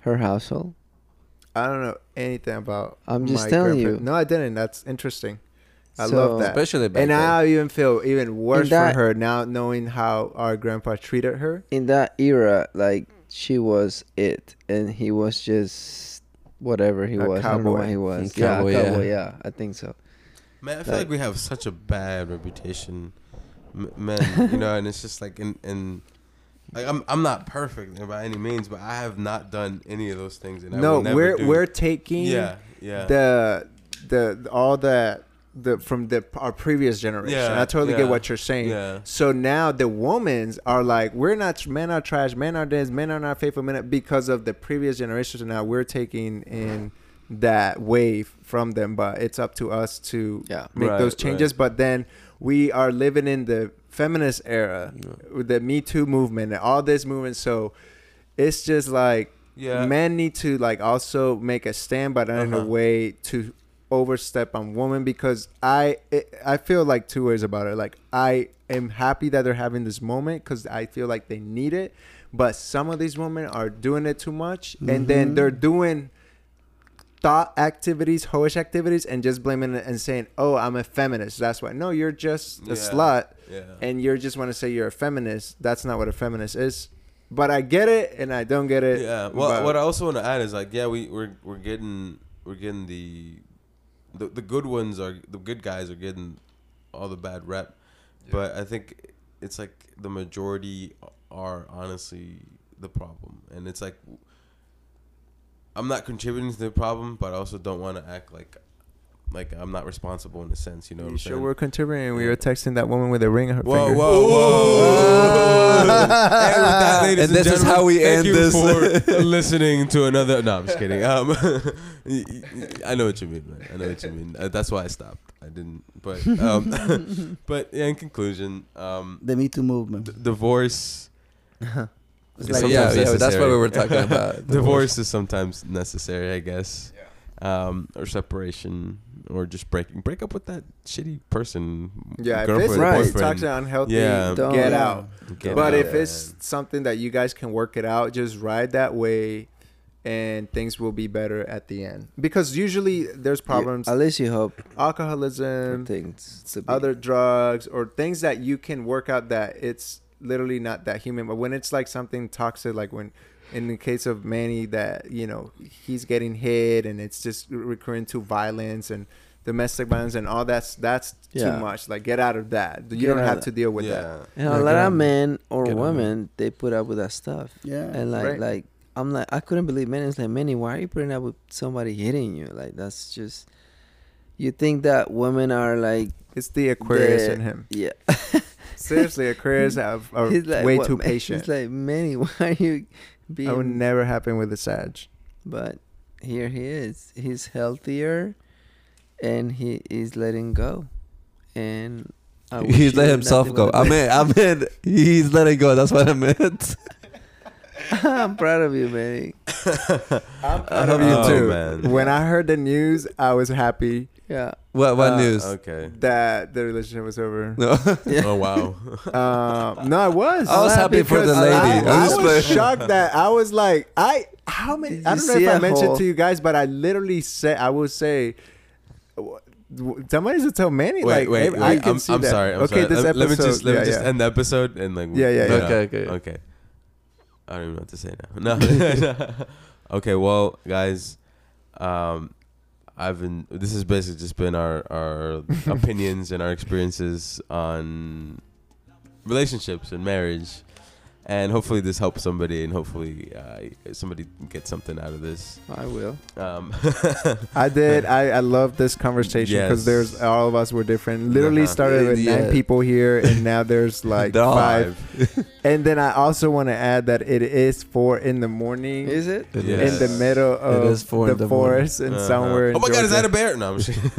D: her household?
E: I don't know anything about
D: I'm just telling
E: grandpa-
D: you.
E: no I didn't that's interesting I
D: So-
E: love that
C: especially back
E: and
C: then.
E: now I even feel even worse
D: that-
E: for her now knowing how our grandpa treated her.
D: In that era, like she was it, and he was just whatever he
E: A
D: was. I don't know what
E: cowboy.
D: he was.
C: Mm, cowboy,
D: yeah,
C: yeah.
D: a cowboy. Yeah, I think so.
A: Man, I feel
D: Like-
A: like, we have such a bad reputation, m- men. You know, and it's just like in and like I'm I'm not perfect by any means, but I have not done any of those things. And I
E: no,
A: will never
E: we're
A: do.
E: we're taking
A: yeah yeah
E: the the all the the from the our previous generation.
A: Yeah,
E: I totally
A: yeah,
E: get what you're saying.
A: yeah.
E: So now the women's are like, we're not men are trash, men are this, men are not faithful, men are, because of the previous generations. And now we're taking in that wave from them, but it's up to us to
D: Yeah.
E: make
A: Right,
E: those changes. But then we are living in the feminist era, with the Me Too movement, and all this movement. So it's just like
A: yeah.
E: men need to like also make a stand but not in a
A: Uh-huh.
E: way to overstep on women because i it, i feel like two ways about it like i am happy that they're having this moment because i feel like they need it but some of these women are doing it too much and
A: Mm-hmm.
E: then they're doing thought activities hoish activities and just blaming it and saying oh i'm a feminist that's why no you're just a
A: Yeah.
E: slut
A: yeah.
E: and you just want to say you're a feminist that's not what a feminist is but i get it and i don't get it
A: yeah. Well,
E: but-
A: what I also want to add is like, yeah, we we're we're getting we're getting the the the good ones are the good guys are getting all the bad rep, but I think it's like the majority are honestly the problem, and it's like I'm not contributing to the problem, but I also don't want to act like like I'm not responsible in a sense. You know what
E: You
A: I'm
E: sure
A: saying?
E: we're contributing? We were texting that woman with a ring on her
A: Whoa,
E: finger.
A: whoa, whoa. and with that, ladies and,
C: And this is
A: gentlemen,
C: how we
A: thank
C: end
A: you
C: this.
A: for listening to another. No, I'm just kidding. Um, y- y- I know what you mean, man. I know what you mean. Uh, that's why I stopped. I didn't. But um, but yeah, in conclusion, um,
B: the Me Too movement.
A: d- divorce.
B: It's
A: is
B: like-
C: So
A: sometimes
C: yeah, yeah, that's what
A: necessary.
C: we were talking about.
A: divorce is sometimes necessary, I guess. Um, or separation, or just breaking. Break up with that shitty person.
E: Yeah, if
A: girlfriend,
E: it's
D: Right.
A: boyfriend.
E: toxic, unhealthy,
A: Yeah.
D: Don't.
E: get
D: Yeah.
E: out.
A: Get out.
E: but if it's something that you guys can work it out, just ride that way, and things will be better at the end. Because usually there's problems,
D: At least you hope for
E: alcoholism,
D: things to be.
E: other drugs, or things that you can work out that it's literally not that human. But when it's like something toxic, like when. In the case of Manny, that you know he's getting hit, and it's just recurring to violence and domestic violence and all that's that's
D: Yeah.
E: too much. Like get out of that. You
D: Get
E: don't
D: out of
E: have
D: that.
E: to deal with
A: yeah.
E: that.
D: And
C: Like,
D: a lot of
C: um,
D: men or
C: get over it.
D: women, they put up with that stuff.
B: Yeah.
D: And like,
E: Right.
D: like I'm like, I couldn't believe men. It's like, Manny, why are you putting up with somebody hitting you? Like, that's just. You think that women are like,
E: It's the Aquarius
D: the-
E: in him.
D: yeah,
E: Seriously, Aquarius are, are
D: He's like,
E: way
D: "What,
E: too
D: man?"
E: patient.
D: He's like, Manny, why are you being?
E: that would never happen with a Sag.
D: but here he is. He's healthier, and he is letting go, and I wish
C: He's
D: you
C: let
D: nothing
C: himself
D: but
C: go.
D: the
C: I meant, I meant, he's letting go. That's what I meant.
D: best. I'm proud of you, Manny.
E: I'm
A: proud of you, too. Oh, man.
E: When I heard the news, I was happy.
D: Yeah,
C: What what
E: Uh,
C: news?
A: Okay.
E: that the relationship was over.
C: No.
A: Oh wow.
E: Uh, no, I was.
C: I was happy for the
E: Because
C: lady.
E: I,
C: I
E: I
C: was
E: was
C: playing.
E: shocked that I was like, I how many?
D: Did
E: I
D: you
E: don't know
D: see
E: if I
D: a
E: mentioned
D: hole?
E: to you guys, but I literally say I will say. w- w- Somebody should tell many.
A: wait,
E: like,
A: wait,
E: ev-
A: wait.
E: I
A: I
E: can
A: am
E: see
A: I'm
E: that.
A: sorry. I'm
E: okay,
A: sorry.
E: this
A: let,
E: episode.
A: let me just let
E: yeah,
A: me just
E: yeah.
A: end the episode and like.
E: Yeah, yeah, yeah.
C: Okay, okay.
A: Okay. I don't even know what to say now. No. okay, well, guys, um, I've been. This has basically just been our our opinions and our experiences on relationships and marriage, and hopefully this helps somebody, and hopefully uh, somebody gets something out of this.
D: I will.
A: Um,
E: I did. I, I love this conversation
A: Yes.
E: because there's all of us were different. Literally
A: Uh-huh.
E: started with
C: Yeah.
E: nine people here, and now there's like
C: They're all
E: five. And then I also want to add that it is four in the morning.
D: Is it?
A: Yes.
E: in the middle of
C: is four
E: the,
C: in the morning.
E: forest and
A: Uh-huh.
E: somewhere. in
A: Oh my God! Is that
E: Georgia.
A: a bear? No, I'm just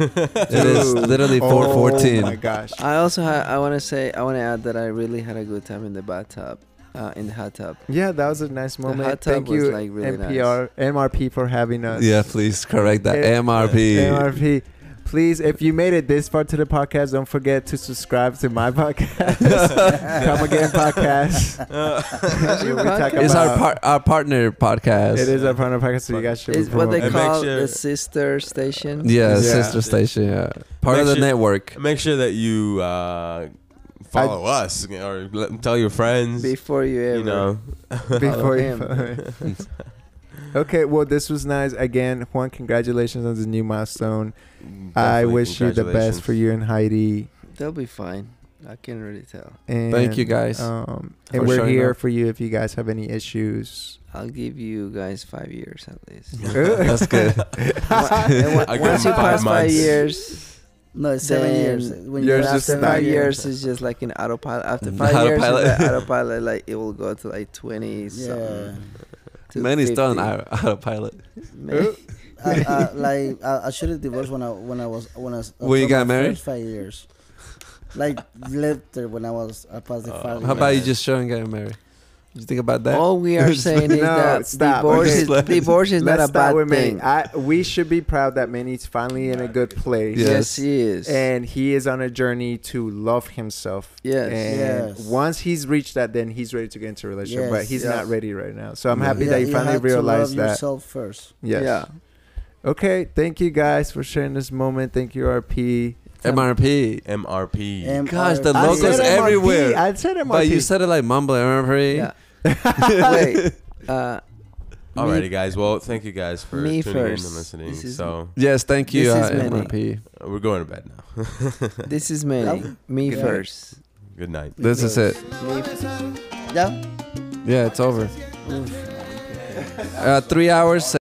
C: It is
E: Dude.
C: literally four fourteen.
E: Oh my gosh.
D: I also ha- I want to say I want to add that I really had a good time in the bathtub, uh, in the hot tub.
E: Yeah, that was a nice
D: The
E: moment.
D: hot tub
E: Thank
D: was
E: you,
D: like really nice.
E: NPR, MRP for having us.
C: Yeah, please correct that.
E: Eh,
C: MRP.
E: MRP. Please, if you made it this far to the podcast, don't forget to subscribe to my podcast, Come Again Podcast. Where we talk
D: MRP.
C: It's our
E: about-
C: par- our partner podcast.
E: It is our partner podcast, so you guys should.
D: It's what they
A: And
E: promote.
A: make
D: call
A: sure-
D: the sister station.
C: Yeah,
E: Yeah.
C: sister station. Yeah, part
A: Make
C: of the
A: sure-
C: network.
A: Make sure that you uh, follow us or let, tell your friends.
D: Before you ever.
A: you know,
E: before
D: him.
E: you. okay, well, this was nice. Again, Juan, congratulations on the new milestone. I
A: Definitely
E: wish you the best for
A: congratulations.
E: you and Heidi.
D: They'll be fine. I can really tell.
E: And,
C: Thank you guys.
E: Um,
C: for
E: and we're
C: showing
E: here
C: up.
E: for you if you guys have any issues.
D: I'll give you guys five years at least.
C: That's good.
D: And wa-
A: I give
D: once you
A: them five
D: pass five
A: months.
D: years,
B: No, it's seven
D: Then
B: years. When
E: yours
B: you're
E: just
B: after
E: nine
D: five
B: five
D: years is just like an autopilot. After
C: Mm.
D: five
C: Autopilot.
D: years, is like autopilot like it will go to like twenty
B: Yeah.
D: something. to
C: Many
D: 50.
C: done out out of pilot.
D: Man.
B: I, I, like I, I should have divorced when I when I was when I was
C: When you
B: after
C: got
B: my
C: married?
B: first five years. Like later when I was I passed the
A: Oh.
B: five.
C: How about you
B: years.
C: just show and get married? You think about that?
D: All we are saying is
E: No,
D: that
E: stop.
D: divorce
E: Okay.
D: is divorce is not
E: Let's
D: a
E: start with
D: bad
E: Manny.
D: thing.
E: I, we should be proud that Manny's finally in a good place.
C: Yeah.
D: Yes, he is.
E: And he is on a journey to love himself.
D: Yes.
E: And
B: Yes.
E: once he's reached that, then he's ready to get into a relationship.
B: Yes.
E: But he's
B: Yes.
E: not ready right now. So I'm
C: Yeah.
E: happy that you finally
B: had to love
E: realized that.
B: yourself first.
E: Yes.
D: Yeah.
E: Okay. Thank you guys for sharing this moment. Thank you, RP.
C: MRP.
A: MRP.
C: Gosh, the
B: MRP.
C: locals
E: I said MRP.
C: everywhere.
E: I said MRP.
C: But you said it like mumbling MRP.
D: Yeah. Wait. Uh,
A: Alrighty, guys. Well, thank you guys for
D: Me
A: tuning
D: first.
A: in and listening.
D: This is-
A: So
C: Yes, thank you,
D: This
C: uh,
D: is many.
C: MRP.
A: uh, we're going to bed now.
D: this is Manny. Me
B: Yeah.
D: first.
A: Good night.
C: This is it.
D: Me first.
B: Yeah.
C: Yeah, it's over. Uh, three hours.